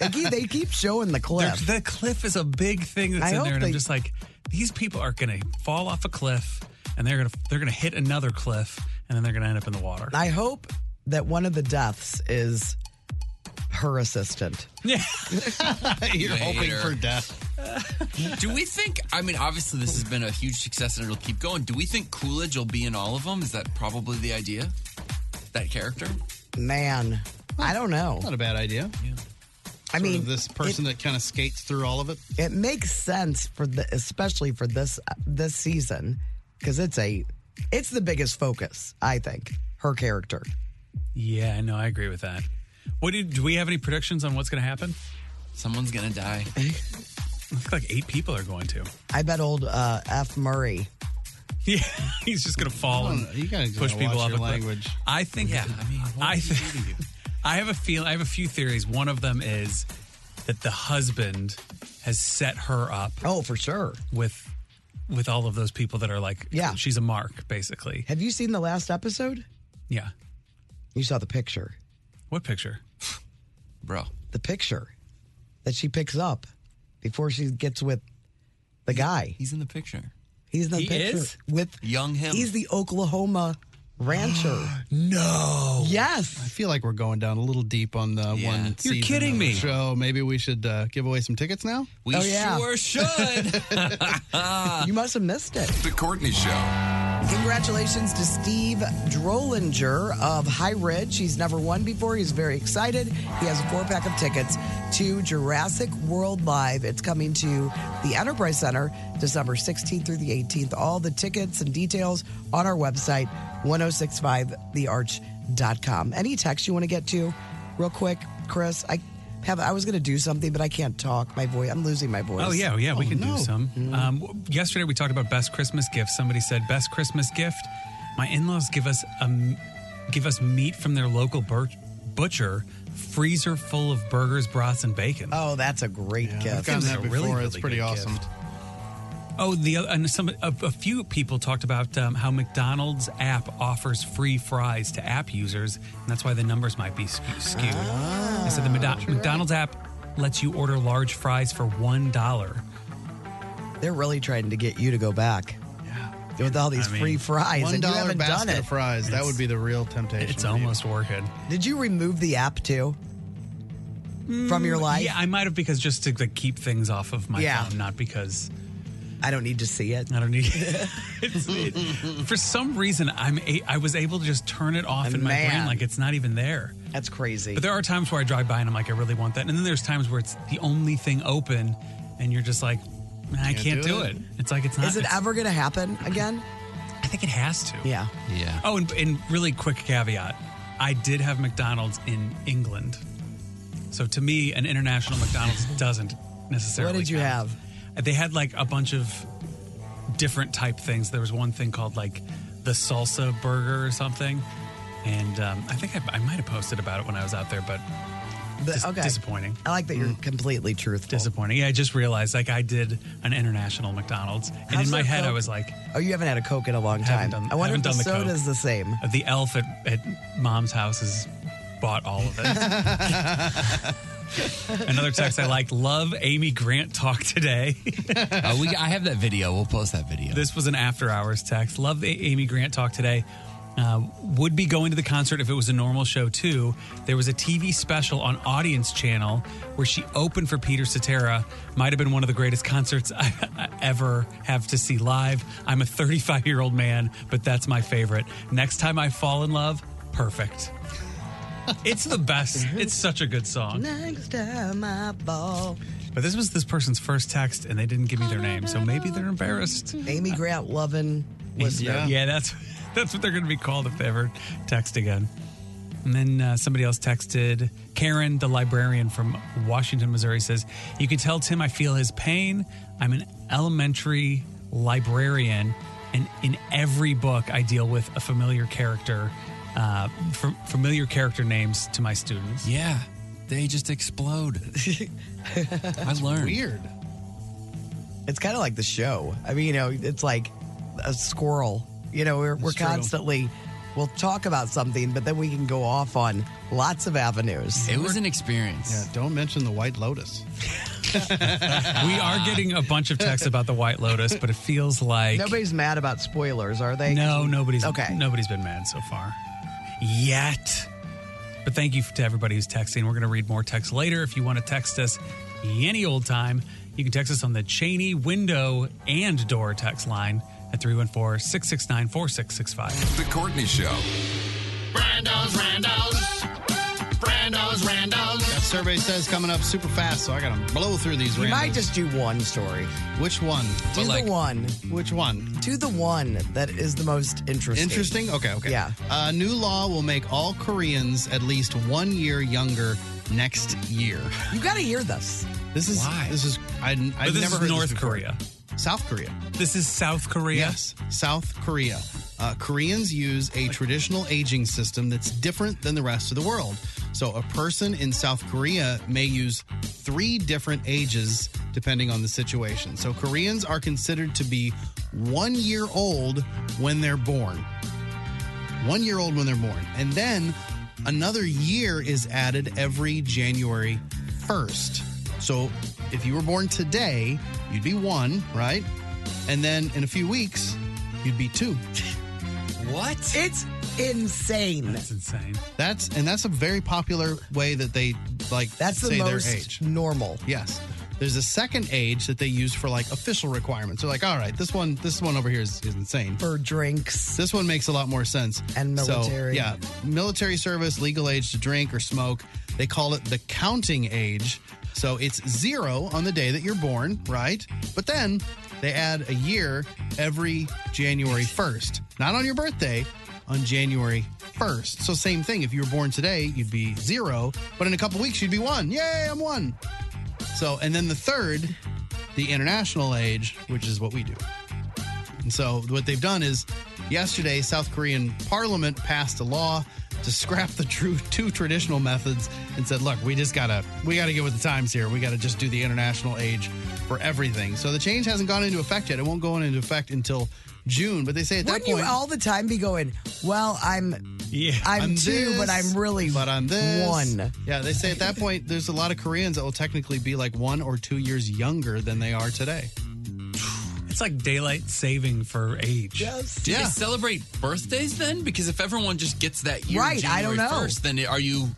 [SPEAKER 1] they keep, they keep showing the
[SPEAKER 2] They're-
[SPEAKER 1] clip
[SPEAKER 2] the cliff is a big thing that's
[SPEAKER 1] I
[SPEAKER 2] in
[SPEAKER 1] hope
[SPEAKER 2] there, and
[SPEAKER 1] they-
[SPEAKER 2] I'm just like, these people are gonna fall off a cliff, and they're gonna they're gonna hit another cliff, and then they're gonna end up in the water.
[SPEAKER 1] i hope that one of the deaths is her assistant
[SPEAKER 2] Yeah.
[SPEAKER 3] You're hoping
[SPEAKER 4] Later.
[SPEAKER 3] for death.
[SPEAKER 4] Do we think? I mean, obviously, this has been a huge success and it'll keep going. Do we think Coolidge will be in all of them? Is that probably the idea? That character?
[SPEAKER 1] man i don't know
[SPEAKER 3] Not a bad idea.
[SPEAKER 1] I
[SPEAKER 3] sort of
[SPEAKER 1] mean,
[SPEAKER 3] this person that kind of skates through all of it.
[SPEAKER 1] It makes sense for the, especially for this this season, because it's a, it's the biggest focus. I think her character.
[SPEAKER 2] Yeah, no, I agree with that. What do, do we have any predictions on what's going to happen?
[SPEAKER 4] Someone's going to die.
[SPEAKER 2] Looks like eight people are going to.
[SPEAKER 1] I bet old uh, F. Murray.
[SPEAKER 2] Yeah, he's just going to fall and
[SPEAKER 3] You gotta
[SPEAKER 2] push people
[SPEAKER 3] watch
[SPEAKER 2] off
[SPEAKER 3] your
[SPEAKER 2] a cliff.
[SPEAKER 3] language.
[SPEAKER 2] I think.
[SPEAKER 3] Yeah,
[SPEAKER 2] I mean, I think. I have a feel. I have a few theories. One of them is that the husband has set her up.
[SPEAKER 1] Oh, for sure.
[SPEAKER 2] With with all of those people that are like,
[SPEAKER 1] Yeah.
[SPEAKER 2] she's a mark basically.
[SPEAKER 1] Have you seen the last episode?
[SPEAKER 2] Yeah.
[SPEAKER 1] You saw the picture.
[SPEAKER 2] What picture? Bro.
[SPEAKER 1] The picture that she picks up before she gets with the guy.
[SPEAKER 4] He's in the picture.
[SPEAKER 1] He's in the
[SPEAKER 4] He
[SPEAKER 1] picture
[SPEAKER 4] is?
[SPEAKER 1] with
[SPEAKER 4] young him.
[SPEAKER 1] He's the Oklahoma rancher.
[SPEAKER 3] No.
[SPEAKER 1] Yes.
[SPEAKER 3] I feel like we're going down a little deep on the
[SPEAKER 1] Yeah.
[SPEAKER 3] one.
[SPEAKER 1] You're
[SPEAKER 3] season
[SPEAKER 1] kidding
[SPEAKER 3] of the
[SPEAKER 1] me.
[SPEAKER 3] Show. Maybe we should uh, give away some tickets now.
[SPEAKER 4] We
[SPEAKER 1] Oh, yeah.
[SPEAKER 4] sure should. Uh,
[SPEAKER 1] you must have missed it.
[SPEAKER 5] The Courtney Show.
[SPEAKER 1] Congratulations to Steve Drolinger of High Ridge. He's never won before. He's very excited. He has a four pack of tickets to Jurassic World Live. It's coming to the Enterprise Center December 16th through the 18th. All the tickets and details on our website, 1065thearch.com. Any text you want to get to, real quick, Chris? I have I was going to do something, but I can't talk. My voice, I'm losing my voice.
[SPEAKER 2] Oh yeah, yeah, we can do some.
[SPEAKER 1] Mm.
[SPEAKER 2] Um, w- yesterday we talked about best Christmas gift. Somebody said best Christmas gift. My in-laws give us a m- give us meat from their local bur- butcher, freezer full of burgers, broths, and bacon.
[SPEAKER 1] Oh, that's a great gift.
[SPEAKER 3] I've gotten
[SPEAKER 2] Seems
[SPEAKER 3] that
[SPEAKER 2] like a
[SPEAKER 3] before.
[SPEAKER 2] really,
[SPEAKER 3] it's
[SPEAKER 2] really
[SPEAKER 3] pretty
[SPEAKER 2] good
[SPEAKER 3] awesome.
[SPEAKER 2] gift. Oh, the oth- and some a, a few people talked about um, how McDonald's app offers free fries to app users, and that's why the numbers might be skew- skewed. I said the
[SPEAKER 1] Ah.
[SPEAKER 2] McDo- McDonald's app lets you order large fries for one dollar.
[SPEAKER 1] They're really trying to get you to go back. Yeah. With all these
[SPEAKER 2] I mean,
[SPEAKER 1] free fries.
[SPEAKER 3] One
[SPEAKER 1] and you
[SPEAKER 3] dollar
[SPEAKER 1] haven't
[SPEAKER 3] basket
[SPEAKER 1] done it.
[SPEAKER 3] of fries. that would be the real temptation.
[SPEAKER 2] It's almost working.
[SPEAKER 1] Did you remove the app too? From your life?
[SPEAKER 2] Yeah, I might have because just to like, keep things off of my
[SPEAKER 1] Yeah.
[SPEAKER 2] phone, not because
[SPEAKER 1] I don't need to see it.
[SPEAKER 2] I don't need. it's, it, for some reason, I'm a, I was able to just turn it off in my brain,
[SPEAKER 1] Man.
[SPEAKER 2] like it's not even there.
[SPEAKER 1] That's crazy.
[SPEAKER 2] But there are times where I drive by and I'm like, I really want that, and then there's times where it's the only thing open, and you're just like, I can't, do, it. It's like it's not.
[SPEAKER 1] Is it
[SPEAKER 2] it's-
[SPEAKER 1] ever going to happen again?
[SPEAKER 2] I think it has to.
[SPEAKER 1] Yeah.
[SPEAKER 4] Yeah.
[SPEAKER 2] Oh, and, and really quick caveat I did have McDonald's in England. So to me, an international McDonald's doesn't necessarily.
[SPEAKER 1] What did you
[SPEAKER 2] count. They had like a bunch of different type things. There was one thing called like the salsa burger or something. And um, I think I, I might have posted about it when I was out there, but
[SPEAKER 1] The-
[SPEAKER 2] dis-
[SPEAKER 1] okay.
[SPEAKER 2] disappointing.
[SPEAKER 1] I like that you're completely truthful.
[SPEAKER 2] Disappointing. Yeah, I just realized like I did an international McDonald's. And
[SPEAKER 1] How's
[SPEAKER 2] in my
[SPEAKER 1] their
[SPEAKER 2] head, I
[SPEAKER 1] Coke?
[SPEAKER 2] was like,
[SPEAKER 1] Oh, you haven't had a Coke in a long
[SPEAKER 2] Haven't
[SPEAKER 1] time.
[SPEAKER 2] done-
[SPEAKER 1] I wonder if
[SPEAKER 2] haven't
[SPEAKER 1] the
[SPEAKER 2] done the Coke.
[SPEAKER 1] soda's the same.
[SPEAKER 2] the elf at, at mom's house has bought all of it. Another text I like love Amy Grant talk today.
[SPEAKER 4] Uh, we, I have that video. We'll post that video.
[SPEAKER 2] This was an after hours text. Love the Amy Grant talk today. Uh, would be going to the concert if it was a normal show too. There was a TV special on Audience Channel where she opened for Peter Cetera. Might have been one of the greatest concerts I, I ever have to see live. I'm a 35 year old man, but that's my favorite. Next time I fall in love, perfect. It's the best. It's such a good song.
[SPEAKER 1] Next time I fall.
[SPEAKER 2] But this was this person's first text, and they didn't give me their name, so maybe they're embarrassed.
[SPEAKER 1] Amy Grant loving listener.
[SPEAKER 2] Yeah, that's that's what they're going to be called if they ever text again. And then uh, somebody else texted Karen, the librarian from Washington, Missouri, says, "You can tell Tim I feel his pain. I'm an elementary librarian, and in every book I deal with a familiar character, uh, f- familiar character names to my students.
[SPEAKER 4] Yeah, they just explode. I learned.
[SPEAKER 3] Weird.
[SPEAKER 1] It's kind of like the show. I mean, you know, it's like a squirrel. You know, we're, we're
[SPEAKER 2] true.
[SPEAKER 1] constantly, we'll talk about something, but then we can go off on lots of avenues.
[SPEAKER 4] It was an experience.
[SPEAKER 3] Yeah, don't mention the White Lotus.
[SPEAKER 2] we are getting a bunch of texts about the White Lotus, but it feels like
[SPEAKER 1] Nobody's mad about spoilers, are they?
[SPEAKER 2] No, nobody's
[SPEAKER 1] Okay.
[SPEAKER 2] Nobody's been mad so far, yet. But thank you to everybody who's texting. We're going to read more texts later. If you want to text us any old time, you can text us on the Cheney window and door text line at 314 669 4665.
[SPEAKER 5] The Courtney Show.
[SPEAKER 9] Brando's, Brando's. Brando's, Brando's.
[SPEAKER 3] That's survey says coming up super fast, so I gotta blow through these.
[SPEAKER 1] We
[SPEAKER 3] randoms.
[SPEAKER 1] might just do one story.
[SPEAKER 3] Which one?
[SPEAKER 1] Do the one.
[SPEAKER 3] Which one?
[SPEAKER 1] Do the one that is the most interesting.
[SPEAKER 3] Interesting? Okay, okay.
[SPEAKER 1] Yeah.
[SPEAKER 3] Uh, new law will make all Koreans at least one year younger next year.
[SPEAKER 1] You gotta hear this.
[SPEAKER 3] This is
[SPEAKER 2] Why?
[SPEAKER 3] this is I I
[SPEAKER 2] But this
[SPEAKER 3] never
[SPEAKER 2] is
[SPEAKER 3] heard
[SPEAKER 2] North
[SPEAKER 3] this before.
[SPEAKER 2] Korea.
[SPEAKER 3] South Korea.
[SPEAKER 2] This is South Korea.
[SPEAKER 3] Yes, South Korea. Uh, Koreans use a traditional aging system that's different than the rest of the world. So, a person in South Korea may use three different ages depending on the situation. So, Koreans are considered to be one year old when they're born. One year old when they're born. And then another year is added every January 1st. So, if you were born today, you'd be one, right? And then in a few weeks, you'd be two.
[SPEAKER 4] What?
[SPEAKER 1] It's insane.
[SPEAKER 2] That's insane.
[SPEAKER 3] That's and that's a very popular way that they like
[SPEAKER 1] That's the
[SPEAKER 3] say
[SPEAKER 1] most
[SPEAKER 3] their age.
[SPEAKER 1] normal.
[SPEAKER 3] Yes. There's a second age that they use for like official requirements. They're like, all right, this one, this one over here is, is insane.
[SPEAKER 1] For drinks.
[SPEAKER 3] This one makes a lot more sense.
[SPEAKER 1] And
[SPEAKER 3] So,
[SPEAKER 1] military.
[SPEAKER 3] yeah. Military service, legal age to drink or smoke. They call it the counting age. So it's zero on the day that you're born, right? But then they add a year every January 1st. Not on your birthday, on January 1st. So same thing. If you were born today, you'd be zero, but in a couple weeks, you'd be one. Yay, I'm one. So, and then the third, the international age, which is what we do. And so, what they've done is yesterday, South Korean parliament passed a law to scrap the true two traditional methods and said, look, we just gotta we gotta get with the times here. We gotta just do the international age for everything. So the change hasn't gone into effect yet. It won't go into effect until June, but they say at
[SPEAKER 1] Wouldn't
[SPEAKER 3] that point
[SPEAKER 1] you all the time be going, well, I'm
[SPEAKER 2] yeah,
[SPEAKER 1] I'm,
[SPEAKER 3] I'm
[SPEAKER 1] two, but
[SPEAKER 3] this,
[SPEAKER 1] I'm really
[SPEAKER 3] but I'm this.
[SPEAKER 1] one.
[SPEAKER 3] Yeah, they say at that point, there's a lot of Koreans that will technically be like one or two years younger than they are today.
[SPEAKER 2] It's like daylight saving for age.
[SPEAKER 1] Yes.
[SPEAKER 4] Do they celebrate birthdays then? Because if everyone just gets that year,
[SPEAKER 1] Right, I
[SPEAKER 4] January
[SPEAKER 1] don't know.
[SPEAKER 4] First, then are you?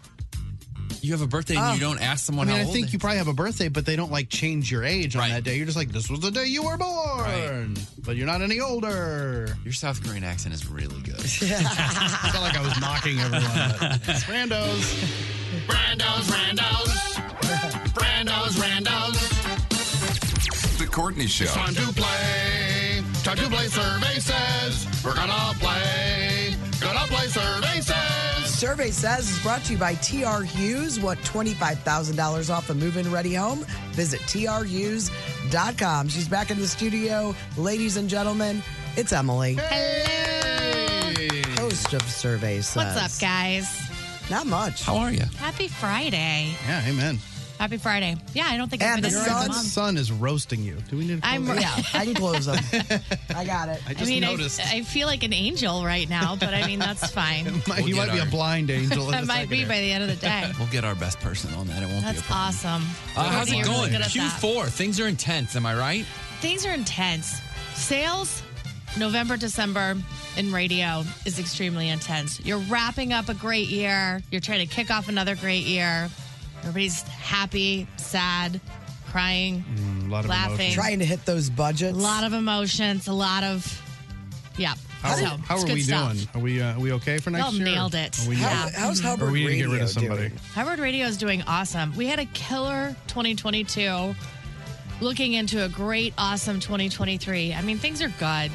[SPEAKER 4] You have a birthday and
[SPEAKER 3] Oh.
[SPEAKER 4] you don't ask
[SPEAKER 3] I
[SPEAKER 4] someone
[SPEAKER 3] mean,
[SPEAKER 4] how
[SPEAKER 3] I
[SPEAKER 4] old
[SPEAKER 3] think
[SPEAKER 4] they-
[SPEAKER 3] you probably have a birthday, but they don't like change your age on that day. You're just like, this was the day you were born, but you're not any older.
[SPEAKER 4] Your South Korean accent is really good.
[SPEAKER 3] I felt like I was mocking everyone. but It's randos.
[SPEAKER 9] Brandos, Randos. Brandos, Randos.
[SPEAKER 5] The Courtney Show.
[SPEAKER 10] It's time to play. Time to play survey says. We're gonna play. Gonna play survey says.
[SPEAKER 1] Survey says is brought to you by TR Hughes. What $25,000 off a move in ready home? Visit trhughes.com. She's back in the studio. Ladies and gentlemen, it's Emily, host of Survey Says.
[SPEAKER 15] What's up, guys?
[SPEAKER 1] Not much.
[SPEAKER 4] How are you?
[SPEAKER 15] Happy Friday.
[SPEAKER 3] Yeah, amen.
[SPEAKER 15] Happy Friday. Yeah, I don't think I've
[SPEAKER 3] And the
[SPEAKER 15] been in a
[SPEAKER 3] sun,
[SPEAKER 15] month.
[SPEAKER 3] sun is roasting you. Do we need to
[SPEAKER 15] I'm-
[SPEAKER 3] close
[SPEAKER 15] yeah,
[SPEAKER 1] I can close them. I got it.
[SPEAKER 3] I just
[SPEAKER 15] mean,
[SPEAKER 3] noticed.
[SPEAKER 15] I, I feel like an angel right now, but I mean, that's fine.
[SPEAKER 3] Might- you
[SPEAKER 4] We'll
[SPEAKER 3] might
[SPEAKER 4] get
[SPEAKER 3] be a
[SPEAKER 4] our-
[SPEAKER 3] blind angel. in
[SPEAKER 15] I
[SPEAKER 3] a
[SPEAKER 15] might be
[SPEAKER 3] second
[SPEAKER 15] by the end of the day.
[SPEAKER 4] We'll get our best person on that. It won't be a
[SPEAKER 15] That's
[SPEAKER 4] problem.
[SPEAKER 15] awesome.
[SPEAKER 4] Uh, how's
[SPEAKER 15] You're
[SPEAKER 4] it
[SPEAKER 15] really
[SPEAKER 4] going?
[SPEAKER 15] good at that.
[SPEAKER 4] Q4. Things are intense. Am I right?
[SPEAKER 15] Things are intense. Sales, November, December in radio is extremely intense. You're wrapping up a great year. You're trying to kick off another great year. Everybody's happy, sad, crying,
[SPEAKER 3] here. Mm, a lot of
[SPEAKER 15] laughing.
[SPEAKER 3] emotions.
[SPEAKER 1] Trying to hit those budgets.
[SPEAKER 15] A lot of emotions, a lot of, yeah.
[SPEAKER 3] How,
[SPEAKER 15] so,
[SPEAKER 3] are- how
[SPEAKER 15] it's
[SPEAKER 3] are
[SPEAKER 15] good
[SPEAKER 3] we
[SPEAKER 15] stuff.
[SPEAKER 3] doing? Are we uh, are we okay for next
[SPEAKER 15] Y'all
[SPEAKER 3] year?
[SPEAKER 15] nailed it.
[SPEAKER 3] Are we
[SPEAKER 15] How- how's
[SPEAKER 3] Or
[SPEAKER 1] Hubbard
[SPEAKER 3] we need to get rid
[SPEAKER 1] Radio
[SPEAKER 3] of somebody.
[SPEAKER 15] Harvard Radio is doing awesome. We had a killer 2022, looking into a great, awesome 2023. I mean, things are good.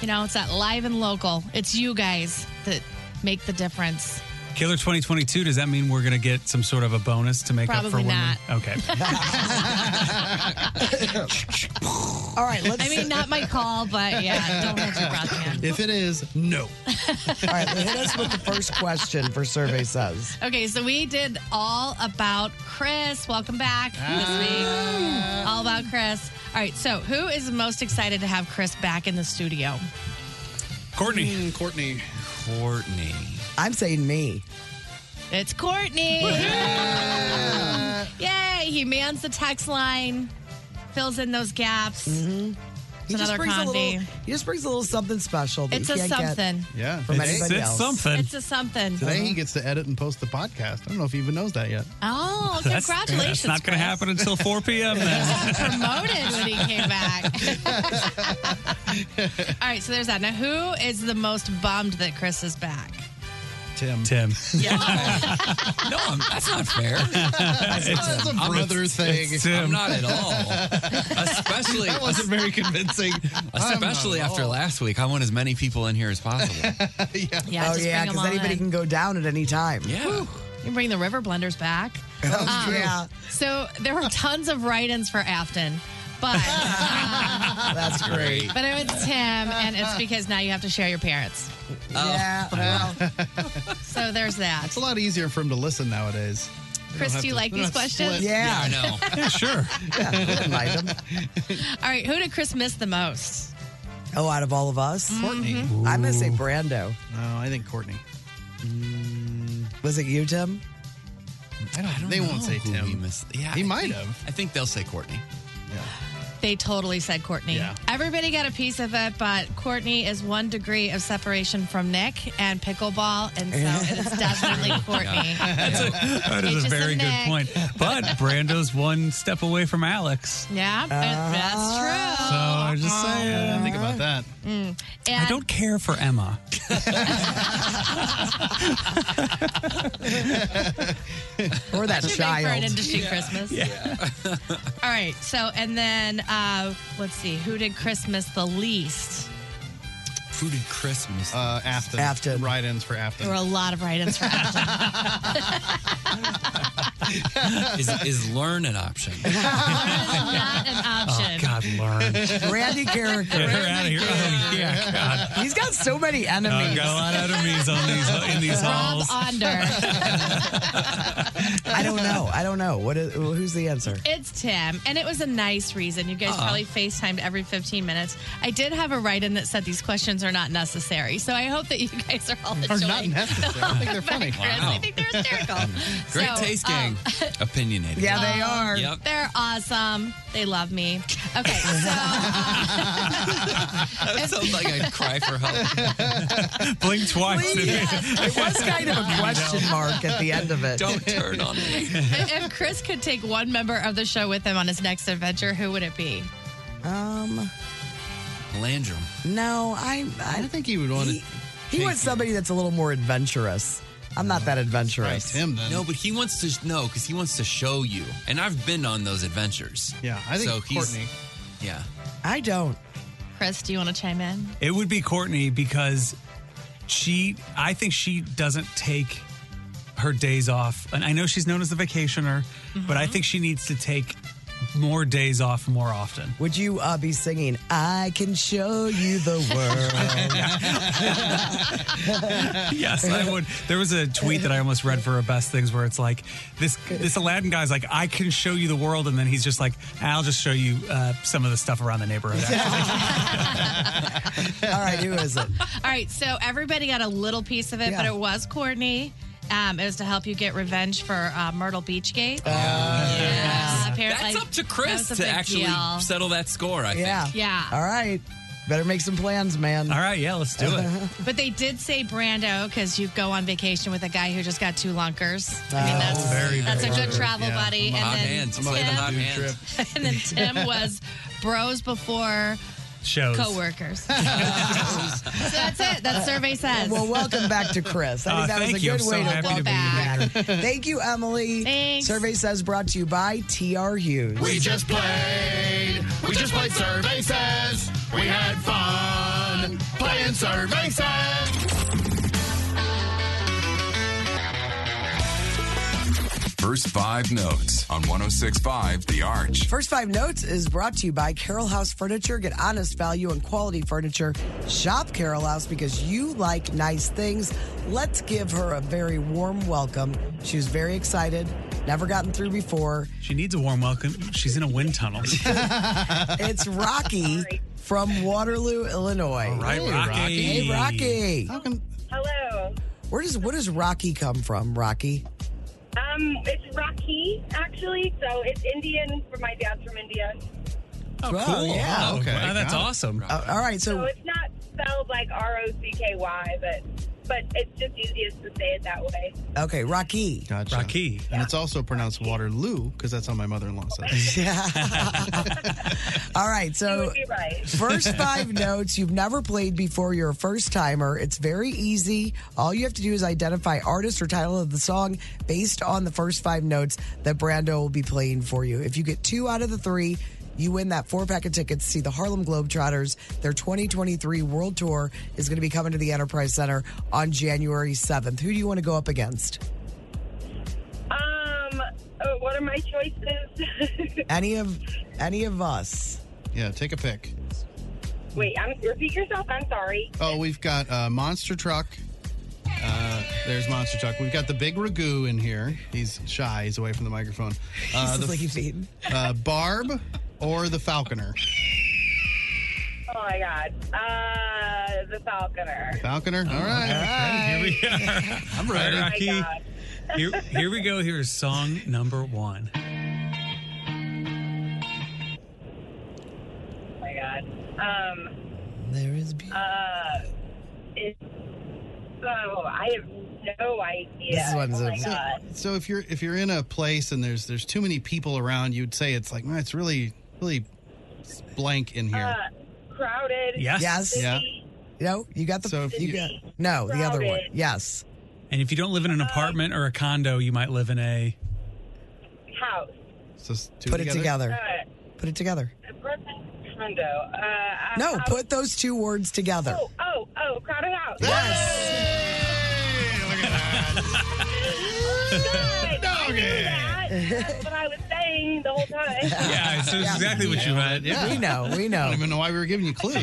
[SPEAKER 15] You know, it's that live and local. It's you guys that make the difference.
[SPEAKER 2] Killer 2022. Does that mean we're going to get some sort of a bonus to make up for
[SPEAKER 15] Probably
[SPEAKER 2] when
[SPEAKER 15] not.
[SPEAKER 2] We, okay.
[SPEAKER 1] All right, let's.
[SPEAKER 15] I mean, not my call, but yeah, don't hold your breath, man.
[SPEAKER 3] If it is, no.
[SPEAKER 1] All right, hit us with the first question for Survey Says.
[SPEAKER 15] Okay, so we did all about Chris. Welcome back this week. All about Chris. All right, so who is most excited to have Chris back in the studio?
[SPEAKER 2] Courtney.
[SPEAKER 3] Hmm, Courtney.
[SPEAKER 4] Courtney.
[SPEAKER 1] I'm saying me.
[SPEAKER 15] It's Courtney. Yay! He mans the text line, fills in those gaps. It's
[SPEAKER 1] Mm-hmm. He just
[SPEAKER 15] another
[SPEAKER 1] brings a
[SPEAKER 15] convy.
[SPEAKER 1] little. He just brings a little something special. that
[SPEAKER 15] It's
[SPEAKER 1] you
[SPEAKER 15] a
[SPEAKER 1] can't get
[SPEAKER 15] something.
[SPEAKER 3] Yeah.
[SPEAKER 1] From
[SPEAKER 3] Today-
[SPEAKER 1] anybody else.
[SPEAKER 15] It's a something.
[SPEAKER 3] Today he gets to edit and post the podcast. I don't know if he even knows that yet.
[SPEAKER 15] Oh, congratulations!
[SPEAKER 2] That's not going to happen until 4 p.m. Then.
[SPEAKER 15] Chris. Promoted when he came back. All right, so there's that. Now, who is the most bummed that Chris is back?
[SPEAKER 3] Tim.
[SPEAKER 2] Tim.
[SPEAKER 4] no, Oh, I'm, that's not fair.
[SPEAKER 3] That's a
[SPEAKER 4] I'm-
[SPEAKER 3] brother thing.
[SPEAKER 4] it's Tim. I'm not at all. Especially
[SPEAKER 3] that wasn't very convincing.
[SPEAKER 4] Especially
[SPEAKER 3] I'm not at
[SPEAKER 4] after
[SPEAKER 3] all.
[SPEAKER 4] last week, I want as many people in here as possible.
[SPEAKER 15] Yeah,
[SPEAKER 1] oh
[SPEAKER 15] just
[SPEAKER 1] yeah,
[SPEAKER 15] bring 'em
[SPEAKER 1] because
[SPEAKER 15] all
[SPEAKER 1] anybody
[SPEAKER 15] in.
[SPEAKER 1] can go down at any time.
[SPEAKER 4] Yeah.
[SPEAKER 15] You can bring the river blenders back. Um,
[SPEAKER 1] yeah.
[SPEAKER 15] So there were tons of write-ins for Afton, but um,
[SPEAKER 1] That's great.
[SPEAKER 15] but it was Tim, and it's because now you have to share your parents.
[SPEAKER 3] Oh.
[SPEAKER 1] Yeah.
[SPEAKER 15] So there's that.
[SPEAKER 3] It's a lot easier for him to listen nowadays. They
[SPEAKER 15] Chris,
[SPEAKER 3] don't have
[SPEAKER 15] do you
[SPEAKER 3] to-
[SPEAKER 15] like
[SPEAKER 3] they don't
[SPEAKER 15] these
[SPEAKER 3] have to split.
[SPEAKER 15] questions? Yeah.
[SPEAKER 3] Yeah, I know. Yeah, sure.
[SPEAKER 15] All right, who did Chris miss the most?
[SPEAKER 1] Oh, out of all of us,
[SPEAKER 15] Courtney.
[SPEAKER 1] I'm gonna say Brando.
[SPEAKER 3] No, I think Courtney.
[SPEAKER 1] Was it you, Tim?
[SPEAKER 4] I don't
[SPEAKER 3] They won't
[SPEAKER 4] know
[SPEAKER 3] say
[SPEAKER 4] who
[SPEAKER 3] Tim.
[SPEAKER 4] we missed. Yeah,
[SPEAKER 3] He
[SPEAKER 4] I
[SPEAKER 3] might
[SPEAKER 4] think-
[SPEAKER 3] have.
[SPEAKER 4] I think they'll say Courtney.
[SPEAKER 15] They totally said Courtney.
[SPEAKER 4] Yeah.
[SPEAKER 15] Everybody got a piece of it, but Courtney is one degree of separation from Nick and pickleball, and so it is definitely Courtney.
[SPEAKER 2] That's a, that is
[SPEAKER 15] It's
[SPEAKER 2] a
[SPEAKER 15] just a
[SPEAKER 2] very good
[SPEAKER 15] neck.
[SPEAKER 2] point. But Brando's one step away from Alex.
[SPEAKER 15] Yeah,
[SPEAKER 3] Uh,
[SPEAKER 15] that's true.
[SPEAKER 2] So I'm just saying. I didn't think about
[SPEAKER 3] that.
[SPEAKER 15] Mm.
[SPEAKER 2] I
[SPEAKER 15] And-
[SPEAKER 2] don't care for Emma.
[SPEAKER 1] or that
[SPEAKER 15] Too big
[SPEAKER 1] child.
[SPEAKER 15] for an industry Christmas. All right. So, and then uh, let's see. Who did Chris miss the least?
[SPEAKER 4] Who did Chris miss?
[SPEAKER 3] Uh, Afton. Afton. Write-ins for Afton.
[SPEAKER 15] There were a lot of write-ins for Afton.
[SPEAKER 4] is, is learn an option?
[SPEAKER 15] Not an
[SPEAKER 4] Oh,
[SPEAKER 15] option.
[SPEAKER 4] God, learn.
[SPEAKER 1] Randy Carrick.
[SPEAKER 2] Get her out of here. Oh, yeah, God.
[SPEAKER 1] He's got so many
[SPEAKER 2] I've
[SPEAKER 1] enemies.
[SPEAKER 2] got a lot of enemies on these, in these halls.
[SPEAKER 1] I don't know. I don't know. What is, who's the answer?
[SPEAKER 15] It's Tim, and it was a nice reason. You guys
[SPEAKER 1] Uh-uh.
[SPEAKER 15] probably FaceTimed every 15 minutes. I did have a write-in that said these questions are not necessary, so I hope that you guys are all
[SPEAKER 3] Are
[SPEAKER 15] enjoying.
[SPEAKER 3] not necessary. I think they're funny.
[SPEAKER 15] Chris, I think they're hysterical.
[SPEAKER 4] Great
[SPEAKER 15] So,
[SPEAKER 4] taste
[SPEAKER 15] um,
[SPEAKER 4] gang. Oh. Opinionated.
[SPEAKER 15] um,
[SPEAKER 4] Yep.
[SPEAKER 15] They're awesome. They love me. Okay, so uh,
[SPEAKER 4] That sounds like I'd cry for help.
[SPEAKER 2] Blink twice.
[SPEAKER 1] It was kind of a question mark at the end of it.
[SPEAKER 4] Don't turn on me.
[SPEAKER 15] if Chris could take one member of the show with him on his next adventure, who would it be?
[SPEAKER 1] Um,
[SPEAKER 4] Landrum.
[SPEAKER 1] no, I. I,
[SPEAKER 3] think he would want
[SPEAKER 1] he, He wants somebody that's a little more adventurous. I'm not that adventurous.
[SPEAKER 4] No, but he wants to no, because he wants to show you. And I've been on those adventures.
[SPEAKER 3] Yeah,
[SPEAKER 1] I think
[SPEAKER 4] so he's-
[SPEAKER 1] Courtney.
[SPEAKER 4] Yeah.
[SPEAKER 1] I don't.
[SPEAKER 15] Chris, do you want to chime in?
[SPEAKER 2] It would be Courtney because she, I think she doesn't take her days off. And I know she's known as the vacationer, but
[SPEAKER 1] Mm-hmm.
[SPEAKER 2] I think she needs to take more days off more often.
[SPEAKER 1] Would you uh, be singing, I can show you the world?
[SPEAKER 2] yes, I would. There was a tweet that I almost read for her best things where it's like this this Aladdin guy's like, I can show you the world, and then he's just like, I'll just show you uh, some of the stuff around the neighborhood.
[SPEAKER 1] All right, who is it?
[SPEAKER 15] All right, so everybody got a little piece of it, but it was Courtney. Um, it was to help you get revenge for uh, Myrtle Beach Gate. yeah, apparently.
[SPEAKER 4] That's up to Chris
[SPEAKER 15] that was a
[SPEAKER 4] to
[SPEAKER 15] big
[SPEAKER 4] actually
[SPEAKER 15] deal.
[SPEAKER 4] settle that score, I
[SPEAKER 1] Yeah.
[SPEAKER 4] think.
[SPEAKER 15] Yeah.
[SPEAKER 1] All right. Better make some plans, man. All
[SPEAKER 2] right, yeah, let's do it.
[SPEAKER 15] But they did say Brando because you go on vacation with a guy who just got two lunkers. I mean, that's
[SPEAKER 4] very,
[SPEAKER 15] that's
[SPEAKER 4] very
[SPEAKER 15] a good
[SPEAKER 4] true.
[SPEAKER 15] travel
[SPEAKER 4] Yeah.
[SPEAKER 15] buddy. And
[SPEAKER 4] Hot
[SPEAKER 15] then
[SPEAKER 4] hands.
[SPEAKER 15] Tim,
[SPEAKER 4] Play the hot hands.
[SPEAKER 15] and then Tim was bros before
[SPEAKER 2] Shows.
[SPEAKER 15] coworkers. so that's it. That survey says.
[SPEAKER 1] Well, welcome back to Chris. I
[SPEAKER 2] Uh,
[SPEAKER 1] think that
[SPEAKER 2] thank
[SPEAKER 1] was a
[SPEAKER 2] you.
[SPEAKER 1] good
[SPEAKER 2] I'm
[SPEAKER 1] way
[SPEAKER 2] so
[SPEAKER 1] to
[SPEAKER 2] happy to
[SPEAKER 1] go
[SPEAKER 2] be
[SPEAKER 1] back. thank you, Emily. Survey says brought to you by TR Hughes.
[SPEAKER 10] We just played. We just played Survey Says. We had fun playing Survey Says.
[SPEAKER 5] First five notes on 1065 The Arch.
[SPEAKER 1] First Five Notes is brought to you by Carroll House Furniture. Get honest value and quality furniture. Shop Carroll House because you like nice things. Let's give her a very warm welcome. She was very excited, never gotten through before.
[SPEAKER 2] She needs a warm welcome. She's in a wind tunnel.
[SPEAKER 1] It's Rocky from Waterloo, Illinois.
[SPEAKER 2] All right, Hey, Rocky. Rocky.
[SPEAKER 1] Hey, Rocky.
[SPEAKER 3] How
[SPEAKER 1] come-
[SPEAKER 11] Hello.
[SPEAKER 1] Where does where does Rocky come from, Rocky?
[SPEAKER 11] Um, it's Rocky, actually. So it's Indian. For my dad's from India.
[SPEAKER 2] Oh, cool.
[SPEAKER 1] yeah.
[SPEAKER 2] Oh, okay. Wow, that's
[SPEAKER 1] Got it.
[SPEAKER 2] awesome.
[SPEAKER 1] Uh, all right, so
[SPEAKER 11] So it's not spelled like R O C K Y, but but it's just easiest to say it that way.
[SPEAKER 1] Okay, Rocky.
[SPEAKER 3] Gotcha. Rocky. And it's also pronounced Waterloo because that's how my mother in law says it.
[SPEAKER 1] All right, so
[SPEAKER 11] You're right.
[SPEAKER 1] First five notes you've never played before, you're a first timer. It's very easy. All you have to do is identify artist or title of the song based on the first five notes that Brando will be playing for you. If you get two out of the three, you win that four pack of tickets to see the Harlem Globetrotters. Their 2023 World Tour is going to be coming to the Enterprise Center on January 7th. Who do you want to go up against?
[SPEAKER 11] Um, uh, what are my choices?
[SPEAKER 1] Any of any of us.
[SPEAKER 3] Yeah, take a pick.
[SPEAKER 11] Wait, I'm, repeat yourself. I'm sorry.
[SPEAKER 3] Oh, we've got uh, Monster Truck. Uh, there's Monster Truck. We've got the big Ragu in here. He's shy. He's away from the microphone. Uh,
[SPEAKER 11] He's
[SPEAKER 3] the,
[SPEAKER 11] like he's
[SPEAKER 3] uh, Barb or the Falconer?
[SPEAKER 11] Oh my God. Uh, the Falconer.
[SPEAKER 3] Falconer. All right.
[SPEAKER 2] Here we are.
[SPEAKER 3] I'm
[SPEAKER 2] All
[SPEAKER 3] ready.
[SPEAKER 11] Oh my
[SPEAKER 2] Rocky.
[SPEAKER 11] God.
[SPEAKER 2] Here, here we go. Here's song number one.
[SPEAKER 11] Oh my God. Um,
[SPEAKER 1] there is.
[SPEAKER 11] Uh, it's. Oh, I have no idea.
[SPEAKER 3] This one's
[SPEAKER 11] oh my
[SPEAKER 3] so,
[SPEAKER 11] God.
[SPEAKER 3] so if you're if you're in a place and there's there's too many people around, you'd say it's like, man, it's really really blank in here.
[SPEAKER 11] Uh, crowded.
[SPEAKER 1] Yes.
[SPEAKER 3] Yeah.
[SPEAKER 1] No, you got the. you got, no, the other one. Yes.
[SPEAKER 2] And if you don't live in an
[SPEAKER 3] Uh,
[SPEAKER 2] apartment or a condo, you might live in a.
[SPEAKER 11] House.
[SPEAKER 3] So
[SPEAKER 1] Put it together.
[SPEAKER 11] Uh,
[SPEAKER 1] Put it together.
[SPEAKER 11] Brooklyn condo. Uh, I-
[SPEAKER 1] No,
[SPEAKER 11] I-
[SPEAKER 1] put those two words together.
[SPEAKER 11] Oh, oh, oh, crowded house. Yes. That's what I was saying the whole time.
[SPEAKER 2] Yeah, it's
[SPEAKER 11] Yeah.
[SPEAKER 2] exactly what you meant.
[SPEAKER 3] Yeah.
[SPEAKER 1] We know. We know. I don't
[SPEAKER 3] even know why we were giving you clues.
[SPEAKER 2] All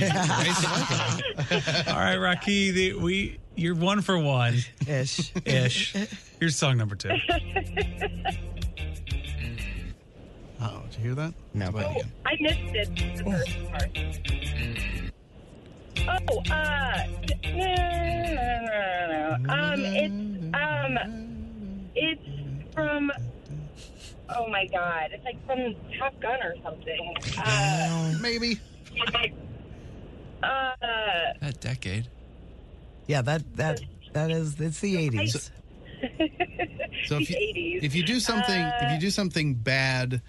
[SPEAKER 2] right, Rocky, the, we you're one for one
[SPEAKER 1] ish
[SPEAKER 2] ish. Here's song number two.
[SPEAKER 3] Oh, did you hear that? No.
[SPEAKER 11] Oh, I missed it. The
[SPEAKER 1] Oh.
[SPEAKER 11] first part. Oh, uh, no, no, no, no, no. Um, it's um, it's from. Oh my God! It's like from Top Gun or something. Uh,
[SPEAKER 3] Maybe.
[SPEAKER 11] Uh,
[SPEAKER 4] That decade.
[SPEAKER 1] Yeah, that that that is. It's the eighties.
[SPEAKER 3] So if you, if you do something, if you do something bad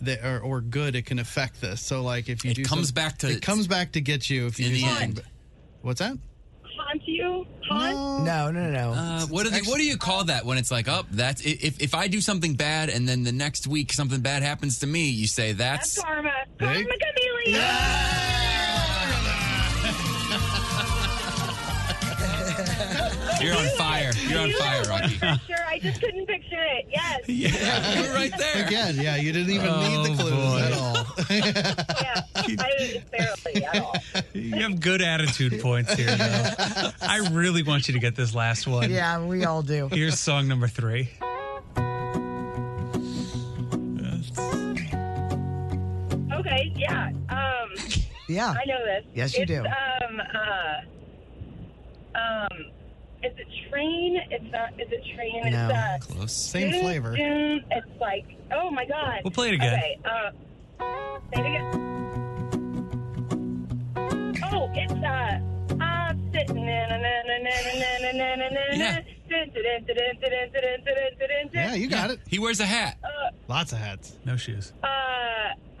[SPEAKER 3] that or, or good, it can affect this. So like if you do
[SPEAKER 4] comes
[SPEAKER 3] some-
[SPEAKER 4] back to-
[SPEAKER 3] it comes back to get you if you
[SPEAKER 4] In
[SPEAKER 3] do
[SPEAKER 4] the
[SPEAKER 3] something.
[SPEAKER 4] end.
[SPEAKER 3] ba- What's that?
[SPEAKER 11] haunt you? Haunt?
[SPEAKER 1] No, no, no.
[SPEAKER 4] Uh, what do they, what do you call that when it's like, oh, that's i- if if I do something bad and then the next week something bad happens to me, you say that's
[SPEAKER 11] Karma. Karma
[SPEAKER 4] Hey.
[SPEAKER 11] chameleon.
[SPEAKER 4] you're on fire, you're on fire, Rocky.
[SPEAKER 11] Sure, I just couldn't picture it. Yes.
[SPEAKER 4] Yeah, you're right there
[SPEAKER 3] again. Yeah, you didn't even
[SPEAKER 4] Oh,
[SPEAKER 2] Oh,
[SPEAKER 3] need the clues at all.
[SPEAKER 11] I, barely at all.
[SPEAKER 2] You have good attitude points here. Though. I really want you to get this last one.
[SPEAKER 1] Yeah, we all do.
[SPEAKER 2] Here's song number three.
[SPEAKER 11] Okay, yeah. Um,
[SPEAKER 1] Yeah.
[SPEAKER 11] I know this.
[SPEAKER 1] Yes, you
[SPEAKER 11] It's,
[SPEAKER 1] do.
[SPEAKER 11] Um, uh, um, is it train? It's not. Is it train?
[SPEAKER 1] No.
[SPEAKER 11] It's, uh,
[SPEAKER 4] Close.
[SPEAKER 3] Same
[SPEAKER 11] zoom,
[SPEAKER 3] flavor.
[SPEAKER 11] zoom. It's like, oh my god.
[SPEAKER 3] We'll play it again.
[SPEAKER 11] Okay. Uh, play it again. Oh, it's uh. I'm sitting in a na na na na na na na na na. Dun, dun, dun, dun, dun, dun, dun, dun, dun, dun, dun.
[SPEAKER 3] it.
[SPEAKER 4] He wears a hat.
[SPEAKER 3] Lots of hats.
[SPEAKER 2] No shoes.
[SPEAKER 11] Uh,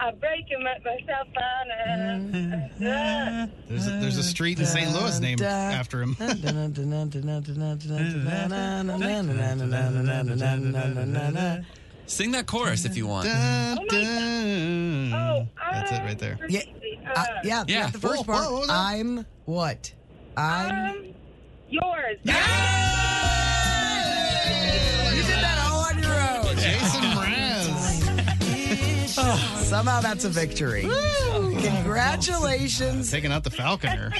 [SPEAKER 11] I'm breaking my, myself down. Uh, uh,
[SPEAKER 3] There's a, there's a street in St. Louis named after him.
[SPEAKER 4] Sing that chorus if you want.
[SPEAKER 15] Oh,
[SPEAKER 11] Oh,
[SPEAKER 3] That's it right there.
[SPEAKER 1] Yeah, uh, yeah,
[SPEAKER 4] Yeah.
[SPEAKER 1] yeah. The first
[SPEAKER 4] Whoa,
[SPEAKER 1] part.
[SPEAKER 4] whoa, what was that?
[SPEAKER 1] I'm what? I'm.
[SPEAKER 11] um, yours.
[SPEAKER 1] You did that all on your own.
[SPEAKER 3] Jason Mraz.
[SPEAKER 1] Oh, somehow that's a victory. Congratulations.
[SPEAKER 3] Taking out the Falconer.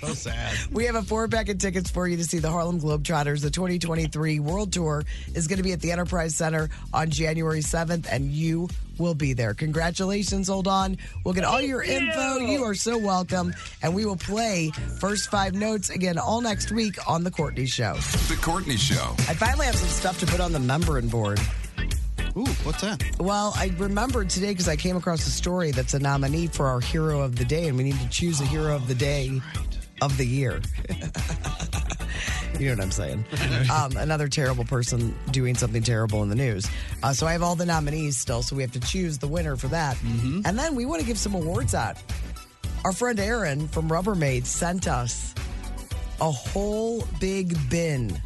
[SPEAKER 3] so sad.
[SPEAKER 1] We have a four pack of tickets for you to see the Harlem Globetrotters. The 2023 World Tour is going to be at the Enterprise Center on January 7th, and you will be there. Congratulations, hold on. We'll get all your info. You are so welcome. And we will play first five notes again all next week on The Courtney Show.
[SPEAKER 5] The Courtney Show.
[SPEAKER 1] I finally have some stuff to put on the membrane board.
[SPEAKER 3] Ooh, what's that?
[SPEAKER 1] Well, I remembered today because I came across a story that's a nominee for our Hero of the Day, and we need to choose a Hero of the Day of the year. you know what I'm saying? Um, another terrible person doing something terrible in the news. Uh, so I have all the nominees still, so we have to choose the winner for that. And then we want to give some awards out. Our friend Aaron from Rubbermaid sent us a whole big bin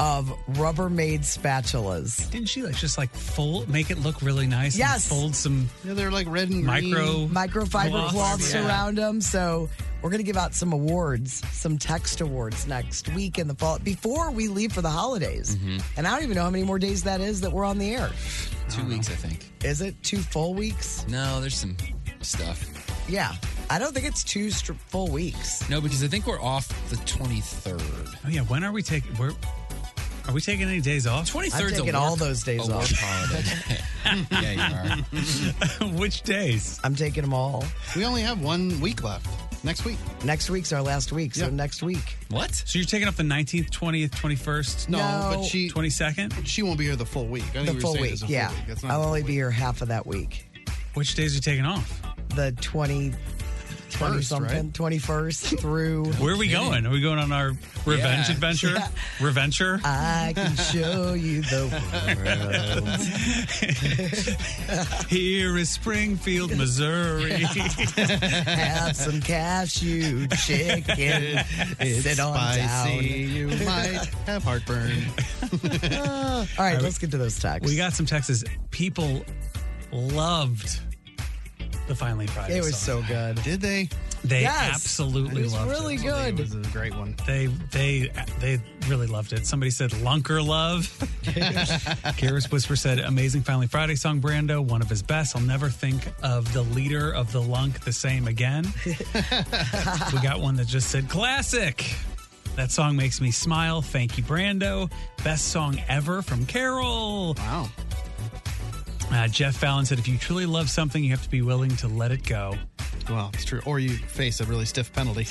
[SPEAKER 1] of Rubbermaid spatulas.
[SPEAKER 2] Didn't she like just like fold, make it look really nice? and
[SPEAKER 1] Yes. Mm,
[SPEAKER 2] fold some.
[SPEAKER 3] Yeah, they're like red and
[SPEAKER 2] Micro green.
[SPEAKER 1] microfiber
[SPEAKER 2] cloths,
[SPEAKER 1] cloths,
[SPEAKER 2] yeah.
[SPEAKER 1] around them. So we're going to give out some awards, some text awards next week in the fall before we leave for the holidays. And I don't even know how many more days that is that we're on the air.
[SPEAKER 4] Two weeks, I think.
[SPEAKER 1] Is it two full weeks?
[SPEAKER 4] No, there's some stuff.
[SPEAKER 1] Yeah, I don't think it's two str- full weeks.
[SPEAKER 2] No, because I think we're off the 23rd. Oh, yeah. When are we taking. We're, are we taking any days off?
[SPEAKER 1] 23rd 's a taking all work- those days a off. work holiday.
[SPEAKER 2] yeah, you are. Which days?
[SPEAKER 1] I'm taking them all.
[SPEAKER 3] We only have one week left. Next week.
[SPEAKER 1] Next week's our last week. So
[SPEAKER 2] Yeah.
[SPEAKER 1] next week.
[SPEAKER 2] What? So you're taking off the 19th, 20th, 21st?
[SPEAKER 1] No, No. but she-
[SPEAKER 2] 22nd?
[SPEAKER 3] She won't be here the full week. I
[SPEAKER 1] the full week. yeah. I'll only be here half of that week.
[SPEAKER 2] Which days are you taking off?
[SPEAKER 1] The 20, 20
[SPEAKER 2] First,
[SPEAKER 1] something, 21st through.
[SPEAKER 2] Where are we going? Are we going on our revenge
[SPEAKER 1] Yeah.
[SPEAKER 2] adventure?
[SPEAKER 1] Yeah. Uh,
[SPEAKER 2] Reventure?
[SPEAKER 1] I can show you the world.
[SPEAKER 2] Here is Springfield, Missouri.
[SPEAKER 1] Have some cashew chicken.
[SPEAKER 3] It's
[SPEAKER 1] Sit on down.
[SPEAKER 3] spicy. You might have heartburn.
[SPEAKER 1] All right, let's get to those texts.
[SPEAKER 2] We got some texts. People loved the Finally Friday.
[SPEAKER 1] It was so good.
[SPEAKER 3] Did they?
[SPEAKER 2] They
[SPEAKER 1] Yes.
[SPEAKER 2] absolutely
[SPEAKER 1] It was
[SPEAKER 2] loved
[SPEAKER 1] really
[SPEAKER 2] it.
[SPEAKER 1] good. It
[SPEAKER 3] was a great one.
[SPEAKER 2] They they they really loved it. Somebody said Lunker Love. Karis Whisper said amazing Finally Friday song Brando, one of his best. I'll never think of the leader of the lunk the same again. we got one that just said classic. That song makes me smile. Thank you, Brando. Best song ever from Carol.
[SPEAKER 3] Wow.
[SPEAKER 2] Uh, Jeff Fallon said, if you truly love something, you have to be willing to let it go.
[SPEAKER 3] Well, it's true. Or you face a really stiff penalty.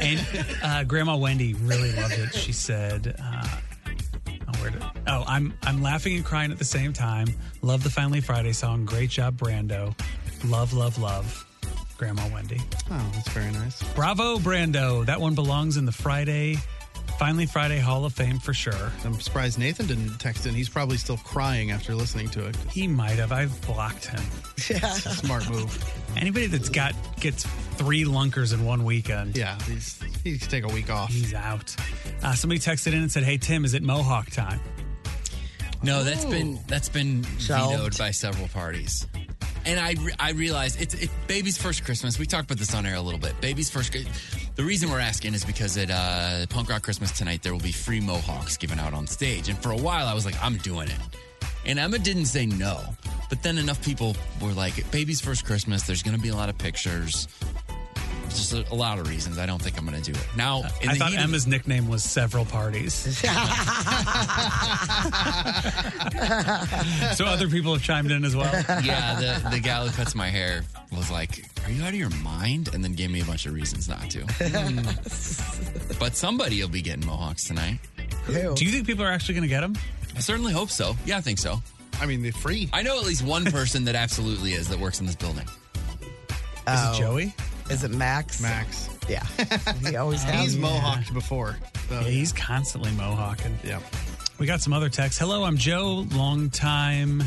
[SPEAKER 2] and uh, Grandma Wendy really loved it. She said, uh, oh, where did, oh, I'm I'm laughing and crying at the same time. Love the Finally Friday song. Great job, Brando. Love, love, love. Grandma Wendy.
[SPEAKER 3] Oh, that's very nice.
[SPEAKER 2] Bravo, Brando. That one belongs in the Friday, Finally Friday Hall of Fame for sure.
[SPEAKER 3] I'm surprised Nathan didn't text in. He's probably still crying after listening to it.
[SPEAKER 2] He might have. I've blocked him.
[SPEAKER 3] Smart move.
[SPEAKER 2] Anybody that's got gets three lunkers in one weekend.
[SPEAKER 3] Yeah, he's he can take a week off.
[SPEAKER 2] He's out. Uh, somebody texted in and said, "Hey Tim, is it Mohawk time?"
[SPEAKER 12] No, that's been that's been
[SPEAKER 2] Shelved.
[SPEAKER 12] vetoed by several parties. And I re- I realize it's it, baby's first Christmas. We talked about this on air a little bit. Baby's first. Chri- The reason we're asking is because at uh, Punk Rock Christmas tonight there will be free mohawks given out on stage. And for a while I was like, I'm doing it. And Emma didn't say no, but then enough people were like, "Baby's first Christmas." There's going to be a lot of pictures. Just a, a lot of reasons. I don't think I'm going to do it now. in
[SPEAKER 2] I
[SPEAKER 12] the
[SPEAKER 2] thought
[SPEAKER 12] heat of-
[SPEAKER 2] Emma's nickname was several parties. so other people have chimed in as well.
[SPEAKER 12] yeah, the, the gal who cuts my hair was like, Are you out of your mind? And then gave me a bunch of reasons not to. but somebody will be getting mohawks tonight.
[SPEAKER 2] Do you think people are actually going to get them?
[SPEAKER 12] I certainly hope so. Yeah, I think so.
[SPEAKER 3] I mean, they're free.
[SPEAKER 12] I know at least one person that absolutely is that works in this building.
[SPEAKER 1] Oh.
[SPEAKER 2] Joey?
[SPEAKER 1] Is it Max?
[SPEAKER 3] Max.
[SPEAKER 1] Yeah. He always has.
[SPEAKER 3] He's
[SPEAKER 1] me.
[SPEAKER 3] mohawked before. So,
[SPEAKER 2] Yeah, he's constantly mohawking.
[SPEAKER 3] Yeah.
[SPEAKER 2] We got some other texts. Hello, I'm Joe, long time,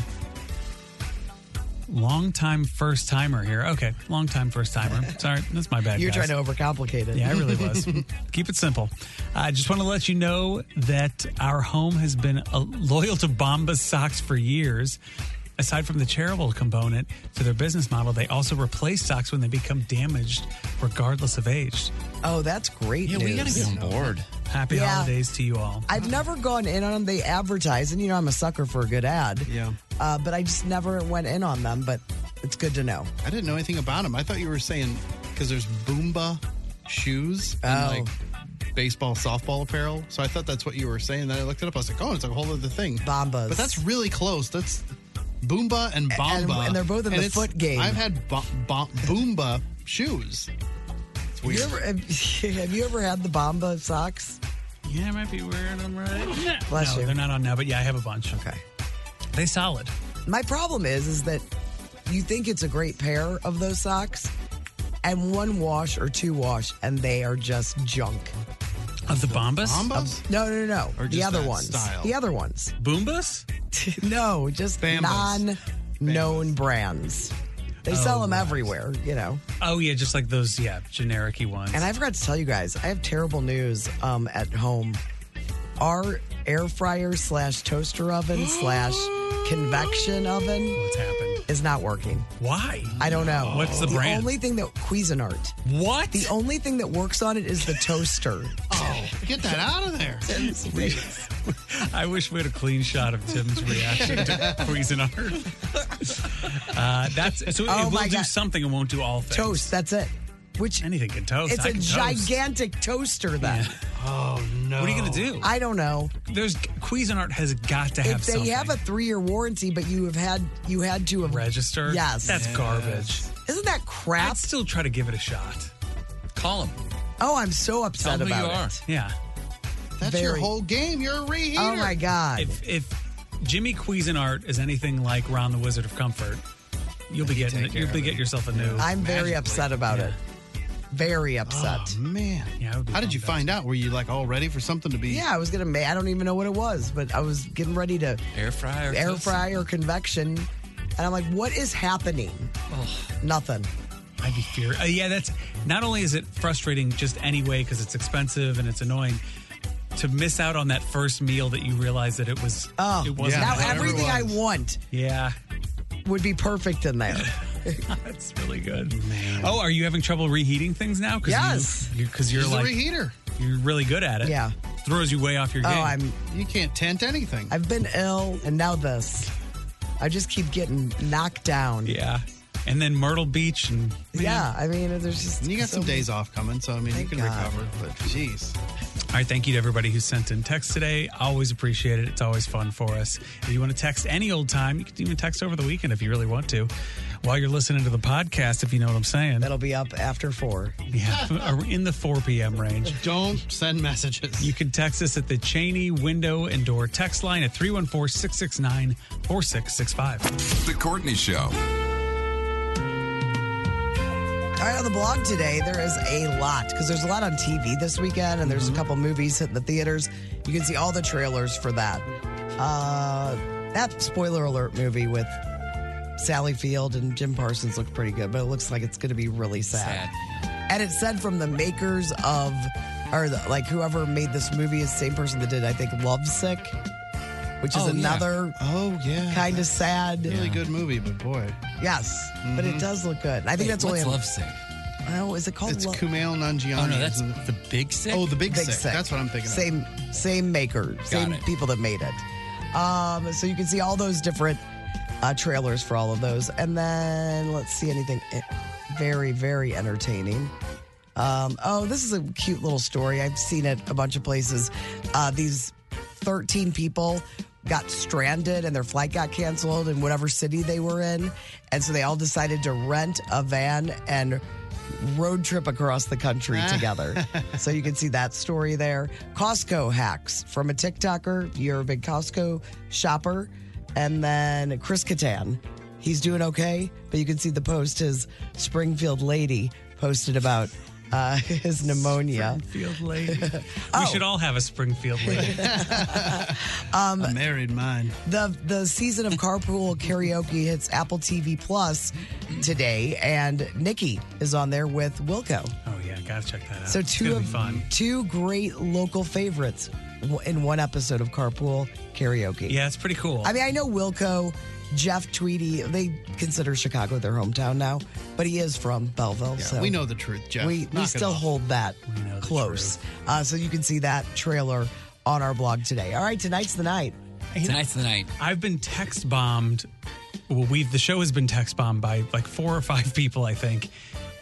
[SPEAKER 2] long time first timer here. Okay, long time first timer. Sorry, that's my bad.
[SPEAKER 1] You're
[SPEAKER 2] guys.
[SPEAKER 1] trying to overcomplicate it.
[SPEAKER 2] Yeah, I really was. Keep it simple. I just want to let you know that our home has been uh, loyal to Bombas socks for years. Aside from the charitable component to their business model, they also replace socks when they become damaged, regardless of age.
[SPEAKER 1] oh, that's great
[SPEAKER 12] Yeah,
[SPEAKER 1] news.
[SPEAKER 12] we got to get on board.
[SPEAKER 2] Happy
[SPEAKER 1] Yeah.
[SPEAKER 2] holidays to you all.
[SPEAKER 1] I've never gone in on them. They advertise, and you know I'm a sucker for a good ad. Yeah. Uh, but I just never went in on them. But it's good to know.
[SPEAKER 3] I didn't know anything about him. I thought you were saying because there's Boomba shoes and
[SPEAKER 1] Oh.
[SPEAKER 3] like baseball, softball apparel. So I thought that's what you were saying. Then I looked it up. I was like, oh, it's a whole other thing.
[SPEAKER 1] Bombas.
[SPEAKER 3] But that's really close. That's Boomba and Bomba.
[SPEAKER 1] and- and they're both in the
[SPEAKER 3] it's-
[SPEAKER 1] foot game.
[SPEAKER 3] I've had bo- bo- Boomba shoes. It's
[SPEAKER 1] You
[SPEAKER 3] weird.
[SPEAKER 1] ever, have you ever had the Bomba socks?
[SPEAKER 2] Yeah, I might be wearing them right.
[SPEAKER 1] Bless
[SPEAKER 2] no,
[SPEAKER 1] you.
[SPEAKER 2] they're not on now, but yeah, I have a bunch.
[SPEAKER 1] Okay.
[SPEAKER 2] They solid.
[SPEAKER 1] My problem is, is that you think it's a great pair of those socks, and one wash or two wash, and they are just junk.
[SPEAKER 2] Of the Bombas?
[SPEAKER 1] Of- no, no, no, no.
[SPEAKER 2] Or
[SPEAKER 1] the
[SPEAKER 2] just
[SPEAKER 1] other
[SPEAKER 2] that
[SPEAKER 1] ones.
[SPEAKER 2] style?
[SPEAKER 1] The other ones.
[SPEAKER 2] Boombas?
[SPEAKER 1] no, just
[SPEAKER 2] Bambas.
[SPEAKER 1] non-known brands. They
[SPEAKER 2] Oh,
[SPEAKER 1] sell them everywhere, you know.
[SPEAKER 2] Oh yeah, just like those yeah generic ones.
[SPEAKER 1] And I forgot to tell you guys, I have terrible news um, at home. Our air fryer slash toaster oven slash convection oven
[SPEAKER 2] What's happened?
[SPEAKER 1] is not working.
[SPEAKER 2] Why?
[SPEAKER 1] I don't know.
[SPEAKER 2] What's the brand?
[SPEAKER 1] only thing that Cuisinart.
[SPEAKER 2] What?
[SPEAKER 1] The only thing that works on it is the toaster.
[SPEAKER 3] oh, get that out of there.
[SPEAKER 2] I wish we had a clean shot of Tim's reaction to Cuisinart. Uh, that's so
[SPEAKER 1] Oh,
[SPEAKER 2] it will
[SPEAKER 1] my
[SPEAKER 2] do
[SPEAKER 1] God.
[SPEAKER 2] something and won't do all things.
[SPEAKER 1] Toast, that's it. Which
[SPEAKER 2] anything can toast.
[SPEAKER 1] It's
[SPEAKER 2] I
[SPEAKER 1] a
[SPEAKER 2] can toast.
[SPEAKER 1] gigantic toaster then.
[SPEAKER 2] Oh no! What are you gonna do?
[SPEAKER 1] I don't know.
[SPEAKER 2] There's Cuisinart has got to have
[SPEAKER 1] If they
[SPEAKER 2] something.
[SPEAKER 1] have a three-year warranty, but you have had you had to have
[SPEAKER 2] register.
[SPEAKER 1] Yes,
[SPEAKER 2] that's garbage.
[SPEAKER 1] Isn't that crap?
[SPEAKER 2] I'd still try to give it a shot. Call them.
[SPEAKER 1] Oh, I'm so upset
[SPEAKER 2] Tell 'em who
[SPEAKER 1] about
[SPEAKER 2] you
[SPEAKER 1] it.
[SPEAKER 2] are. Yeah.
[SPEAKER 3] That's your
[SPEAKER 1] Very-
[SPEAKER 3] whole game. You're a reheater.
[SPEAKER 1] Oh my god!
[SPEAKER 2] If, if Jimmy Cuisinart is anything like Ron the Wizard of Comfort, you'll be getting
[SPEAKER 1] care
[SPEAKER 2] you'll be
[SPEAKER 1] of
[SPEAKER 2] get yourself a new.
[SPEAKER 1] I'm very upset about it. Very upset.
[SPEAKER 3] Oh, man.
[SPEAKER 2] Yeah,
[SPEAKER 3] How did you find out? Were you like all ready for something to be?
[SPEAKER 1] Yeah, I was gonna make. I don't even know what it was, but I was getting ready to
[SPEAKER 12] Air fryer.
[SPEAKER 1] air fry or convection, and I'm like, what is happening? Nothing.
[SPEAKER 2] I'd be furious. Uh, yeah, that's not only is it frustrating just anyway because it's expensive and it's annoying to miss out on that first meal that you realize that it was.
[SPEAKER 1] Oh,
[SPEAKER 2] it wasn't
[SPEAKER 1] now
[SPEAKER 2] whatever it
[SPEAKER 1] everything I
[SPEAKER 2] was.
[SPEAKER 1] want
[SPEAKER 2] Yeah,
[SPEAKER 1] would be perfect in there.
[SPEAKER 2] that's really good. Oh, are you having trouble reheating things now?
[SPEAKER 1] Yes.
[SPEAKER 2] because you, are
[SPEAKER 3] He's the
[SPEAKER 2] like
[SPEAKER 3] reheater.
[SPEAKER 2] You're really good at it.
[SPEAKER 1] Yeah.
[SPEAKER 2] throws you way off your
[SPEAKER 1] Oh,
[SPEAKER 2] game.
[SPEAKER 1] I'm.
[SPEAKER 3] You can't tent anything.
[SPEAKER 1] I've been ill, and now this. I just keep getting knocked down.
[SPEAKER 2] Yeah, and then Myrtle Beach and
[SPEAKER 1] Yeah, I mean, there's just.
[SPEAKER 3] And you got
[SPEAKER 1] so
[SPEAKER 3] some
[SPEAKER 1] many-
[SPEAKER 3] days off coming, so I mean,
[SPEAKER 1] Thank
[SPEAKER 3] you can
[SPEAKER 1] God.
[SPEAKER 3] recover, but jeez.
[SPEAKER 2] All right, thank you to everybody who sent in text today. Always appreciate it. It's always fun for us. If you want to text any old time, you can even text over the weekend if you really want to. While you're listening to the podcast, if you know what I'm saying.
[SPEAKER 1] That'll be up after four.
[SPEAKER 2] Yeah, in the 4 p.m. range.
[SPEAKER 3] Don't send messages.
[SPEAKER 2] You can text us at the Cheney window and door text line at 314 669 4665.
[SPEAKER 5] The Courtney Show.
[SPEAKER 1] All right, on the blog today, there is a lot because there's a lot on TV this weekend, and
[SPEAKER 3] Mm-hmm.
[SPEAKER 1] there's a couple movies hitting the theaters. You can see all the trailers for that. Uh, that spoiler alert movie with Sally Field and Jim Parsons looked pretty good, but it looks like it's going to be really sad. And it said from the makers of, or the, like whoever made this movie is the same person that did, I think, Lovesick, which is
[SPEAKER 3] Oh, yeah.
[SPEAKER 1] another
[SPEAKER 3] Oh yeah,
[SPEAKER 1] kind of sad.
[SPEAKER 3] Really good movie, but boy.
[SPEAKER 1] Yes, but it
[SPEAKER 3] Mhm.
[SPEAKER 1] does look good. I think
[SPEAKER 3] Wait,
[SPEAKER 1] that's only
[SPEAKER 3] what's
[SPEAKER 1] in-
[SPEAKER 3] Lovesick?
[SPEAKER 1] Oh, is it called?
[SPEAKER 3] It's
[SPEAKER 1] Lo-
[SPEAKER 3] Kumail Nanjiani.
[SPEAKER 12] Oh, no, that's
[SPEAKER 3] isn't it?
[SPEAKER 12] the Big Sick?
[SPEAKER 3] Oh, the Big, sick. That's what I'm thinking. of.
[SPEAKER 1] Same, same maker, same
[SPEAKER 3] it.
[SPEAKER 1] people that made it. Um, so you can see all those different uh, trailers for all of those, and then let's see anything eh, very, very entertaining. Um, oh, this is a cute little story. I've seen it a bunch of places. Uh, these 13 people got stranded and their flight got canceled in whatever city they were in. And so they all decided to rent a van and road trip across the country together. so you can see that story there. Costco hacks from a TikToker. If You're a big Costco shopper. And then Chris Catan. He's doing okay, but you can see the post his Springfield lady posted about uh, his pneumonia.
[SPEAKER 2] Springfield lady.
[SPEAKER 1] Oh.
[SPEAKER 2] We should all have a Springfield lady.
[SPEAKER 1] Um,
[SPEAKER 3] I married mine.
[SPEAKER 1] the the season of carpool karaoke hits apple tv plus today and nikki is on there with wilco
[SPEAKER 2] Oh, yeah, gotta check that out.
[SPEAKER 1] so
[SPEAKER 2] it's
[SPEAKER 1] two
[SPEAKER 2] gonna
[SPEAKER 1] of
[SPEAKER 2] be fun.
[SPEAKER 1] two great local favorites w- in one episode of carpool karaoke
[SPEAKER 2] Yeah, it's pretty cool.
[SPEAKER 1] i mean i know wilco jeff tweedy they consider chicago their hometown now but he is from belleville
[SPEAKER 3] Yeah,
[SPEAKER 1] so
[SPEAKER 3] we know the truth, Jeff.
[SPEAKER 1] we, we
[SPEAKER 3] Knock it
[SPEAKER 1] still
[SPEAKER 3] off.
[SPEAKER 1] hold that close uh, so you can see that trailer on our blog today all right tonight's the night
[SPEAKER 12] Tonight's the night.
[SPEAKER 2] I've been text bombed. Well, we've the show has been text bombed by like four or five people, I think,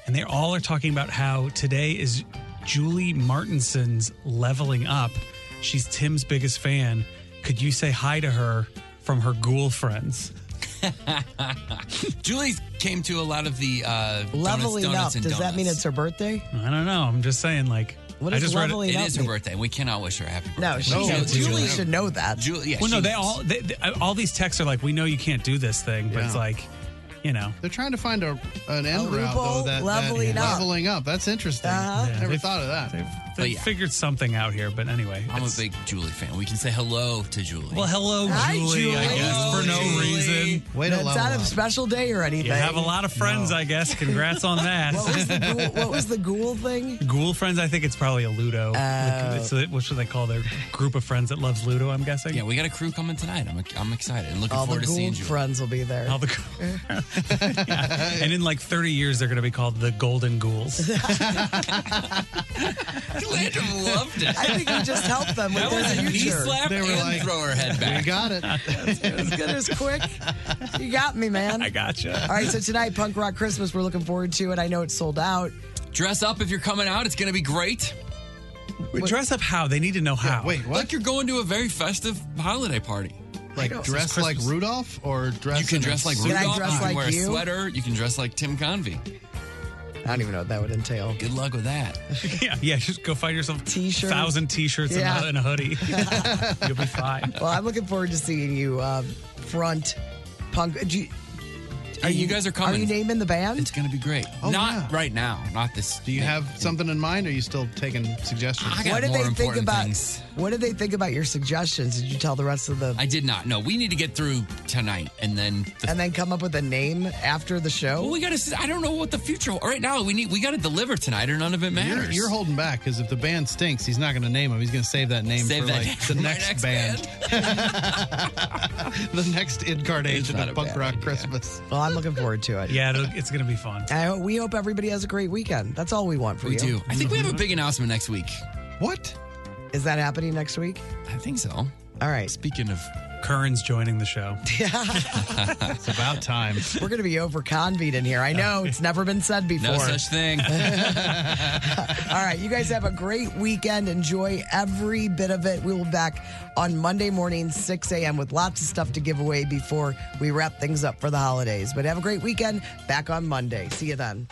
[SPEAKER 2] and they all are talking about how today is Julie Martinson's leveling up. She's Tim's biggest fan. Could you say hi to her from her ghoul friends?
[SPEAKER 12] Julie's came to a lot of the uh,
[SPEAKER 1] leveling
[SPEAKER 12] donuts, donuts
[SPEAKER 1] up
[SPEAKER 12] and
[SPEAKER 1] does that mean it's her birthday
[SPEAKER 2] I don't know. I'm just saying, like,
[SPEAKER 1] What
[SPEAKER 2] I
[SPEAKER 1] is
[SPEAKER 2] just
[SPEAKER 1] leveling
[SPEAKER 2] read
[SPEAKER 12] It
[SPEAKER 2] it.
[SPEAKER 12] is her birthday. We cannot wish her a happy birthday.
[SPEAKER 1] No, she
[SPEAKER 2] No,
[SPEAKER 1] should-
[SPEAKER 2] Julie
[SPEAKER 1] Julie
[SPEAKER 2] should-
[SPEAKER 1] should know that.
[SPEAKER 12] Julie, yeah,
[SPEAKER 2] well, no,
[SPEAKER 12] she
[SPEAKER 2] they uh,
[SPEAKER 12] knows.
[SPEAKER 2] all they, they- all these texts are like, we know you can't do this thing, but it's
[SPEAKER 12] Yeah.
[SPEAKER 2] like, you know.
[SPEAKER 3] They're trying to find a an end route though
[SPEAKER 2] loophole,
[SPEAKER 3] that that-
[SPEAKER 2] leveling up.
[SPEAKER 3] leveling up. That's interesting.
[SPEAKER 1] Uh-huh.
[SPEAKER 2] Yeah,
[SPEAKER 3] Never
[SPEAKER 2] they've-
[SPEAKER 3] thought of that.
[SPEAKER 2] They've,
[SPEAKER 3] But
[SPEAKER 2] they've
[SPEAKER 3] yeah.
[SPEAKER 2] figured something out here, but anyway.
[SPEAKER 4] Oh, I'm a big Julie fan. We can say hello to Julie.
[SPEAKER 2] Well, hello,
[SPEAKER 1] Hi,
[SPEAKER 2] Julie, I
[SPEAKER 1] Julie.
[SPEAKER 2] guess, for no
[SPEAKER 1] Julie.
[SPEAKER 2] reason.
[SPEAKER 1] That's not a special day or anything.
[SPEAKER 2] You have a lot of friends, I guess. Congrats on that.
[SPEAKER 1] What was the ghoul, what was the ghoul thing?
[SPEAKER 2] Ghoul friends, I think it's probably a Ludo.
[SPEAKER 1] Oh.
[SPEAKER 2] So, what should they call their group of friends that loves Ludo? I'm guessing. Yeah,
[SPEAKER 4] we got a crew coming tonight. I'm, I'm excited and looking
[SPEAKER 1] All the
[SPEAKER 4] forward to
[SPEAKER 1] ghoul
[SPEAKER 4] seeing you.
[SPEAKER 1] friends will be there.
[SPEAKER 2] All the and in like 30 years, they're going to be called the Golden Ghouls.
[SPEAKER 4] Landon loved it.
[SPEAKER 1] I think you just helped them with
[SPEAKER 4] That
[SPEAKER 1] their
[SPEAKER 4] was a knee
[SPEAKER 1] future.
[SPEAKER 4] slap They were and like, throw her head back.
[SPEAKER 3] "We got it."
[SPEAKER 1] as good as quick. You got me, man. I
[SPEAKER 2] gotcha.
[SPEAKER 1] All right, so tonight, Punk Rock Christmas, we're looking forward to it. I know it's sold out.
[SPEAKER 4] Dress up if you're coming out. It's going to be great.
[SPEAKER 2] Dress up how? They need to know how.
[SPEAKER 4] wait, what? Like you're going to a very festive holiday party.
[SPEAKER 3] Like dress like Rudolph or dress
[SPEAKER 4] You can
[SPEAKER 3] in a
[SPEAKER 4] dress like
[SPEAKER 3] suit?
[SPEAKER 4] Rudolph. you can wear a sweater. You can dress like Tim Convey.
[SPEAKER 1] I don't even know what that would entail.
[SPEAKER 4] Good luck with that.
[SPEAKER 2] yeah, yeah. Just go find yourself
[SPEAKER 1] T-shirt.
[SPEAKER 2] thousand T-shirts and a-
[SPEAKER 1] Yeah.
[SPEAKER 2] and, a, hoodie. You'll be fine.
[SPEAKER 1] Well, I'm looking forward to seeing you uh, front punk. Do you,
[SPEAKER 4] Hey, you Oh, guys are coming.
[SPEAKER 1] Are you naming the band?
[SPEAKER 4] It's going to be great. not right now. Not this.
[SPEAKER 3] Do you have something in mind? Or are you still taking suggestions?
[SPEAKER 4] I got more important
[SPEAKER 1] about?
[SPEAKER 4] things.
[SPEAKER 1] What did they think about your suggestions? Did you tell the rest of the
[SPEAKER 4] I did not. No, we need to get through tonight, and then
[SPEAKER 1] and then come up with a name after the show?
[SPEAKER 4] well, we got to. I don't know what the future. Right now, we need. We got to deliver tonight, or none of it
[SPEAKER 3] You're,
[SPEAKER 4] matters.
[SPEAKER 3] you're holding back because if the band stinks, he's not going to name him. He's going to save that name
[SPEAKER 4] Save
[SPEAKER 3] for
[SPEAKER 4] that
[SPEAKER 3] like the
[SPEAKER 4] for my
[SPEAKER 3] next,
[SPEAKER 4] next
[SPEAKER 3] band, the next incarnation
[SPEAKER 2] not
[SPEAKER 3] of
[SPEAKER 2] a
[SPEAKER 3] punk
[SPEAKER 2] bad
[SPEAKER 3] rock Christmas.
[SPEAKER 1] well, I'm looking forward to it.
[SPEAKER 2] Yeah, it'll, it's going to be fun.
[SPEAKER 1] I hope, we hope everybody has a great weekend. That's all we want for
[SPEAKER 4] We
[SPEAKER 1] you.
[SPEAKER 4] do. I think we have a big announcement next week.
[SPEAKER 3] What?
[SPEAKER 1] Is that happening next week?
[SPEAKER 4] I think so. All
[SPEAKER 1] right.
[SPEAKER 4] Speaking of,
[SPEAKER 2] Curran's joining the show.
[SPEAKER 3] it's about time.
[SPEAKER 1] We're going to be overconvened in here. I know it's never been said before.
[SPEAKER 4] no such thing.
[SPEAKER 1] All right, you guys have a great weekend. Enjoy every bit of it. We will be back on Monday morning, 6 a.m., with lots of stuff to give away before we wrap things up for the holidays. But have a great weekend. Back on Monday. See you then.